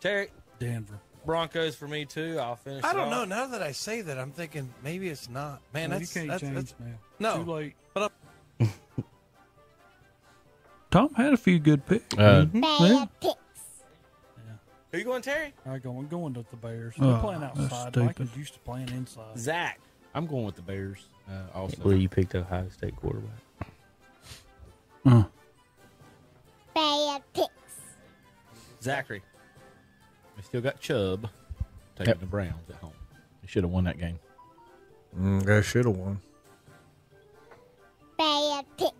Speaker 13: Terry,
Speaker 10: Denver.
Speaker 13: Broncos for me too. I'll finish.
Speaker 5: I
Speaker 13: it
Speaker 5: don't know.
Speaker 13: off.
Speaker 5: Now that I say that, I'm thinking maybe it's not. Man,
Speaker 10: Well,
Speaker 5: that's,
Speaker 10: you can't
Speaker 5: that's,
Speaker 10: change
Speaker 5: that's
Speaker 10: now.
Speaker 5: no.
Speaker 10: Too late.
Speaker 5: But I'm,
Speaker 10: <laughs> Tom had a few good picks.
Speaker 9: Uh,
Speaker 10: Yeah.
Speaker 14: Bad picks.
Speaker 13: Who you going, Terry?
Speaker 10: I go, I'm going to the Bears.
Speaker 6: They're
Speaker 10: They're
Speaker 6: Oh,
Speaker 10: playing
Speaker 6: playing
Speaker 10: outside.
Speaker 6: that's outside. stupid.
Speaker 10: Vikings
Speaker 6: Vikings
Speaker 10: used to playing inside.
Speaker 13: Zach.
Speaker 9: I'm going with the Bears. Uh, also,
Speaker 6: Well, you picked Ohio State quarterback.
Speaker 14: Bad picks.
Speaker 13: Zachary.
Speaker 9: we still got Chubb taking
Speaker 6: Yep.
Speaker 9: the Browns at home. They should have won that game.
Speaker 5: mm, they should have won.
Speaker 14: Bad picks.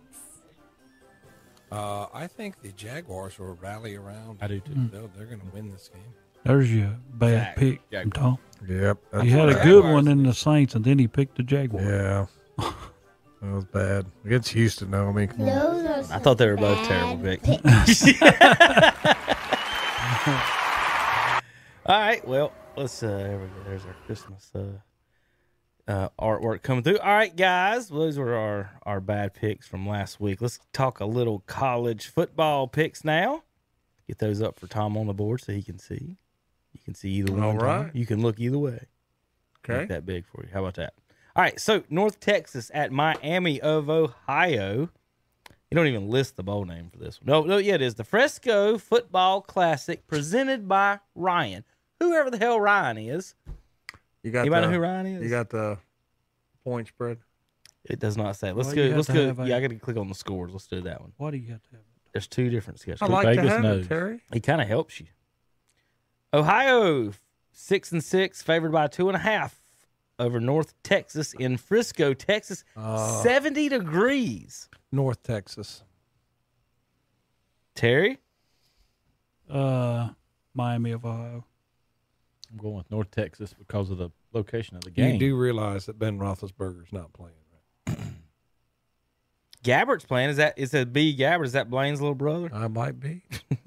Speaker 5: Uh, I think the Jaguars will rally around.
Speaker 9: I do too.
Speaker 5: They're, they're going to win this game.
Speaker 10: There's your bad
Speaker 9: Zach,
Speaker 10: pick,
Speaker 9: Jaguars.
Speaker 10: Tom.
Speaker 5: Yep.
Speaker 10: He had a good one in the Saints, and then he picked the Jaguars.
Speaker 5: Yeah. That was bad. Against Houston, though. I mean, come on.
Speaker 14: Those are
Speaker 6: I
Speaker 14: some
Speaker 6: thought they were both
Speaker 14: bad
Speaker 6: terrible picks.
Speaker 14: picks.
Speaker 6: <laughs> All right, well, let's. Uh, there we go. There's our Christmas uh, uh, artwork coming through. All right, guys, those were our our bad picks from last week. Let's talk a little college football picks now. Get those up for Tom on the board so he can see. You can see either one.
Speaker 5: All
Speaker 6: Tom.
Speaker 5: right.
Speaker 6: You can look either way.
Speaker 5: Okay.
Speaker 6: Make that big for you. How about that? All right. So North Texas at Miami of Ohio. You don't even list the bowl name for this one. No, no, yeah, it is the Fresco Football Classic presented by Ryan. Whoever the hell Ryan is.
Speaker 5: You got
Speaker 6: Anybody
Speaker 5: the,
Speaker 6: know who Ryan is?
Speaker 5: You got the point spread.
Speaker 6: it does not say. Let's
Speaker 10: Well, you
Speaker 6: go.
Speaker 10: have
Speaker 6: Let's
Speaker 10: to
Speaker 6: go.
Speaker 10: have a-
Speaker 6: Yeah, I got to click on the scores. Let's do that one.
Speaker 10: Why do you have to have it?
Speaker 6: There's two different schedules.
Speaker 5: I like to
Speaker 9: Vegas
Speaker 5: have
Speaker 9: knows.
Speaker 5: it, Terry.
Speaker 6: He kind of helps you. Ohio six and six, favored by two and a half over North Texas in Frisco, Texas.
Speaker 5: Uh,
Speaker 6: Seventy degrees.
Speaker 5: North Texas.
Speaker 6: Terry,
Speaker 10: Uh, Miami
Speaker 5: <laughs>
Speaker 10: of Ohio.
Speaker 9: I'm going with North Texas because of the location of the game.
Speaker 5: You do realize that Ben Roethlisberger's not playing,
Speaker 6: Gabbert's playing. Is that is that B Gabbert? Is that Blaine's little brother?
Speaker 5: right? I might be.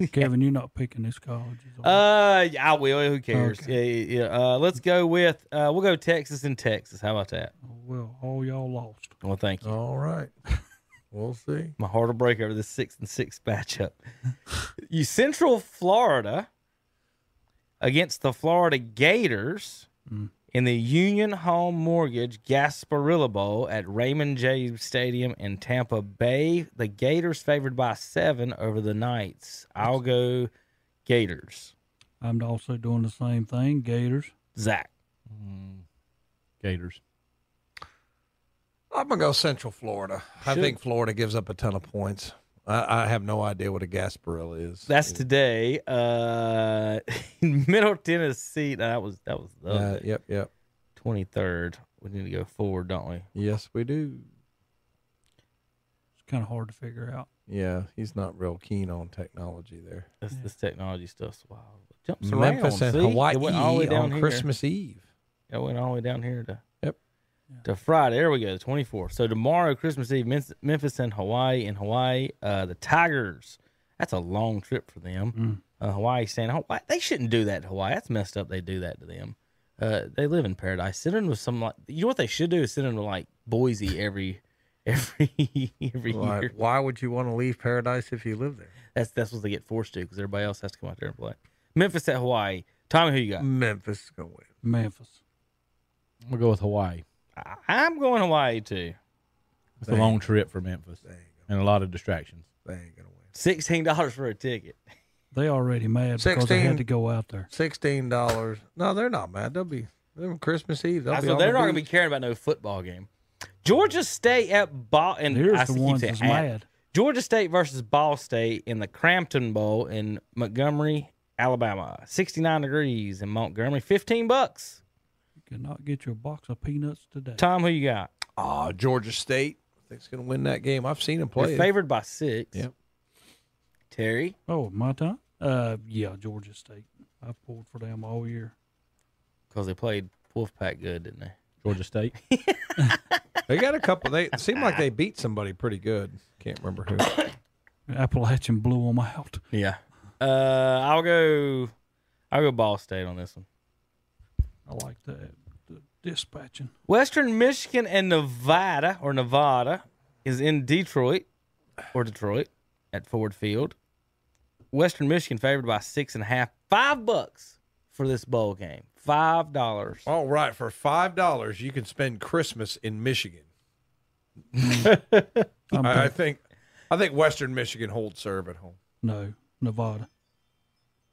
Speaker 10: Kevin, you're not picking this college. is all.
Speaker 6: Uh, yeah, I will. Who cares?
Speaker 10: Okay.
Speaker 6: Yeah, yeah, yeah. Uh, let's go with. Uh, we'll go Texas and Texas. How about that?
Speaker 10: well, all y'all lost.
Speaker 6: Well, thank you.
Speaker 5: All right. We'll see.
Speaker 6: My heart will break over this six and six <laughs> matchup. you Central Florida against the Florida Gators
Speaker 10: Mm.
Speaker 6: in the Union Home Mortgage Gasparilla Bowl at Raymond James Stadium in Tampa Bay. The Gators favored by seven over the Knights. I'll go Gators.
Speaker 10: I'm also doing the same thing. Gators.
Speaker 6: Zach.
Speaker 9: Mm. Gators.
Speaker 5: I'm gonna go Central Florida. I
Speaker 6: Should.
Speaker 5: think Florida gives up a ton of points. I, I have no idea what a Gasparilla is.
Speaker 6: That's today. Uh, <laughs> in Middle Tennessee. no, that was that was
Speaker 5: uh,
Speaker 6: the
Speaker 5: yep, yep.
Speaker 6: twenty third. We need to go forward, don't we?
Speaker 5: Yes, we do.
Speaker 10: kind of hard to figure out.
Speaker 5: Yeah, he's not real keen on technology there.
Speaker 6: This, this technology stuff's wild.
Speaker 5: Jumps
Speaker 6: Jumps
Speaker 5: around, Memphis and
Speaker 6: around,
Speaker 5: see?
Speaker 6: see?
Speaker 5: Hawaii
Speaker 6: It went all the way down
Speaker 5: on
Speaker 6: here.
Speaker 5: Christmas Eve.
Speaker 6: It went all the way down here to
Speaker 5: yep
Speaker 6: to Friday. There we go, twenty fourth. So tomorrow, Christmas Eve, Mem- Memphis and Hawaii. In Hawaii, uh, the Tigers. That's a long trip for
Speaker 5: Mm.
Speaker 6: them. Uh, Hawaii saying Hawaii, they shouldn't do that to Hawaii. That's messed up. They do that to them. Uh, they live in paradise. Send them to some like you know what they should do is send them to like Boise every <laughs> every every
Speaker 5: Why-
Speaker 6: year.
Speaker 5: Why would you want to leave paradise if you live there?
Speaker 6: That's that's what they get forced to because everybody else has to come out there and play. Memphis at Hawaii. Tommy, who you got?
Speaker 10: Mm.
Speaker 5: Memphis is gonna win.
Speaker 10: Memphis.
Speaker 9: I'm gonna go with Hawaii.
Speaker 6: I'm going Hawaii too.
Speaker 9: It's a long trip for Memphis and a lot of distractions.
Speaker 6: Sixteen dollars for a ticket.
Speaker 10: They already mad because they had to go out there.
Speaker 5: Sixteen dollars. No, they're not mad. They'll be they're on Christmas Eve. They'll
Speaker 6: That's
Speaker 5: be
Speaker 6: what-
Speaker 5: on
Speaker 6: they're
Speaker 5: the
Speaker 6: not going to
Speaker 5: beach.
Speaker 6: be caring about no football game. Georgia State at Ball and
Speaker 10: Here's
Speaker 6: I
Speaker 10: the
Speaker 6: keep
Speaker 10: ones
Speaker 6: saying
Speaker 10: that's
Speaker 6: at.
Speaker 10: mad.
Speaker 6: Georgia State versus Ball State in the Crampton Bowl in Montgomery, Alabama. Sixty-nine degrees in Montgomery. Fifteen bucks.
Speaker 10: You cannot get your box of peanuts today.
Speaker 6: Tom, who you got?
Speaker 5: Ah, Georgia State. I think it's going to win that game. I've seen him
Speaker 6: You're
Speaker 5: play.
Speaker 6: favored by six.
Speaker 5: Yep.
Speaker 6: Terry.
Speaker 10: Oh, my time. Uh, yeah, Georgia State. I've pulled for them all year.
Speaker 6: Because they played Wolfpack good, didn't they?
Speaker 9: Georgia State.
Speaker 5: they got a couple. They it seemed like they beat somebody pretty good. Can't remember who.
Speaker 10: Appalachian blew them out.
Speaker 6: Yeah. Uh, I'll go. I'll go Ball State on this one.
Speaker 10: I like that. The dispatching.
Speaker 6: Western Michigan and Nevada or Nevada is in Detroit or Detroit at Ford Field. Western Michigan favored by six and a half, five bucks for this bowl game. Five dollars.
Speaker 5: All right, for five dollars, you can spend Christmas in
Speaker 9: <laughs>
Speaker 5: Michigan. I, I think, I think Western Michigan holds serve at home.
Speaker 10: No, Nevada.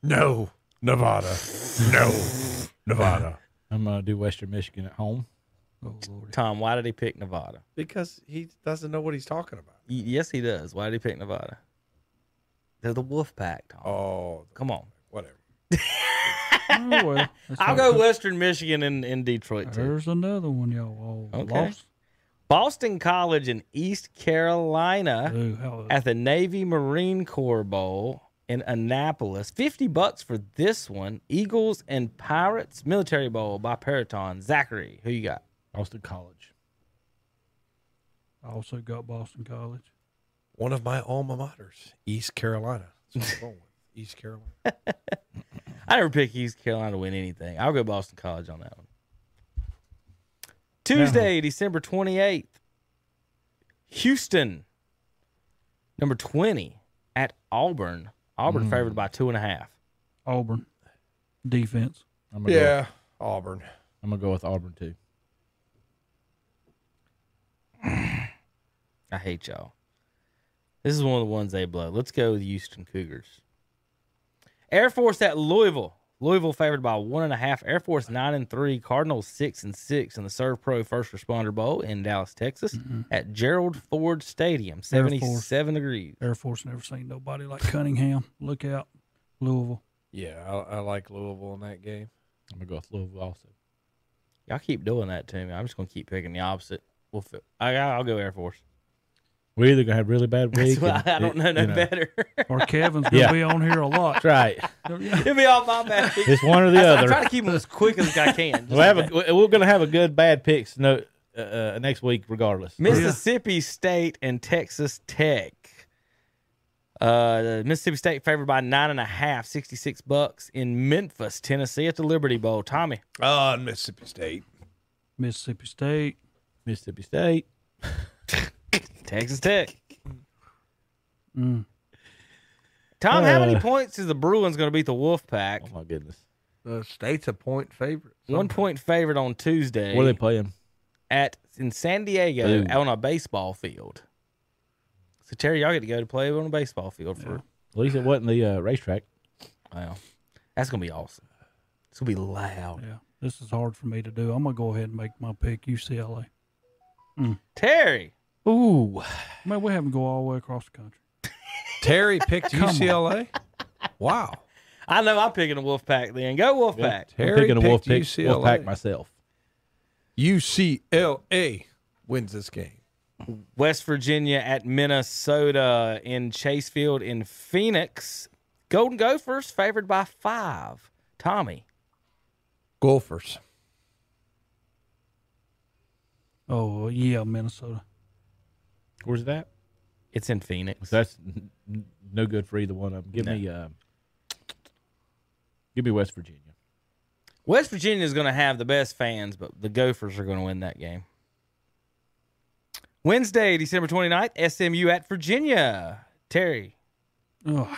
Speaker 5: No, Nevada.
Speaker 9: <laughs>
Speaker 5: No, Nevada.
Speaker 9: I'm gonna do Western Michigan at home.
Speaker 10: Oh,
Speaker 6: Tom, why did he pick Nevada?
Speaker 5: Because he doesn't know what he's talking about.
Speaker 6: Y- yes, he does. Why did he pick Nevada? They're the Wolf Pack, Tom.
Speaker 5: Oh,
Speaker 6: come on.
Speaker 5: Whatever.
Speaker 10: Oh, well.
Speaker 5: <laughs>
Speaker 10: that's
Speaker 6: I'll
Speaker 10: how it
Speaker 6: go
Speaker 10: goes.
Speaker 6: Western Michigan and in Detroit too.
Speaker 10: There's another one y'all all
Speaker 6: Okay.
Speaker 10: lost.
Speaker 6: Boston College in East Carolina
Speaker 10: Ooh, how-
Speaker 6: at the Navy Marine Corps Bowl in Annapolis. 50 bucks for this one. Eagles and Pirates Military Bowl by Periton. Zachary, who you got?
Speaker 9: Boston College.
Speaker 10: I also got Boston College.
Speaker 5: One of my alma maters, East Carolina. That's what I'm going with. East Carolina.
Speaker 6: I never pick East Carolina to win anything. I'll go Boston College on that one. Tuesday, December 28th, Houston, number 20 at Auburn. Auburn
Speaker 10: Mm.
Speaker 6: favored by two and a half.
Speaker 10: Auburn. Defense.
Speaker 9: I'm
Speaker 5: Yeah, Auburn.
Speaker 9: I'm gonna go with Auburn too.
Speaker 6: I hate y'all. This is one of the ones they blow. Let's go with Houston Cougars. Air Force at Louisville. Louisville favored by one and a half. Air Force nine and three. Cardinals six and six in the Serve Pro First Responder Bowl in Dallas, Texas, at Gerald Ford Stadium. Seventy-seven degrees.
Speaker 10: Air Force never seen nobody like Cunningham. Look out. Louisville.
Speaker 5: Yeah, I, I like Louisville in that game.
Speaker 9: I'm gonna go with Louisville also.
Speaker 6: Y'all keep doing that to me. I'm just gonna keep picking the opposite. We'll. Fi- I, I'll go Air Force.
Speaker 9: We're either gonna have really bad
Speaker 6: That's
Speaker 9: week.
Speaker 6: why I
Speaker 9: and
Speaker 6: don't
Speaker 9: it-
Speaker 6: know no
Speaker 9: you
Speaker 6: better. <laughs>
Speaker 10: Or Kevin's gonna
Speaker 9: Yeah.
Speaker 10: be on here a lot.
Speaker 9: That's right.
Speaker 6: It'll be all my bad.
Speaker 9: It's one or the
Speaker 6: I,
Speaker 9: <laughs> other.
Speaker 6: I try to keep them as quick as I
Speaker 9: <laughs>
Speaker 6: can.
Speaker 9: We'll have a, we're gonna have a good bad picks no uh, uh, next week regardless.
Speaker 6: Mississippi State and Texas Tech. Uh, Mississippi State favored by nine and a half, 66 bucks in Memphis, Tennessee at the Liberty Bowl. Tommy.
Speaker 5: Uh, Mississippi State.
Speaker 10: Mississippi State.
Speaker 9: Mississippi State.
Speaker 6: Texas Tech.
Speaker 10: Mm.
Speaker 6: Tom, how many
Speaker 9: Uh.
Speaker 6: points is the Bruins going to beat the Wolfpack? Oh,
Speaker 9: my goodness.
Speaker 5: The state's a point favorite.
Speaker 6: One point favorite on Tuesday.
Speaker 9: Where they playing?
Speaker 6: At in San Diego
Speaker 9: Ooh.
Speaker 6: on a baseball field. So Terry, y'all get to go to play on a baseball field for
Speaker 9: At least it wasn't the uh, racetrack.
Speaker 6: Wow, that's gonna be awesome. It's gonna be loud.
Speaker 10: Yeah. This is hard for me to do. I'm gonna go ahead and make my pick UCLA.
Speaker 6: Terry.
Speaker 9: Ooh.
Speaker 10: Man, we haven't go all the way across the country.
Speaker 5: Terry
Speaker 6: <laughs>
Speaker 5: picked
Speaker 10: Come on.
Speaker 5: UCLA. Wow.
Speaker 6: I know I'm picking a Wolfpack then. Go Wolfpack.
Speaker 5: Terry
Speaker 9: picking a
Speaker 5: picked
Speaker 9: Wolfpack-
Speaker 5: UCLA.
Speaker 9: Wolfpack myself.
Speaker 5: UCLA wins this game.
Speaker 6: West Virginia at Minnesota in Chase Field in Phoenix. Golden Gophers favored by five. Tommy.
Speaker 5: Gophers.
Speaker 10: Oh yeah, Minnesota.
Speaker 9: Where's that?
Speaker 6: It's in Phoenix.
Speaker 9: That's n- n- no good for either one of them. Give me, uh, give me West Virginia.
Speaker 6: West Virginia is going to have the best fans, but the Gophers are going to win that game. Wednesday, December 29th, SMU at Virginia. Terry.
Speaker 10: Oh,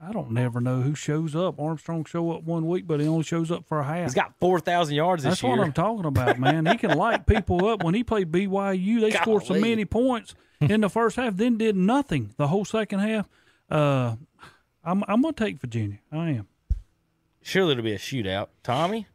Speaker 10: I don't never know who shows up. Armstrong show up one week, but he only shows up for a half.
Speaker 6: He's got 4,000 yards this
Speaker 10: That's
Speaker 6: year.
Speaker 10: what I'm talking about, man. He can light people up. When he played
Speaker 6: <laughs>
Speaker 10: BYU, they scored so
Speaker 6: Golly.
Speaker 10: many points in the first half, then did nothing the whole second half. Uh, I'm I'm gonna take Virginia. I am.
Speaker 6: Surely it'll be a shootout.
Speaker 10: <sighs>
Speaker 6: Tommy?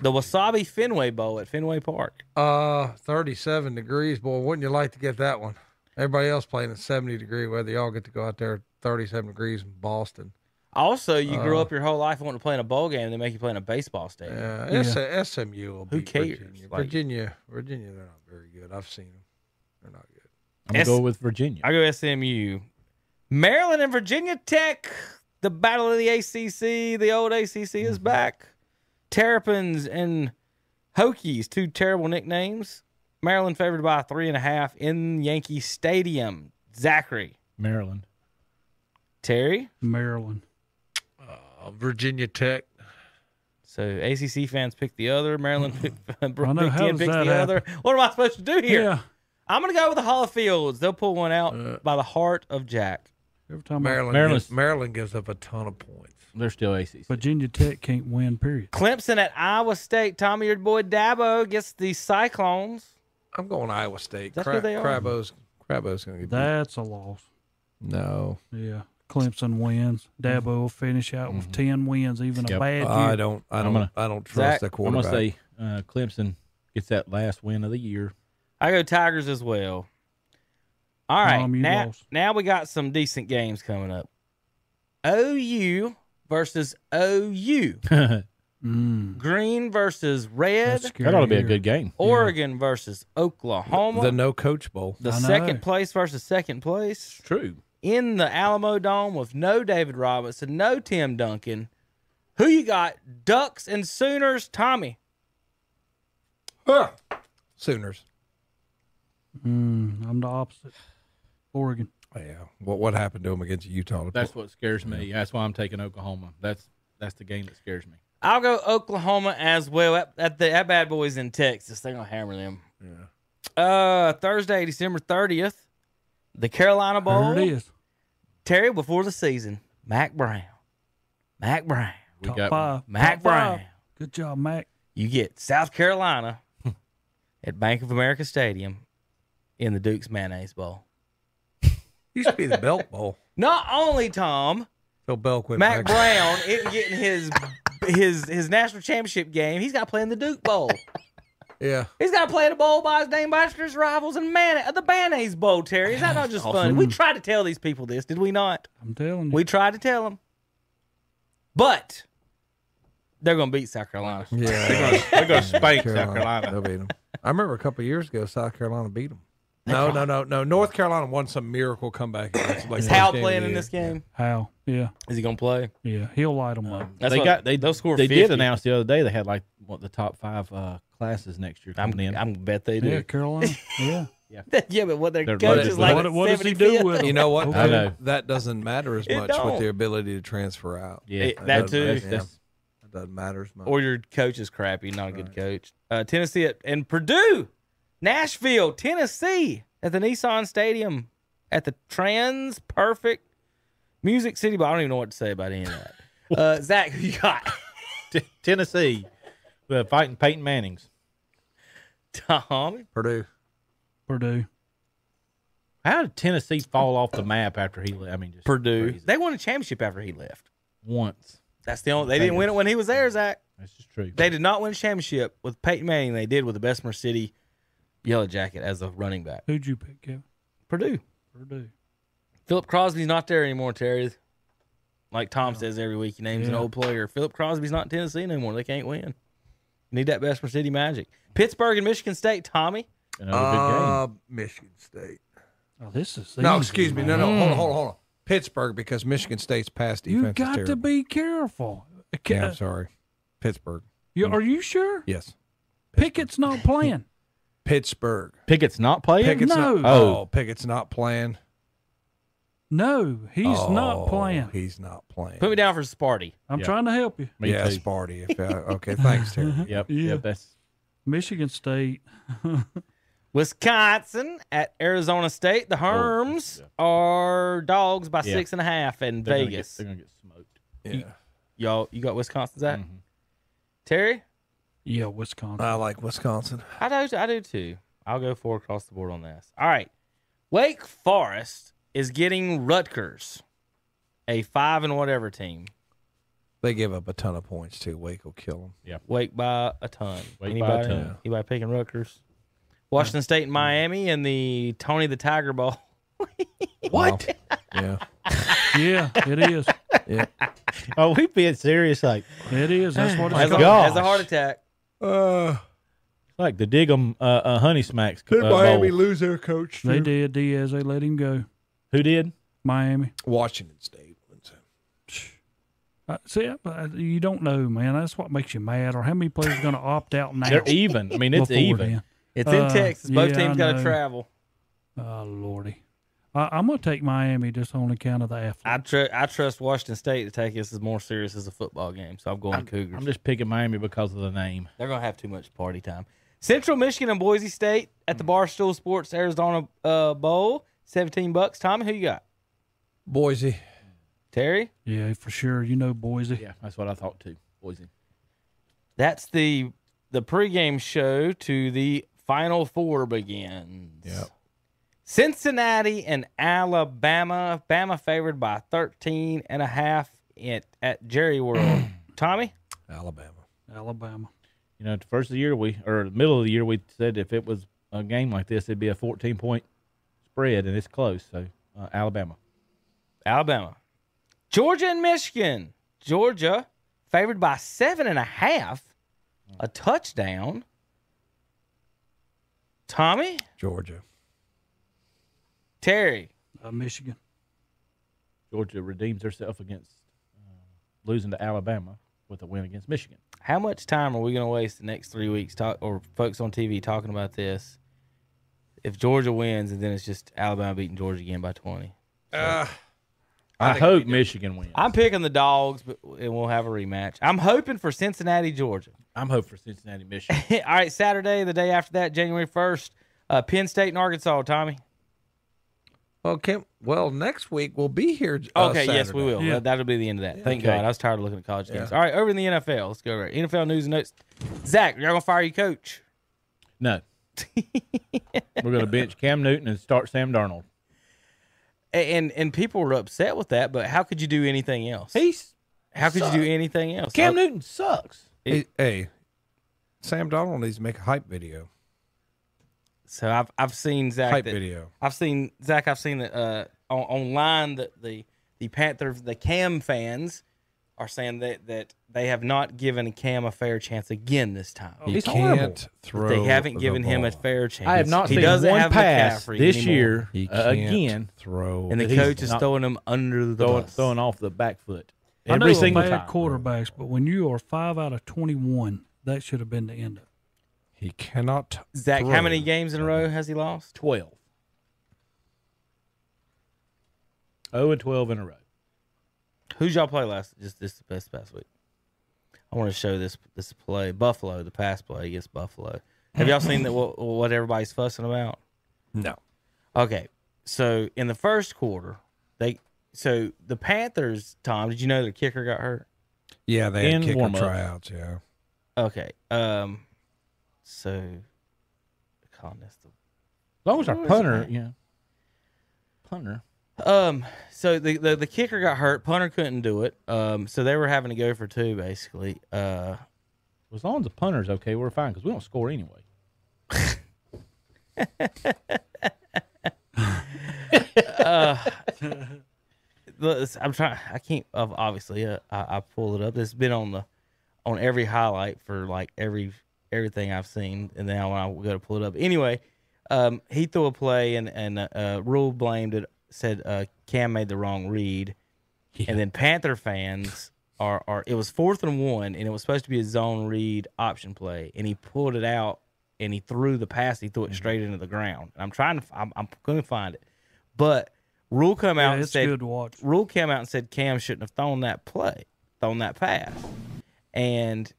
Speaker 6: The Wasabi Fenway Bowl at Fenway Park.
Speaker 5: Uh, 37 degrees, boy. Wouldn't you like to get that one? Everybody else playing at 70 degree weather. Y'all get to go out there at 37 degrees in Boston.
Speaker 6: Also, you grew
Speaker 5: Uh.
Speaker 6: up your whole life wanting to play in a bowl game, they make you play in a baseball stadium.
Speaker 5: Yeah, S- SMU will
Speaker 6: Who
Speaker 5: beat
Speaker 6: cares?
Speaker 5: Virginia.
Speaker 6: Like-
Speaker 5: Virginia, Virginia, they're not very good. I've seen them. They're not good.
Speaker 9: I'm gonna
Speaker 6: S-
Speaker 9: go with Virginia.
Speaker 6: I go SMU. Maryland and Virginia Tech. The battle of the ACC. The old ACC is back. Terrapins and Hokies, two terrible nicknames. Maryland favored by three and a half in Yankee Stadium. Zachary.
Speaker 9: Maryland.
Speaker 6: Terry.
Speaker 10: Maryland.
Speaker 5: Uh, Virginia Tech.
Speaker 6: So ACC fans pick the other. Maryland pick, <laughs> Big
Speaker 10: I know, how
Speaker 6: Ten
Speaker 10: does
Speaker 6: picks the
Speaker 10: that
Speaker 6: other. What am I supposed to do here?
Speaker 10: Yeah.
Speaker 6: I'm going to go with the Hall of Fields. They'll pull one out by the heart of Jack.
Speaker 10: Every time
Speaker 5: Maryland,
Speaker 9: Maryland's-
Speaker 5: gives, Maryland gives up a ton of points.
Speaker 9: They're still ACC.
Speaker 10: Virginia Tech can't win. Period.
Speaker 6: Clemson at Iowa State. Tommy, your boy Dabo gets the Cyclones.
Speaker 5: I'm going Iowa State.
Speaker 6: That's
Speaker 5: Cra-
Speaker 6: who they are.
Speaker 5: Crabo's, Crabo's going to get beat.
Speaker 10: That's a loss.
Speaker 5: No.
Speaker 10: Yeah. Clemson wins. Dabo will finish out
Speaker 6: Mm-hmm.
Speaker 10: with ten wins, even a
Speaker 9: Yep.
Speaker 10: bad year.
Speaker 5: I don't. I don't. I don't trust the quarterback.
Speaker 9: I'm gonna say uh, Clemson gets that last win of the <laughs> year.
Speaker 6: I go Tigers as well. All right,
Speaker 9: Mom, you
Speaker 6: now
Speaker 9: lost.
Speaker 6: now we got some decent games coming up. OU versus OU. Green versus red.
Speaker 9: That's scary That ought to be a here. good game.
Speaker 6: Oregon versus Oklahoma.
Speaker 5: the no coach bowl.
Speaker 6: The second place versus second place.
Speaker 9: true.
Speaker 6: In the Alamo Dome with no David Robinson, no Tim Duncan. Who you got? Ducks and Sooners. Tommy.
Speaker 5: Sooners.
Speaker 10: Mm, I'm the opposite. Oregon.
Speaker 5: Yeah. What what happened to him against Utah?
Speaker 9: That's what scares me. That's why I'm taking Oklahoma. That's that's the game that scares me.
Speaker 6: I'll go Oklahoma as well. At, at the at Bad Boys in Texas, they're gonna hammer them. Yeah. Uh, Thursday, December thirtieth, the Carolina Bowl.
Speaker 10: There it is.
Speaker 6: Terry before the season, Mac Brown, Mac Brown,
Speaker 10: We Top got one. five.
Speaker 6: Mac
Speaker 10: Top
Speaker 6: Brown.
Speaker 10: five. Good job, Mac.
Speaker 6: You get South Carolina at Bank of America Stadium in the Duke's Mayonnaise Bowl.
Speaker 5: Used to be the Belt Bowl.
Speaker 6: Not only Tom,
Speaker 5: Phil Belk went
Speaker 6: Mac
Speaker 5: back-
Speaker 6: Brown isn't getting his his his national championship game. He's got to play in the Duke Bowl.
Speaker 5: Yeah.
Speaker 6: He's got to play the bowl by his name, by his rivals, and man, the mayonnaise bowl. Terry, is that not just fun? We tried to tell these people this, did we not?
Speaker 10: I'm telling you.
Speaker 6: We tried to tell them, but they're going to beat South Carolina.
Speaker 5: Yeah. They'll beat 'em. I remember a couple years ago, South Carolina beat them. No, no, no, no. North Carolina won some miracle comeback. against, Like
Speaker 6: Is
Speaker 5: first
Speaker 6: Hal
Speaker 5: game of
Speaker 6: playing
Speaker 5: the
Speaker 6: in
Speaker 5: year.
Speaker 6: this game?
Speaker 10: How? Yeah.
Speaker 6: Is he gonna play?
Speaker 10: Yeah, he'll light them up.
Speaker 5: Uh,
Speaker 6: That's
Speaker 9: they
Speaker 6: what-
Speaker 9: got they
Speaker 6: they'll score
Speaker 9: They
Speaker 6: 50.
Speaker 9: did announce the other day they had like what the top five uh, classes next year. I'm in.
Speaker 6: I'm bet they
Speaker 5: <laughs>
Speaker 10: Yeah, Carolina. Yeah.
Speaker 6: <laughs> yeah, but what their
Speaker 9: They're
Speaker 6: coach
Speaker 9: loaded.
Speaker 6: is like.
Speaker 9: What-
Speaker 6: at
Speaker 9: what does he
Speaker 6: 75th.
Speaker 9: do with 'em?
Speaker 5: You know what?
Speaker 9: Okay. I know.
Speaker 5: That doesn't matter as
Speaker 6: It
Speaker 5: much with
Speaker 6: don't.
Speaker 5: the ability to transfer out.
Speaker 6: Yeah. It- that
Speaker 5: doesn't-
Speaker 6: too.
Speaker 5: yeah.
Speaker 6: That's-
Speaker 5: That doesn't matter as much.
Speaker 6: Or your coach is crappy, not a good coach. Uh, Tennessee at, and Purdue, Nashville, Tennessee at the Nissan Stadium at the Trans Perfect Music City. But I don't even know what to say about any of
Speaker 9: <laughs>
Speaker 6: that. Uh, Zach, who you got? <laughs>
Speaker 9: T- Tennessee, the fighting Peyton Manning's.
Speaker 6: Tom
Speaker 5: Purdue.
Speaker 10: Purdue.
Speaker 9: How did Tennessee fall off the map after he left? I mean, just
Speaker 6: Purdue. They won a championship after he left.
Speaker 9: once.
Speaker 6: That's the only. They didn't win it when he was there, Zach.
Speaker 9: That's just true.
Speaker 6: They did not win a championship with Peyton Manning. They did with the Bessemer City Yellow Jacket as a running back.
Speaker 10: Who'd you pick, Kevin?
Speaker 6: Purdue.
Speaker 10: Purdue.
Speaker 6: Philip Crosby's not there anymore, Terry. Like Tom says every week, he names an
Speaker 10: Yeah.
Speaker 6: old player. Philip Crosby's not in Tennessee anymore. They can't win. Need that Bessemer City magic. Pittsburgh and Michigan State, Tommy.
Speaker 9: Another big game.
Speaker 5: Uh, Michigan State.
Speaker 10: Oh, this is
Speaker 5: no.
Speaker 10: easy,
Speaker 5: Excuse me. No, no.
Speaker 10: man.
Speaker 5: Hold on, hold on, hold on. Pittsburgh because Michigan State's pass defense.
Speaker 10: You got
Speaker 5: is
Speaker 10: to
Speaker 5: terrible.
Speaker 10: be careful. Ca-
Speaker 5: Yeah, I'm sorry. Pittsburgh.
Speaker 10: You, are you sure?
Speaker 5: Yes. <laughs>
Speaker 10: Pickett's not playing.
Speaker 5: Pittsburgh.
Speaker 9: Pickett's not playing.
Speaker 5: Pickett's
Speaker 10: No.
Speaker 5: not. Oh, Pickett's not playing.
Speaker 10: No, he's
Speaker 5: Oh,
Speaker 10: not playing.
Speaker 5: He's not playing.
Speaker 6: Put me down for Sparty.
Speaker 10: I'm trying to help you.
Speaker 9: Me
Speaker 5: yeah,
Speaker 9: too.
Speaker 5: Sparty. If I, okay, thanks, Terry.
Speaker 9: <laughs> Yep.
Speaker 10: Yeah.
Speaker 9: Yep. That's
Speaker 10: Michigan State.
Speaker 6: Wisconsin at Arizona State. The Herms are dogs by
Speaker 9: Oh, Yeah.
Speaker 6: six and a half in
Speaker 9: they're gonna get-
Speaker 6: Vegas.
Speaker 9: they're gonna get smoked.
Speaker 5: Yeah.
Speaker 6: Y'all, you got Wisconsin, Zach?
Speaker 9: Mm-hmm.
Speaker 6: Terry?
Speaker 10: Yeah, Wisconsin.
Speaker 5: I like Wisconsin.
Speaker 6: I do. I do too. I'll go four across the board on this. All right. Wake Forest is getting Rutgers, a five and whatever team.
Speaker 5: They give up a ton of points too. Wake will kill them.
Speaker 9: Yeah.
Speaker 6: Wake by a ton.
Speaker 9: Wake by a
Speaker 6: anybody,
Speaker 9: ton.
Speaker 6: anybody picking Rutgers? Washington State and Miami and the Tony the Tiger Ball.
Speaker 5: What? Yeah.
Speaker 10: Yeah, it is.
Speaker 5: Yeah.
Speaker 9: Are Oh, we being serious? Like
Speaker 10: It is. That's what
Speaker 6: Has
Speaker 10: it's
Speaker 6: a,
Speaker 10: called.
Speaker 6: has a heart attack.
Speaker 5: Uh,
Speaker 9: like the Dig'em uh, uh, Honey Smacks. Uh,
Speaker 5: did Miami
Speaker 9: bowl.
Speaker 5: lose their coach?
Speaker 10: They
Speaker 5: too?
Speaker 10: did. Diaz. They let him go.
Speaker 9: Who did?
Speaker 10: Miami.
Speaker 5: Washington State.
Speaker 10: Uh, see, uh, you don't know, man. That's what makes you mad. Or how many
Speaker 9: <laughs>
Speaker 10: players are going to opt out now?
Speaker 9: They're even. I mean, it's
Speaker 10: before
Speaker 9: even.
Speaker 10: then?
Speaker 6: It's in
Speaker 10: Uh,
Speaker 6: Texas. Both
Speaker 10: yeah,
Speaker 6: teams
Speaker 10: I
Speaker 6: got to
Speaker 10: know.
Speaker 6: travel.
Speaker 10: Oh lordy, I, I'm going to take Miami just on account of the athlete.
Speaker 6: I, tr- I trust Washington State to take this as more serious as a football game, so I'm going Cougars.
Speaker 9: I'm just picking Miami because of the name.
Speaker 6: They're going to have too much party time. Central Michigan and Boise State at the Barstool Sports Arizona uh, Bowl, 17 bucks. Tommy, who you got?
Speaker 5: Boise.
Speaker 6: Terry?
Speaker 10: Yeah, for sure. You know Boise.
Speaker 9: Yeah, that's what I thought too. Boise.
Speaker 6: That's the the pregame show to the Final Four begins. Yep. Cincinnati and Alabama. Bama favored by 13 and a half at, at Jerry World. Tommy?
Speaker 5: Alabama.
Speaker 10: Alabama.
Speaker 9: You know, at the first of the year we or the middle of the year we said if it was a game like this, it'd be a 14 point spread, and it's close. So uh, Alabama.
Speaker 6: Alabama. Georgia and Michigan. Georgia favored by seven and a half, a touchdown. Tommy,
Speaker 5: Georgia.
Speaker 6: Terry,
Speaker 10: Uh, Michigan.
Speaker 9: Georgia redeems herself against uh, losing to Alabama with a win against Michigan.
Speaker 6: how much time are we going to waste the next three weeks talk or folks on TV talking about this? If Georgia wins, and then it's just Alabama beating Georgia again by twenty.
Speaker 5: Uh,
Speaker 9: I, hope Michigan wins.
Speaker 6: I'm picking the dogs, but and we'll have a rematch. I'm hoping for Cincinnati, Georgia.
Speaker 9: I'm hoping for Cincinnati, Michigan.
Speaker 6: <laughs> All right, Saturday, the day after that, January first, uh, Penn State and Arkansas. Tommy.
Speaker 5: Well, Kim. Well, next week we'll be here. uh,
Speaker 6: Okay, yes, we
Speaker 5: Saturday.
Speaker 6: will.
Speaker 10: Yeah.
Speaker 6: That, will be the end of that. Thank
Speaker 9: Okay.
Speaker 6: God. I was tired of looking at college
Speaker 5: Yeah.
Speaker 6: games. All right, over in the NFL. Let's go over it. NFL news and notes. Zach, you're going to fire your coach.
Speaker 9: no. We're going to bench Cam Newton and start Sam Darnold.
Speaker 6: A- And and people were upset with that, but how could you do anything else?
Speaker 9: He's
Speaker 6: How could you do anything else?
Speaker 9: Cam
Speaker 6: I-
Speaker 9: Newton sucks.
Speaker 5: Hey, hey, Sam Donald needs to make a hype video.
Speaker 6: So I've I've seen Zach.
Speaker 5: Hype
Speaker 6: that-
Speaker 5: video.
Speaker 6: I've seen Zach. I've seen that uh, on, online that the the Panther the Cam fans are saying that that they have not given Cam a fair chance again this time.
Speaker 5: He
Speaker 9: He's
Speaker 5: can't
Speaker 9: horrible.
Speaker 5: throw.
Speaker 6: they haven't
Speaker 5: the
Speaker 6: given him a
Speaker 5: ball.
Speaker 6: fair chance.
Speaker 9: I have not
Speaker 6: he
Speaker 9: seen
Speaker 6: doesn't
Speaker 9: one
Speaker 6: have
Speaker 9: pass
Speaker 6: McCaffrey
Speaker 9: this
Speaker 6: anymore.
Speaker 9: year
Speaker 5: He
Speaker 9: uh,
Speaker 5: can't
Speaker 9: again
Speaker 5: throw.
Speaker 6: and the
Speaker 9: He's
Speaker 6: coach is
Speaker 9: not-
Speaker 6: throwing him under the
Speaker 9: throwing,
Speaker 6: bus.
Speaker 9: throwing off the back foot
Speaker 10: I
Speaker 9: every
Speaker 10: know
Speaker 9: single
Speaker 10: bad
Speaker 9: time.
Speaker 10: quarterbacks, but when you are five out of twenty-one, that should have been the end of. it.
Speaker 5: he cannot.
Speaker 6: Zach,
Speaker 5: throw.
Speaker 6: how many games in a row has he lost?
Speaker 9: Twelve. Oh and twelve in a row.
Speaker 6: Who's y'all play last? Just this this past week. I want to show this this play Buffalo, the pass play against Buffalo. Have y'all seen that? What, what everybody's fussing about?
Speaker 5: No.
Speaker 6: Okay, so in the first quarter, they so the Panthers. Tom, did you know their kicker got hurt?
Speaker 5: Yeah, they had
Speaker 9: In
Speaker 5: kicker
Speaker 9: warm-ups.
Speaker 5: tryouts. Yeah.
Speaker 6: Okay, um, so calling this the
Speaker 9: As long as our
Speaker 6: Who is
Speaker 9: punter,
Speaker 6: that?
Speaker 9: yeah, punter.
Speaker 6: Um, so the, the the kicker got hurt, punter couldn't do it. Um, so they were having to go for two basically. Uh,
Speaker 9: As long as the punter's okay, we're fine because we don't score anyway.
Speaker 6: this- I'm trying. I can't. ob- Obviously, uh, I, I pull it up. It's been on the on every highlight for like every everything I've seen, and now when I go to pull it up, anyway, um, he threw a play and and uh, uh, Rule blamed it. Said uh, Cam made the wrong read, and then Panther fans are are. It was fourth and one, and it was supposed to be a zone read option play, and he pulled it out and he threw the pass. He
Speaker 10: Mm-hmm.
Speaker 6: threw it straight into the ground. And I'm trying to. I'm, I'm going to find it, but Rule come out
Speaker 10: Yeah,
Speaker 6: and
Speaker 10: it's
Speaker 6: said
Speaker 10: good to watch.
Speaker 6: Rule came out and said Cam shouldn't have thrown that play, thrown that pass, and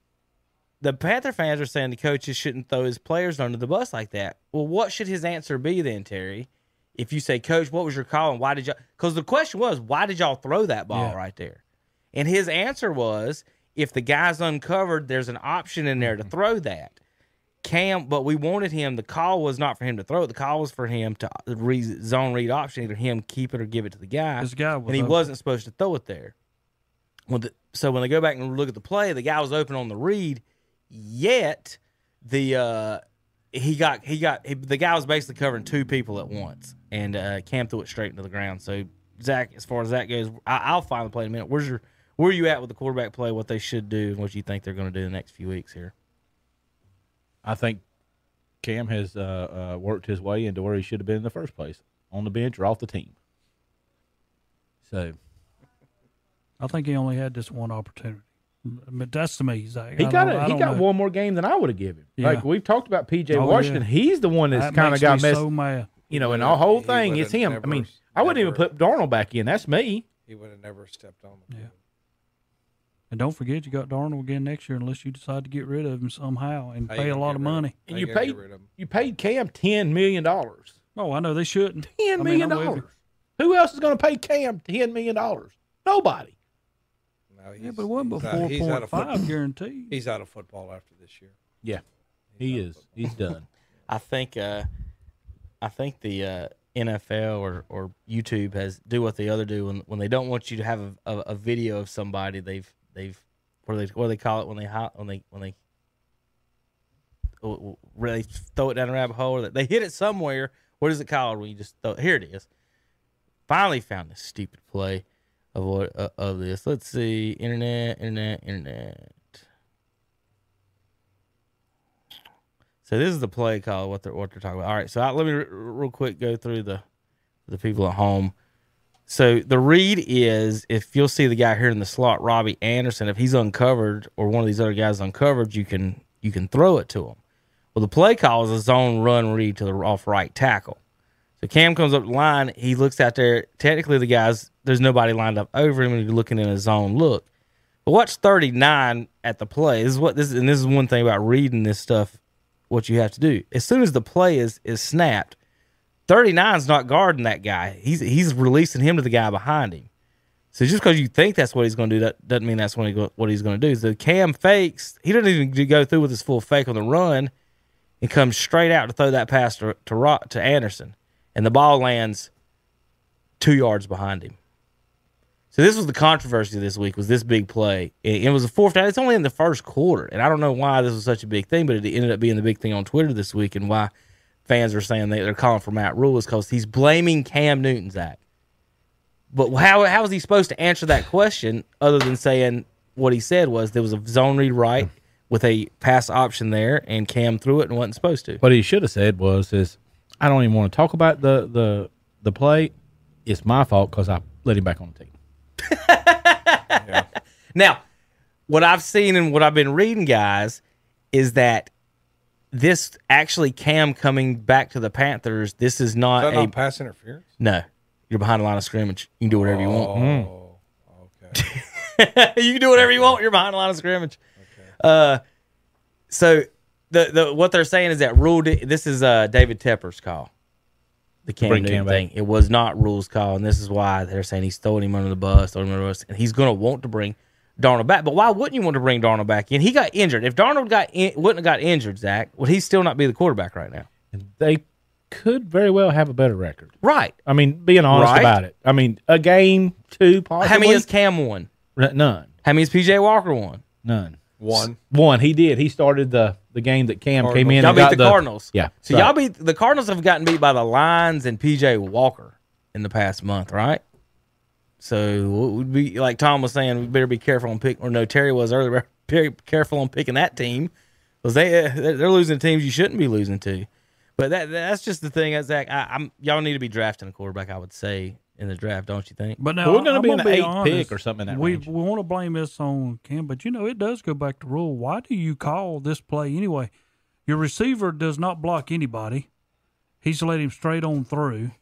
Speaker 6: the Panther fans are saying the coaches shouldn't throw his players under the bus like that. Well, what should his answer be then, Terry? If you say, Coach, what was your call and why did y'all? Because the question was, why did y'all throw that ball
Speaker 13: Yeah.
Speaker 6: right there? And his answer was, if the guy's uncovered, there's an option in
Speaker 10: Mm-hmm.
Speaker 6: there to throw that. Cam, but we wanted him. The call was not for him to throw it. The call was for him to uh, re- zone read option, either him keep it or give it to the guy.
Speaker 10: This guy was
Speaker 6: and he
Speaker 10: open.
Speaker 6: wasn't supposed to throw it there. When the, so when they go back and look at the play, the guy was open on the read. Yet the uh, he got he got he, the guy was basically covering two people at once, and uh, Cam threw it straight into the ground. So Zach, as far as that goes, I, I'll find the play in a minute. Where's your where you at with the quarterback play? What they should do and what you think they're going to do in the next few weeks here?
Speaker 9: I think Cam has uh, uh, worked his way into where he should have been in the first place, on the bench or off the team. So
Speaker 10: I think he only had this one opportunity. But that's to me, Zach.
Speaker 9: he
Speaker 10: I
Speaker 9: got
Speaker 10: don't-
Speaker 9: a,
Speaker 10: I
Speaker 9: he
Speaker 10: don't
Speaker 9: got
Speaker 10: know.
Speaker 9: one more game than I would have given.
Speaker 10: Yeah.
Speaker 9: Like we've talked about PJ
Speaker 10: Oh,
Speaker 9: Washington,
Speaker 10: yeah.
Speaker 9: he's the one that's
Speaker 10: That
Speaker 9: kind of
Speaker 10: makes
Speaker 9: got
Speaker 10: me
Speaker 9: messed.
Speaker 10: so mad.
Speaker 9: You know, and the whole
Speaker 10: He
Speaker 9: thing
Speaker 10: would've
Speaker 9: is him. I
Speaker 10: never-
Speaker 9: mean, I wouldn't even put Darnold back in. That's me.
Speaker 5: He would have never stepped on
Speaker 10: the And don't forget, you got Darnold again next year, unless you decide to get rid of him somehow and
Speaker 9: How you
Speaker 10: pay a
Speaker 9: gonna
Speaker 10: lot
Speaker 9: get
Speaker 10: of
Speaker 9: rid of
Speaker 10: money.
Speaker 9: And you paid you paid Cam ten million dollars.
Speaker 10: Oh, I know they shouldn't.
Speaker 9: <laughs> Ten
Speaker 10: I mean,
Speaker 9: million
Speaker 10: I'm with you.
Speaker 9: dollars. Who else is going to pay Cam ten million dollars? Nobody.
Speaker 5: yeah,
Speaker 10: but it wasn't
Speaker 5: he's
Speaker 10: but
Speaker 5: out-
Speaker 10: four
Speaker 5: he's out
Speaker 10: point
Speaker 5: of
Speaker 10: five
Speaker 5: football.
Speaker 10: guarantee.
Speaker 5: He's out of football after this year.
Speaker 9: Yeah, he is. He's done.
Speaker 6: I think uh, I think the uh, NFL or, or YouTube has do what the other do when, when they don't want you to have a, a, a video of somebody they've they've what do they what do they call it when they hot when they when they oh, really throw it down a rabbit hole or that they hit it somewhere. What is it called when you just throw? Here it is. Finally found this stupid play of what uh, of this. Let's see, internet, internet, internet. So this is the play call. What they're what they're talking about. All right. So I, let me re- real quick go through the the people at home. So the read is if you'll see the guy here in the slot, Robbie Anderson. If he's uncovered or one of these other guys uncovered, you can you can throw it to him. Well, the play call is a zone run read to the off right tackle. So Cam comes up the line. He looks out there. Technically, the guys there's nobody lined up over him, and you're looking in a zone look. But watch 39 at the play. This is what this and this is one thing about reading this stuff. What you have to do as soon as the play is is snapped, 39's not guarding that guy. He's he's releasing him to the guy behind him. So just because you think that's what he's going to do, that doesn't mean that's what, he go, what he's going to do. So Cam fakes. He doesn't even do- go through with his full fake on the run, and comes straight out to throw that pass to to, Ro- to Anderson, and the ball lands two yards behind him. So this was the controversy this week was this big play. It, it was a fourth down. It's only in the first quarter, and I don't know why this was such a big thing, but it ended up being the big thing on Twitter this week, and why fans are saying they, they're calling for Matt Rule is because he's blaming Cam Newton's act. But how how is he supposed to answer that question other than saying what he said was there was a zone read right with a pass option there, and Cam threw it and wasn't supposed to.
Speaker 9: What he should have said was, "Is I don't even want to talk about the the the play. It's my fault because I let him back on the team."
Speaker 6: Now, what I've seen and what I've been reading, guys, is that this actually Cam coming back to the Panthers. This is
Speaker 5: Is
Speaker 6: not
Speaker 5: that
Speaker 6: a
Speaker 5: not pass interference?
Speaker 6: no. You're behind the line of scrimmage. You can do whatever you want. <laughs> you can do whatever you want. You're behind the line of scrimmage. Uh, so the the what they're saying is that rule. Di- this is uh David Tepper's call. The Cam
Speaker 9: Bring
Speaker 6: Newton
Speaker 9: Cam back.
Speaker 6: thing. It was not rules call, and this is why they're saying he's throwing him under the bus, throwing him under the bus, and he's going to want to bring Darnold back. But why wouldn't you want to bring Darnold back in? He got injured. If Darnold got in, wouldn't have got injured, Zach, would he still not be the quarterback right now?
Speaker 9: They could very well have a better record.
Speaker 6: Right.
Speaker 9: I mean, being honest
Speaker 6: Right.
Speaker 9: about it. I mean, a game, two, possibly.
Speaker 6: How many has Cam won?
Speaker 9: N- None.
Speaker 6: How many has PJ Walker won?
Speaker 9: None.
Speaker 5: One.
Speaker 9: One. He did. He started the the game that Cam came in.
Speaker 6: Y'all
Speaker 9: and
Speaker 6: beat
Speaker 9: got
Speaker 6: the, Cardinals.
Speaker 9: Yeah.
Speaker 6: So y'all beat the Cardinals have gotten beat by the Lions and PJ Walker in the past month, right? So what would be like Tom was saying, we better be careful on pick. Or no, Terry was earlier. <laughs> uh, Be careful on picking that team because they they're losing teams you shouldn't be losing to. But that that's just the thing, uh, Zach. I, I'm y'all need to be drafting a quarterback. I would say in the draft, don't you think?
Speaker 10: But now
Speaker 9: we're going to
Speaker 10: I'm
Speaker 9: be in the eighth
Speaker 10: honest.
Speaker 9: pick or something. in That
Speaker 10: we
Speaker 9: range.
Speaker 10: we want to blame this on Cam, but you know it does go back to rule. Why do you call this play anyway? Your receiver does not block anybody. He's let him straight on through.
Speaker 9: <laughs>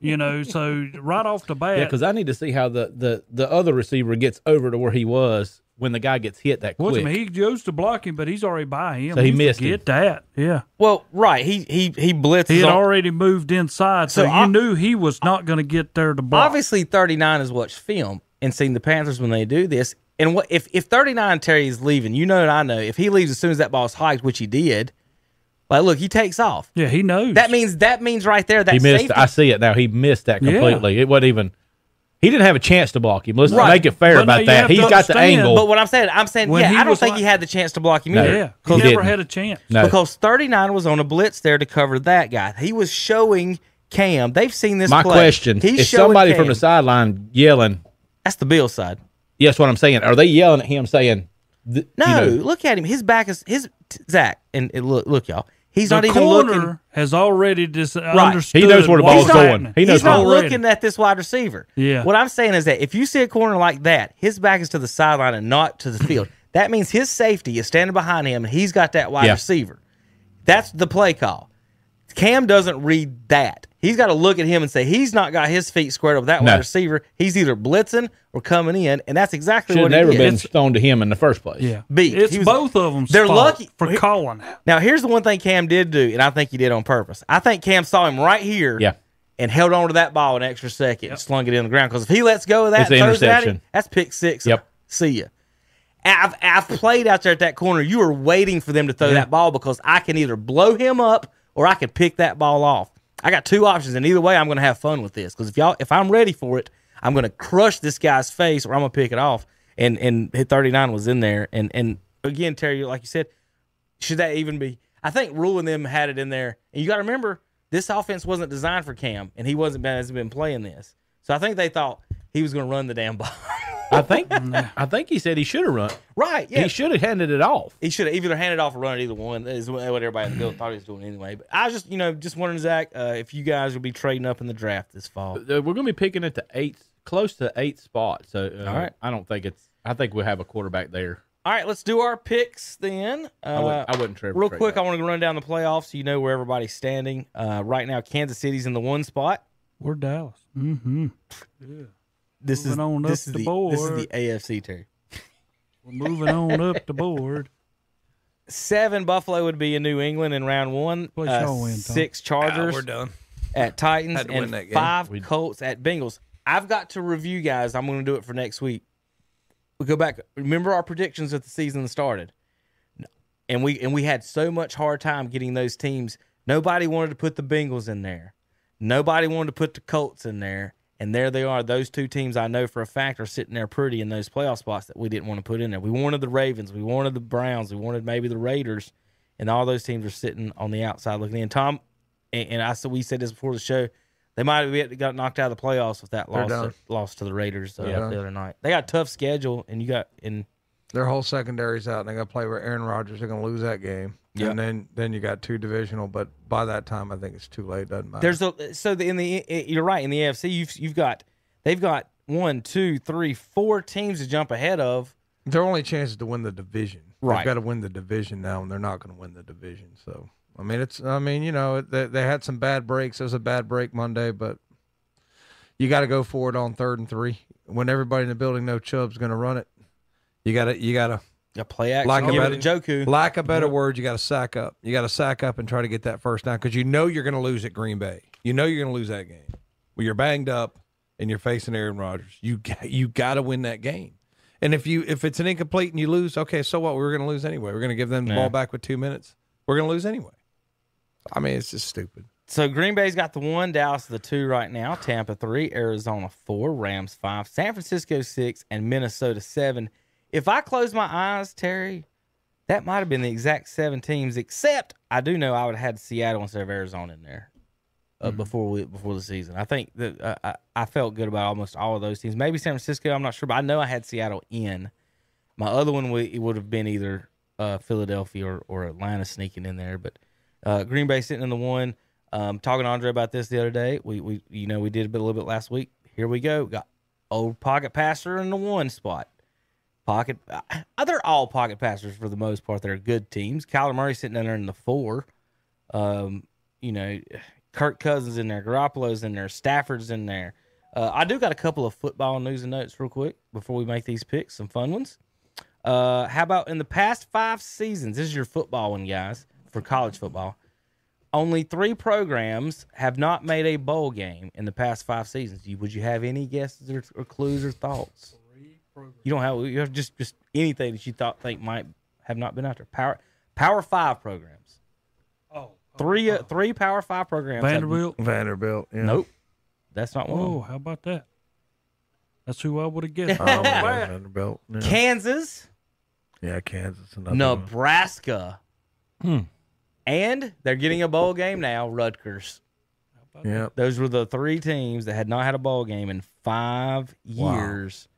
Speaker 10: You know, so right off the bat,
Speaker 9: Yeah, because I need to see how the, the the other receiver gets over to where he was when the guy gets hit that
Speaker 10: Watch him.
Speaker 9: quick.
Speaker 10: He goes to block him, but he's already by him.
Speaker 9: So he missed
Speaker 10: Get
Speaker 9: him.
Speaker 10: that? Yeah.
Speaker 6: Well, right. He he he blitzes.
Speaker 10: He had
Speaker 6: on-
Speaker 10: already moved inside, so,
Speaker 6: So
Speaker 10: you
Speaker 6: I-
Speaker 10: knew he was not going to get there to block.
Speaker 6: Obviously, 39 has watched film and seen the Panthers when they do this. And what if, if 39 Terry is leaving, you know and I know, if he leaves as soon as that ball's hiked, which he did, like, look, he takes off.
Speaker 10: Yeah, he knows.
Speaker 6: That means that means right there that
Speaker 9: he missed.
Speaker 6: safety-
Speaker 9: I see it now. He missed that
Speaker 6: Yeah.
Speaker 9: completely. It wasn't even. He didn't have a chance to block him. Let's make it fair
Speaker 6: But no,
Speaker 9: about
Speaker 6: you
Speaker 9: that.
Speaker 6: have
Speaker 9: He's
Speaker 6: to
Speaker 9: got the
Speaker 6: understand-
Speaker 9: angle.
Speaker 6: But what I'm saying, I'm saying,
Speaker 9: When
Speaker 6: yeah,
Speaker 9: he
Speaker 6: I don't
Speaker 9: was
Speaker 6: think
Speaker 9: like-
Speaker 6: he had the chance to block him
Speaker 9: No,
Speaker 6: either.
Speaker 9: Yeah, he he never didn't. had a
Speaker 10: chance.
Speaker 9: No.
Speaker 6: Because 39 was on a blitz there to cover that guy. He was showing Cam. They've seen this
Speaker 9: My
Speaker 6: play.
Speaker 9: question:
Speaker 6: He's
Speaker 9: Is
Speaker 6: showing
Speaker 9: somebody from
Speaker 6: Cam.
Speaker 9: the sideline yelling?
Speaker 6: That's the Bill side.
Speaker 9: Yes, what I'm saying. Are they yelling at him saying? th- you
Speaker 6: No,
Speaker 9: know,
Speaker 6: look at him. His back is his Zach. And, and look, look, y'all. He's
Speaker 10: the
Speaker 6: not even
Speaker 10: corner
Speaker 6: looking.
Speaker 10: has already dis- understood.
Speaker 9: He knows where the
Speaker 10: what's
Speaker 9: ball's going.
Speaker 10: happening.
Speaker 9: He knows
Speaker 6: he's not
Speaker 9: where- Already.
Speaker 6: looking at this wide receiver.
Speaker 10: Yeah.
Speaker 6: What I'm saying is that if you see a corner like that, his back is to the sideline and not to
Speaker 9: <clears throat>
Speaker 6: the field. that means his safety is standing behind him, and he's got that wide
Speaker 9: Yeah.
Speaker 6: receiver. That's the play call. Cam doesn't read that. He's got to look at him and say he's not got his feet squared up with that
Speaker 9: No.
Speaker 6: wide receiver. He's either blitzing or coming in, and that's exactly
Speaker 9: Should have
Speaker 6: what he
Speaker 9: never
Speaker 6: did.
Speaker 9: been thrown to him in the first place.
Speaker 10: Yeah,
Speaker 6: beat.
Speaker 10: It's
Speaker 6: He was-
Speaker 10: both of them.
Speaker 6: They're lucky
Speaker 10: for calling.
Speaker 6: Now, here's the one thing Cam did do, and I think he did on purpose. I think Cam saw him right here,
Speaker 9: Yeah.
Speaker 6: and held on to that ball an extra second and slung it in the ground. Because if he lets go of that,
Speaker 9: It's an
Speaker 6: and throws it at him,
Speaker 9: interception.
Speaker 6: that's pick six.
Speaker 9: Yep.
Speaker 6: See ya. And I've I've played out there at that corner. You were waiting for them to throw that ball because I can either blow him up or I can pick that ball off. I got two options, and either way, I'm going to have fun with this because if y'all if I'm ready for it, I'm going to crush this guy's face or I'm going to pick it off. And and hit 39 was in there, and and again, Terry, like you said, should that even be? I think Rule and them had it in there. And you got to remember, this offense wasn't designed for Cam, and he wasn't been, hasn't been playing this. So I think they thought he was going to run the damn ball.
Speaker 9: I think I think he said he should have run.
Speaker 6: right? Yeah.
Speaker 9: He should have handed it off.
Speaker 6: He should have either handed off or run it, either one is what everybody in the building thought he was doing anyway. But I was just, you know, just wondering, Zach, uh, if you guys will be trading up in the draft this fall.
Speaker 9: Uh, We're going to be picking at the eighth, close to the eighth spot. So uh,
Speaker 6: All right.
Speaker 9: I don't think it's. I think we'll have a quarterback there.
Speaker 6: All right, let's do our picks then. Uh,
Speaker 9: I wouldn't- I wouldn't trade-
Speaker 6: Real
Speaker 9: trade
Speaker 6: quick,
Speaker 9: that.
Speaker 6: I want to run down the playoffs so you know where everybody's standing. Uh, right now, Kansas City's in the one spot.
Speaker 10: We're Dallas. Mm-hmm. Yeah.
Speaker 6: This
Speaker 10: Moving
Speaker 6: is
Speaker 10: on
Speaker 6: this
Speaker 10: up
Speaker 6: is
Speaker 10: the
Speaker 6: the,
Speaker 10: board.
Speaker 6: this is the AFC Terry.
Speaker 10: We're moving on up the
Speaker 6: <laughs>
Speaker 10: board.
Speaker 6: Seven Buffalo would be in New England in round one.
Speaker 10: What
Speaker 6: Uh,
Speaker 10: y'all win, Tom?
Speaker 6: six Chargers.
Speaker 5: Ah, we're done.
Speaker 6: At Titans
Speaker 5: Had to win
Speaker 6: and
Speaker 5: that game.
Speaker 6: five Colts at Bengals. I've got to review, guys. I'm going to do it for next week. We go back. Remember our predictions at the season started, and we and we had so much hard time getting those teams. Nobody wanted to put the Bengals in there. Nobody wanted to put the Colts in there. And there they are. Those two teams I know for a fact are sitting there pretty in those playoff spots that we didn't want to put in there. We wanted the Ravens. We wanted the Browns. We wanted maybe the Raiders. And all those teams are sitting on the outside looking in. Tom, and, and I said we said this before the show, they might have got knocked out of the playoffs with that
Speaker 5: They're
Speaker 6: loss
Speaker 5: done.
Speaker 6: loss to the Raiders uh,
Speaker 5: They're done.
Speaker 6: the other night. They got a tough schedule, and you got and
Speaker 5: Their whole secondary's out, and they got to play with Aaron Rodgers. They're going to lose that game.
Speaker 6: Yeah.
Speaker 5: And then then you got two divisional, but by that time, I think it's too late. Doesn't matter.
Speaker 6: There's a so the, in the i- you're right in the AFC you've you've got they've got one two three four teams to jump ahead of.
Speaker 5: Their only chance is to win the division.
Speaker 6: Right.
Speaker 5: They've got to win the division now, and they're not going to win the division. So, I mean, it's, I mean, you know, they, they had some bad breaks. It was a bad break Monday, but you got to go for it on third and three. When everybody in the building know Chubb's going to run it, you got to, you got to.
Speaker 6: Yeah, play action.
Speaker 5: Like a
Speaker 6: Give it
Speaker 5: better,
Speaker 6: to Joku.
Speaker 5: like a better
Speaker 6: Yep.
Speaker 5: word, you got to sack up. You got to sack up and try to get that first down because you know you're going to lose at Green Bay. You know you're going to lose that game. Well, you're banged up and you're facing Aaron Rodgers. You g- you got to win that game. And if you if it's an incomplete and you lose, okay, so what? We were going to lose anyway. We're going to give them the
Speaker 6: Yeah.
Speaker 5: ball back with two minutes. We're going to lose anyway. I mean, it's just stupid.
Speaker 6: So Green Bay's got the one, Dallas the two right now, Tampa three, Arizona four, Rams five, San Francisco six, and Minnesota seven. If I close my eyes, Terry, that might have been the exact seven teams, except I do know I would have had Seattle instead of Arizona in there uh, before we before the season. I think that uh, I, I felt good about almost all of those teams. Maybe San Francisco, I'm not sure, but I know I had Seattle in. My other one would, it would have been either uh, Philadelphia or, or Atlanta sneaking in there, but Uh, Green Bay sitting in the one. Um, talking to Andre about this the other day. We we you know we did a bit a little bit last week. Here we go. Got old pocket passer in the one spot. Pocket, uh, they're all pocket passers for the most part. They're good teams. Kyler Murray sitting in there in the four. Um, you know, Kirk Cousins in there, Garoppolo's in there, Stafford's in there. Uh, I do got a couple of football news and notes real quick before we make these picks. Some fun ones. Uh, how about in the past five seasons? This is your football one, guys, for college football. Only three programs have not made a bowl game in the past five seasons. You- Would you have any guesses or, or clues or thoughts? You don't have you have just just anything that you thought think might have not been out there. Power Power Five programs. Oh, three uh, three Power Five programs. have-
Speaker 10: Vanderbilt?
Speaker 5: Vanderbilt. Yeah.
Speaker 6: Nope, that's not one. of
Speaker 10: Whoa,
Speaker 6: them.
Speaker 10: how about that? That's who I would
Speaker 6: <laughs>
Speaker 10: have guessed.
Speaker 6: I would've guessed
Speaker 5: Vanderbilt.
Speaker 6: Kansas,
Speaker 5: Yeah, Kansas. Another one.
Speaker 6: Nebraska, and they're getting a bowl game now. Rutgers.
Speaker 5: Yeah.
Speaker 6: Those were the three teams that had not had a bowl game in five
Speaker 5: Wow.
Speaker 6: years.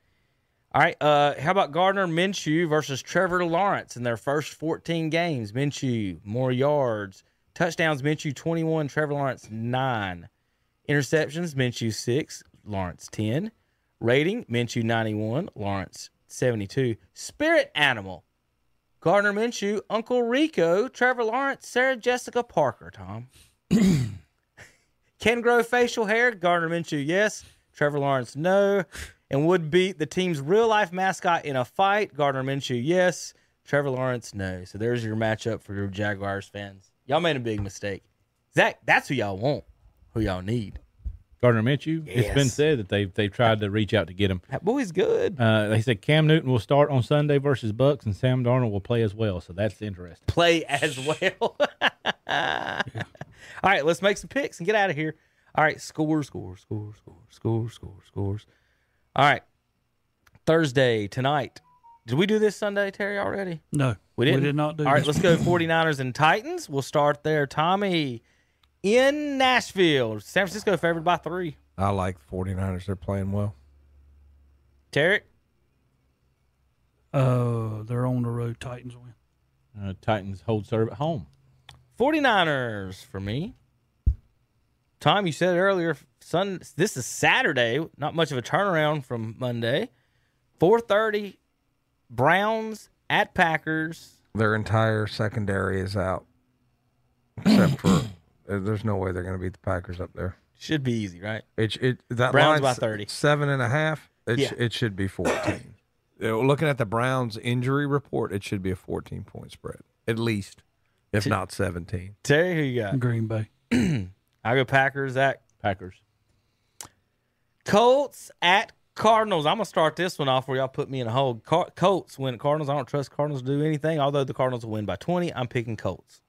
Speaker 6: All right. Uh, how about Gardner Minshew versus Trevor Lawrence in their first 14 games? Minshew, more yards, touchdowns, Minshew 21, Trevor Lawrence 9. Interceptions, Minshew 6, Lawrence 10. Rating, Minshew 91, Lawrence 72. Spirit animal, Gardner Minshew, Uncle Rico, Trevor Lawrence, Sarah Jessica Parker, Tom. <clears throat> Can grow facial hair. Gardner Minshew, yes. Trevor Lawrence, no. And would beat the team's real life mascot in a fight. Gardner Minshew, yes. Trevor Lawrence, no. So there's your matchup for your Jaguars fans. Y'all made a big mistake. Zach, that's who y'all want, who y'all need.
Speaker 9: Gardner Minshew. It's been
Speaker 6: Yes.
Speaker 9: said that they've they've tried to reach out to get him.
Speaker 6: That boy's good.
Speaker 9: Uh, they said Cam Newton will start on Sunday versus Bucks, and Sam Darnold will play as well. So that's interesting.
Speaker 6: play as well. <laughs> All right, let's make some picks and get out of here. All right, scores, scores, scores, scores, scores, scores, scores. All right, Thursday tonight. Did we do this Sunday, Terry, already?
Speaker 10: No,
Speaker 6: We didn't.
Speaker 10: did not do
Speaker 6: All right, let's
Speaker 10: this.
Speaker 6: go 49ers and Titans. We'll start there. Tommy in Nashville. San Francisco favored by three.
Speaker 5: I like the 49ers. They're playing well.
Speaker 6: Tarek?
Speaker 10: Uh, they're on the road. Titans win.
Speaker 9: Uh, Titans hold serve at home.
Speaker 6: 49ers for me. Tom, you said earlier, Sun. This is Saturday. Not much of a turnaround from Monday. Four thirty, Browns at Packers.
Speaker 5: Their entire secondary is out, except for uh, there's no way they're going to beat the Packers up there.
Speaker 6: Should be easy, right?
Speaker 5: It it that
Speaker 6: Browns
Speaker 5: line's
Speaker 6: by 30.
Speaker 5: seven and a half. It sh-
Speaker 6: Yeah.
Speaker 5: it should be fourteen. Yeah, well, Looking at the Browns injury report, it should be a fourteen point spread at least, if not seventeen.
Speaker 6: Terry, who you got?
Speaker 10: Green Bay.
Speaker 6: I go Packers. Zach.
Speaker 9: Packers.
Speaker 6: Colts at Cardinals. I'm gonna start this one off where y'all put me in a hole. Car- Colts win at Cardinals. I don't trust Cardinals to do anything. Although the Cardinals will win by 20, I'm picking Colts.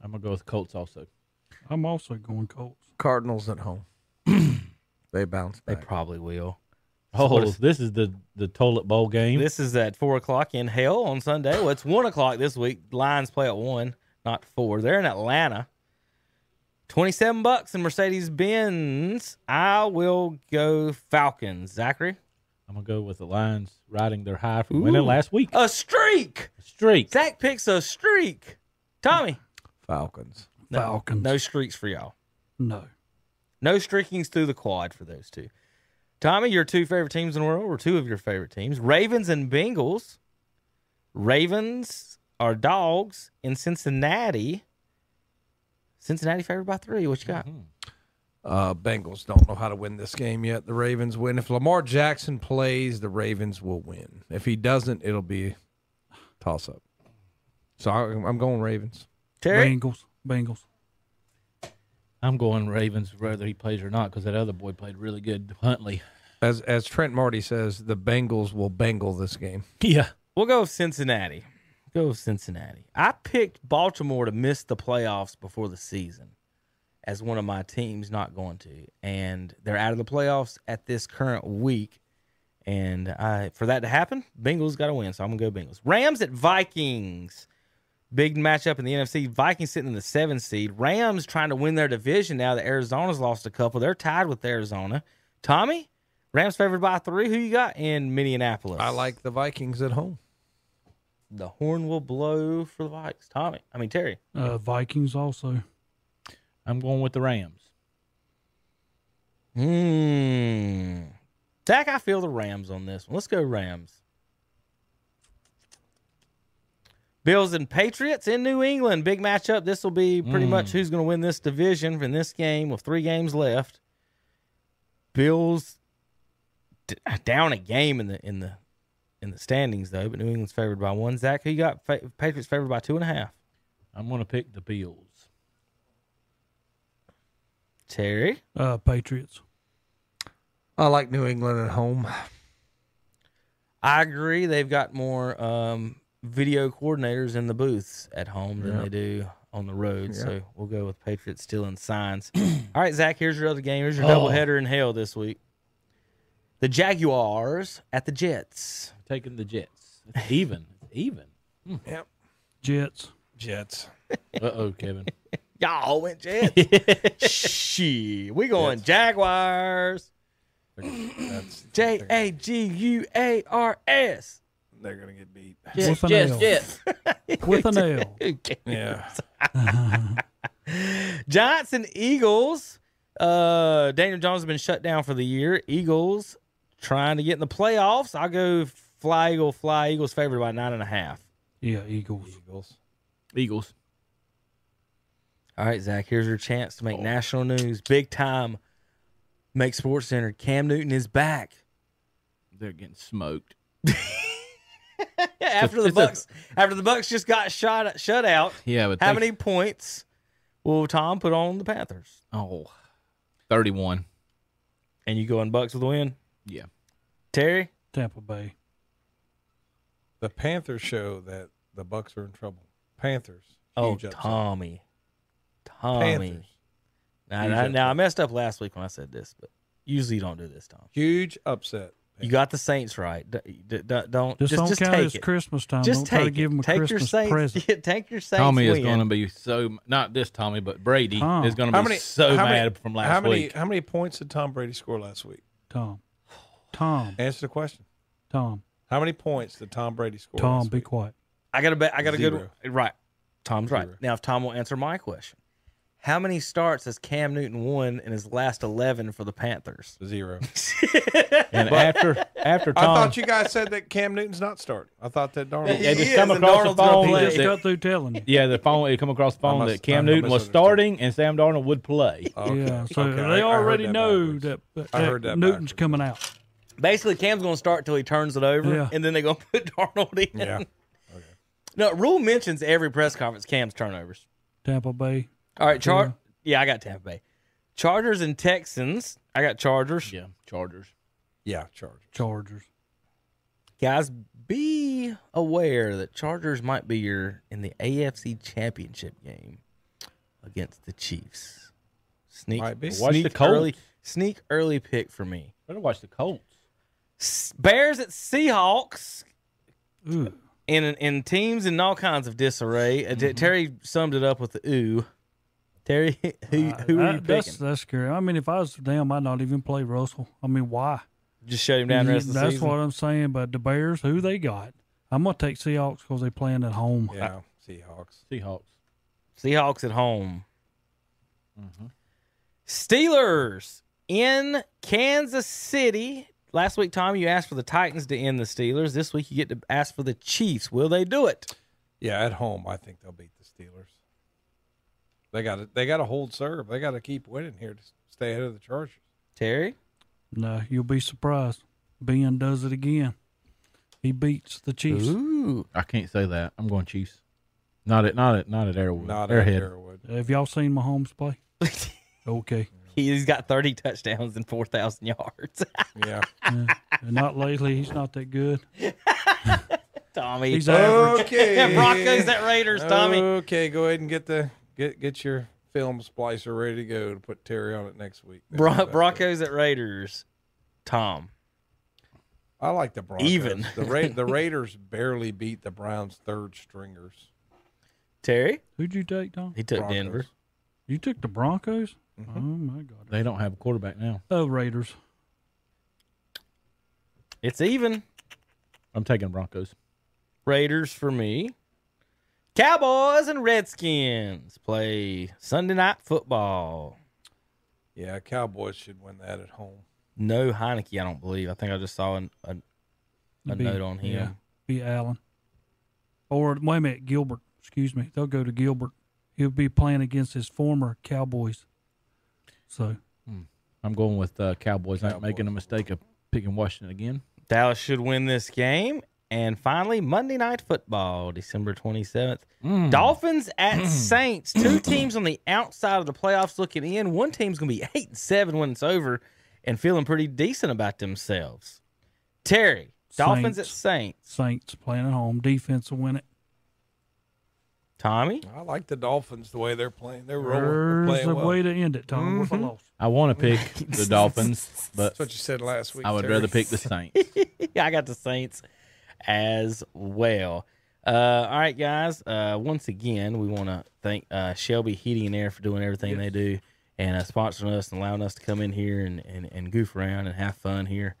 Speaker 9: I'm gonna go with Colts also.
Speaker 10: I'm also going Colts.
Speaker 5: Cardinals at home. they bounce back.
Speaker 6: They probably will.
Speaker 9: Oh,
Speaker 6: What is-
Speaker 9: this is the the toilet bowl game.
Speaker 6: This is at four o'clock in hell on Sunday. Well, it's one o'clock this week. Lions play at one, not four. They're in Atlanta. Twenty-seven bucks in Mercedes Benz. I will go Falcons. Zachary,
Speaker 9: I'm gonna go with the Lions riding their high from winning last week.
Speaker 6: A streak.
Speaker 9: streak.
Speaker 6: Zach picks a streak. Tommy,
Speaker 5: Falcons.
Speaker 6: No,
Speaker 10: Falcons.
Speaker 6: No streaks for y'all.
Speaker 10: No.
Speaker 6: No streakings through the quad for those two. Tommy, your two favorite teams in the world, or two of your favorite teams, Ravens and Bengals. Ravens are dogs in Cincinnati. Cincinnati favored by three. What you got?
Speaker 5: Uh, Bengals don't know how to win this game yet. The Ravens win. If Lamar Jackson plays, the Ravens will win. If he doesn't, it'll be toss up. So I, I'm going Ravens.
Speaker 10: Bengals. Bengals.
Speaker 9: I'm going Ravens, whether he plays or not, because that other boy played really good. Huntley.
Speaker 5: As as Trent Marty says, the Bengals will bangle this game.
Speaker 9: Yeah.
Speaker 6: We'll go with Cincinnati. Go with Cincinnati. I picked Baltimore to miss the playoffs before the season as one of my teams not going to. And they're out of the playoffs at this current week. And I, for that to happen, Bengals got to win. So I'm going to go Bengals. Rams at Vikings. Big matchup in the NFC. Vikings sitting in the seven seed. Rams trying to win their division now that Arizona's lost a couple. They're tied with Arizona. Tommy, Rams favored by three. Who you got in Minneapolis?
Speaker 5: I like the Vikings at home.
Speaker 6: The horn will blow for the Vikes. Tommy, I mean Terry.
Speaker 10: Uh, Vikings also.
Speaker 9: I'm going with the Rams.
Speaker 6: Hmm. Zach, I feel the Rams on this one. Let's go Rams. Bills and Patriots in New England. Big matchup. This will be pretty
Speaker 13: Mm.
Speaker 6: much who's going to win this division from this game with three games left. Bills d- uh, down a game in the in the in the standings though, but New England's favored by one. Zach, who you got? Fa- Patriots favored by two and a half.
Speaker 9: I'm going to pick the Bills.
Speaker 6: Terry,
Speaker 10: Uh, Patriots.
Speaker 3: I like New England at home.
Speaker 6: I agree. They've got more um, video coordinators in the booths at home than
Speaker 13: Yeah.
Speaker 6: they do on the road.
Speaker 13: Yeah.
Speaker 6: So we'll go with Patriots stealing signs. <clears throat> All right, Zach, here's your other game. Here's your
Speaker 13: Oh.
Speaker 6: doubleheader in hell this week. The Jaguars at
Speaker 3: <laughs>
Speaker 6: the Jets.
Speaker 9: Taking the Jets. It's even. It's even.
Speaker 3: Yep.
Speaker 6: <laughs>
Speaker 10: Jets.
Speaker 3: Jets.
Speaker 9: Uh oh, Kevin.
Speaker 6: Y'all went Jets. Shit. We going Jaguars. J A G U A R S.
Speaker 3: They're gonna get beat.
Speaker 6: Yes,
Speaker 3: With an
Speaker 6: yes,
Speaker 3: L.
Speaker 6: <laughs> yes.
Speaker 3: With an L.
Speaker 6: Who cares? <laughs>
Speaker 3: Yeah.
Speaker 6: Giants and Eagles. Uh, Daniel Jones has been shut down for the year. Eagles trying to get in the playoffs. I'll go fly Eagle, fly Eagles favored by nine and a half.
Speaker 10: Yeah, Eagles.
Speaker 3: Eagles.
Speaker 9: <laughs> Eagles.
Speaker 6: All right, Zach, here's your chance to make national news. Big time. Make Sports Center. Cam Newton is back.
Speaker 9: They're getting smoked.
Speaker 6: after <laughs> the
Speaker 9: it's a-
Speaker 6: Bucks after the Bucks just got shot shut out.
Speaker 9: Yeah, but
Speaker 6: how
Speaker 9: they-
Speaker 6: many points will Tom put on the Panthers?
Speaker 9: Oh, 31.
Speaker 6: And you going Bucks with a win?
Speaker 9: Yeah.
Speaker 6: Terry?
Speaker 10: Tampa Bay.
Speaker 5: The Panthers show that the Bucks are in trouble. Panthers.
Speaker 6: Oh,
Speaker 5: huge upset.
Speaker 6: Tommy. Tommy.
Speaker 5: Panthers.
Speaker 6: Now,
Speaker 5: Huge
Speaker 6: now,
Speaker 5: upset.
Speaker 6: now, I messed up last week when I said this, but usually you don't do this, Tom.
Speaker 5: Huge upset.
Speaker 6: You got the Saints right. D- d- d- don't
Speaker 10: Just
Speaker 6: just,
Speaker 10: don't
Speaker 6: just
Speaker 10: count it
Speaker 6: take
Speaker 10: as
Speaker 6: it.
Speaker 10: Christmas time.
Speaker 6: Just
Speaker 10: Don't
Speaker 6: take
Speaker 10: try to give
Speaker 6: it.
Speaker 10: 'em a
Speaker 6: take your
Speaker 10: Christmas
Speaker 6: Saints,
Speaker 10: present.
Speaker 6: <laughs> Yeah, take your Saints.
Speaker 9: Tommy is
Speaker 6: win.
Speaker 9: going to be so not this Tommy, but Brady
Speaker 10: Tom.
Speaker 9: is going to be so
Speaker 5: how
Speaker 9: mad
Speaker 5: many-
Speaker 9: from last
Speaker 5: how many, <laughs>
Speaker 9: week.
Speaker 5: How many points did Tom Brady score last week?
Speaker 10: Tom. Tom.
Speaker 5: Answer the question.
Speaker 6: <sighs>
Speaker 10: Tom.
Speaker 5: How many points did Tom Brady score?
Speaker 10: Tom,
Speaker 5: last
Speaker 10: be
Speaker 5: week?
Speaker 10: quiet.
Speaker 6: I got a bet. I got a good
Speaker 5: Zero.
Speaker 6: one. Right. Tom's right. Now, if Tom will answer my question, how many starts has Cam Newton won in his last 11 for the Panthers?
Speaker 5: Zero.
Speaker 9: and
Speaker 5: But-
Speaker 9: after after
Speaker 5: <laughs> I
Speaker 9: Tom,
Speaker 5: thought you guys said that Cam Newton's not starting. I thought that Darnold.
Speaker 9: Yeah, just come across the phone.
Speaker 10: He
Speaker 9: that-
Speaker 10: just got through telling you.
Speaker 9: yeah, the phone. It come across the phone
Speaker 5: must-
Speaker 9: that Cam
Speaker 5: I
Speaker 9: Newton was
Speaker 5: misunderstood.
Speaker 9: starting and Sam Darnold would play.
Speaker 10: Yeah, so
Speaker 5: okay,
Speaker 10: they
Speaker 5: I- I heard
Speaker 10: already
Speaker 5: that
Speaker 10: know that, that,
Speaker 5: I heard that
Speaker 10: Newton's coming out.
Speaker 6: Basically, Cam's going to start till he turns it over,
Speaker 10: Yeah.
Speaker 6: and then they're going to <laughs> put Darnold in.
Speaker 5: Yeah.
Speaker 6: No, Rule mentions every press conference Cam's turnovers.
Speaker 10: Tampa Bay.
Speaker 6: All right, Char. Yeah, I got Tampa Bay. Chargers and Texans. I got Chargers.
Speaker 9: Yeah, Chargers.
Speaker 5: Yeah, Chargers.
Speaker 10: Chargers.
Speaker 6: Guys, be aware that Chargers might be your in the AFC Championship game against the Chiefs. Sneak,
Speaker 5: Might be.
Speaker 6: sneak
Speaker 5: Watch the Colts.
Speaker 6: early, sneak early pick for me.
Speaker 9: Better watch the Colts.
Speaker 6: S- Bears at Seahawks.
Speaker 10: Ooh.
Speaker 6: In, in teams in all kinds of disarray. Uh, Ter- Terry summed it up with the ooh. Terry, <laughs> who, who are you
Speaker 10: Uh, That- that's
Speaker 6: picking?
Speaker 10: that's scary. I mean, if I was them, I'd not even play Russell. I mean, why?
Speaker 6: Just shut him down the
Speaker 10: Yeah,
Speaker 6: rest of the
Speaker 10: that's
Speaker 6: season.
Speaker 10: what I'm saying. But the Bears, who they got? I'm gonna take Seahawks because they playing at home.
Speaker 5: Yeah, Seahawks.
Speaker 9: Seahawks.
Speaker 6: Seahawks at home.
Speaker 5: Mm-hmm.
Speaker 6: Steelers in Kansas City. Last week, Tom, you asked for the Titans to end the Steelers. This week, you get to ask for the Chiefs. Will they do it?
Speaker 5: Yeah, at home, I think they'll beat the Steelers. They got to they got to hold serve. They got to keep winning here to stay ahead of the Chargers.
Speaker 6: Terry,
Speaker 10: No, you'll be surprised. Ben does it again. He beats the Chiefs.
Speaker 6: Ooh,
Speaker 9: I can't say that. I'm going Chiefs. Not at not at not at Airwood.
Speaker 5: Not at
Speaker 9: Airhead.
Speaker 5: Arrowwood.
Speaker 10: Have y'all seen Mahomes
Speaker 6: <laughs>
Speaker 10: play? okay,
Speaker 6: he's got 30 touchdowns and 4,000 yards. <laughs>
Speaker 5: Yeah.
Speaker 10: Yeah. not lately. He's not that good.
Speaker 6: Tommy.
Speaker 10: He's average.
Speaker 5: Okay.
Speaker 6: Broncos at Raiders, Tommy.
Speaker 5: Okay, go ahead and get the get get your film splicer ready to go to put Terry on it next week.
Speaker 6: Bron- Broncos at Raiders. Tom.
Speaker 5: I like the Broncos.
Speaker 6: Even.
Speaker 5: the Ra-
Speaker 6: <laughs>
Speaker 5: the Raiders barely beat the Browns' third stringers.
Speaker 6: Terry?
Speaker 10: Who'd you take, Tom?
Speaker 6: He took
Speaker 5: Broncos.
Speaker 6: Denver.
Speaker 10: You took the Broncos. Oh my God.
Speaker 9: They don't have a quarterback now.
Speaker 10: Oh Raiders.
Speaker 6: It's even.
Speaker 9: I'm taking Broncos.
Speaker 6: Raiders for me. Cowboys and Redskins play Sunday night football.
Speaker 3: Yeah, Cowboys should win that at home.
Speaker 6: No Heineke, I don't believe. I think I just saw an, a, a
Speaker 10: Be-
Speaker 6: note on him.
Speaker 10: yeah, be Allen. Or wait a minute, Gilbert. Excuse me. They'll go to Gilbert. He'll be playing against his former Cowboys. So
Speaker 9: I'm going with uh, Cowboys. Not making a mistake of picking Washington again.
Speaker 6: Dallas should win this game. And finally, Monday Night Football, December 27th. Dolphins at Saints. Two teams on the outside of the playoffs looking in. One team's going to be <laughs> 8 and 7 when it's over and feeling pretty decent about themselves. Terry, Dolphins at
Speaker 10: Saints.
Speaker 6: Saints.
Speaker 10: Saints playing at home. Defense will win it.
Speaker 6: Tommy?
Speaker 3: I like the Dolphins the way they're playing. They're rolling. They're
Speaker 10: There's
Speaker 3: playing
Speaker 10: a
Speaker 3: well. Mm-hmm.
Speaker 10: way to end it, Tom. With a loss.
Speaker 9: I want
Speaker 5: <laughs>
Speaker 9: to pick the Dolphins, but
Speaker 3: That's what you said last week.
Speaker 9: I would
Speaker 3: Terry.
Speaker 9: rather pick the Saints.
Speaker 5: <laughs>
Speaker 6: <laughs> I got the Saints as well. Uh, all right, guys. Uh, once again, we want to thank uh, Shelby Heating and Air for doing everything they do and uh, sponsoring us and allowing us to come in here and, and, and goof around and have fun here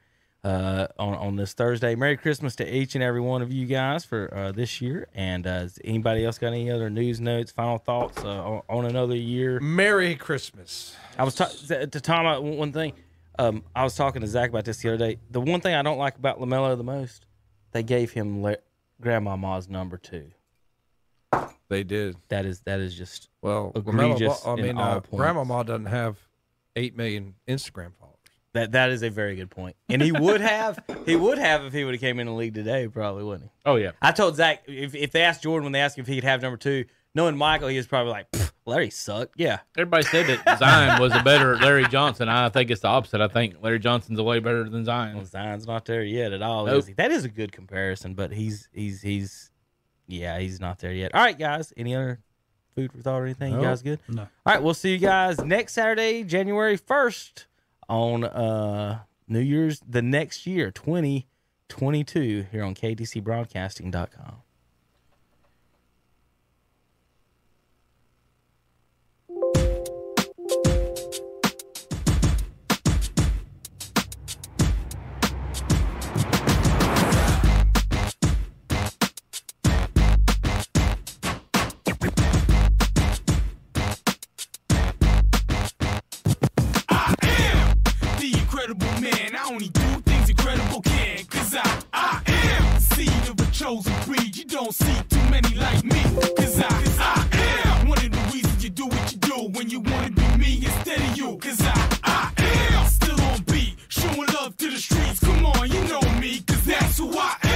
Speaker 6: uh, on, on this Thursday. Merry Christmas to each and every one of you guys for uh, this year. And uh, has anybody else got any other news, notes, final thoughts uh, on, on another year?
Speaker 3: Merry Christmas.
Speaker 6: I was ta- to to Tom uh, one one thing. Um, I was talking to Zach about this the other day. The one thing I don't like about Lamelo the most, they gave him Le- Grandmama's number two.
Speaker 3: They did.
Speaker 6: That is that is just
Speaker 3: well LaMelo Ball-
Speaker 6: egregious.
Speaker 3: I mean,
Speaker 6: in all
Speaker 3: uh,
Speaker 6: points.
Speaker 3: Grandma Ma doesn't have eight million Instagram followers.
Speaker 6: That that is a very good point. And he would have <laughs> he would have if he would have came in the league today, probably wouldn't he?
Speaker 9: Oh yeah.
Speaker 6: I told Zach if, if they asked Jordan when they asked him if he could have number two, knowing Michael, he was probably like, "Pfft, Larry sucked. Yeah.
Speaker 9: Everybody said that Zion was a better Larry Johnson. I think it's the opposite. I think Larry Johnson's a way better than Zion. Well,
Speaker 6: Zion's not there yet at all. is he? That is a good comparison, but he's he's he's yeah, he's not there yet. All right, guys. Any other food for thought or anything? You
Speaker 15: No.
Speaker 6: guys good?
Speaker 15: No.
Speaker 6: All right, we'll see you guys next Saturday, January first, on uh New Year's the next year, twenty twenty two, here on KDCBroadcasting.com.
Speaker 5: The incredible man, I only do things incredible can. Cause I, I am the seed of a chosen breed. You don't see too many like me. Cause I, cause I am one of the reasons you do what you do when you wanna be me instead of you. Cause I, I am still on beat, showing love to the streets. Come on, you know me, cause that's who I am.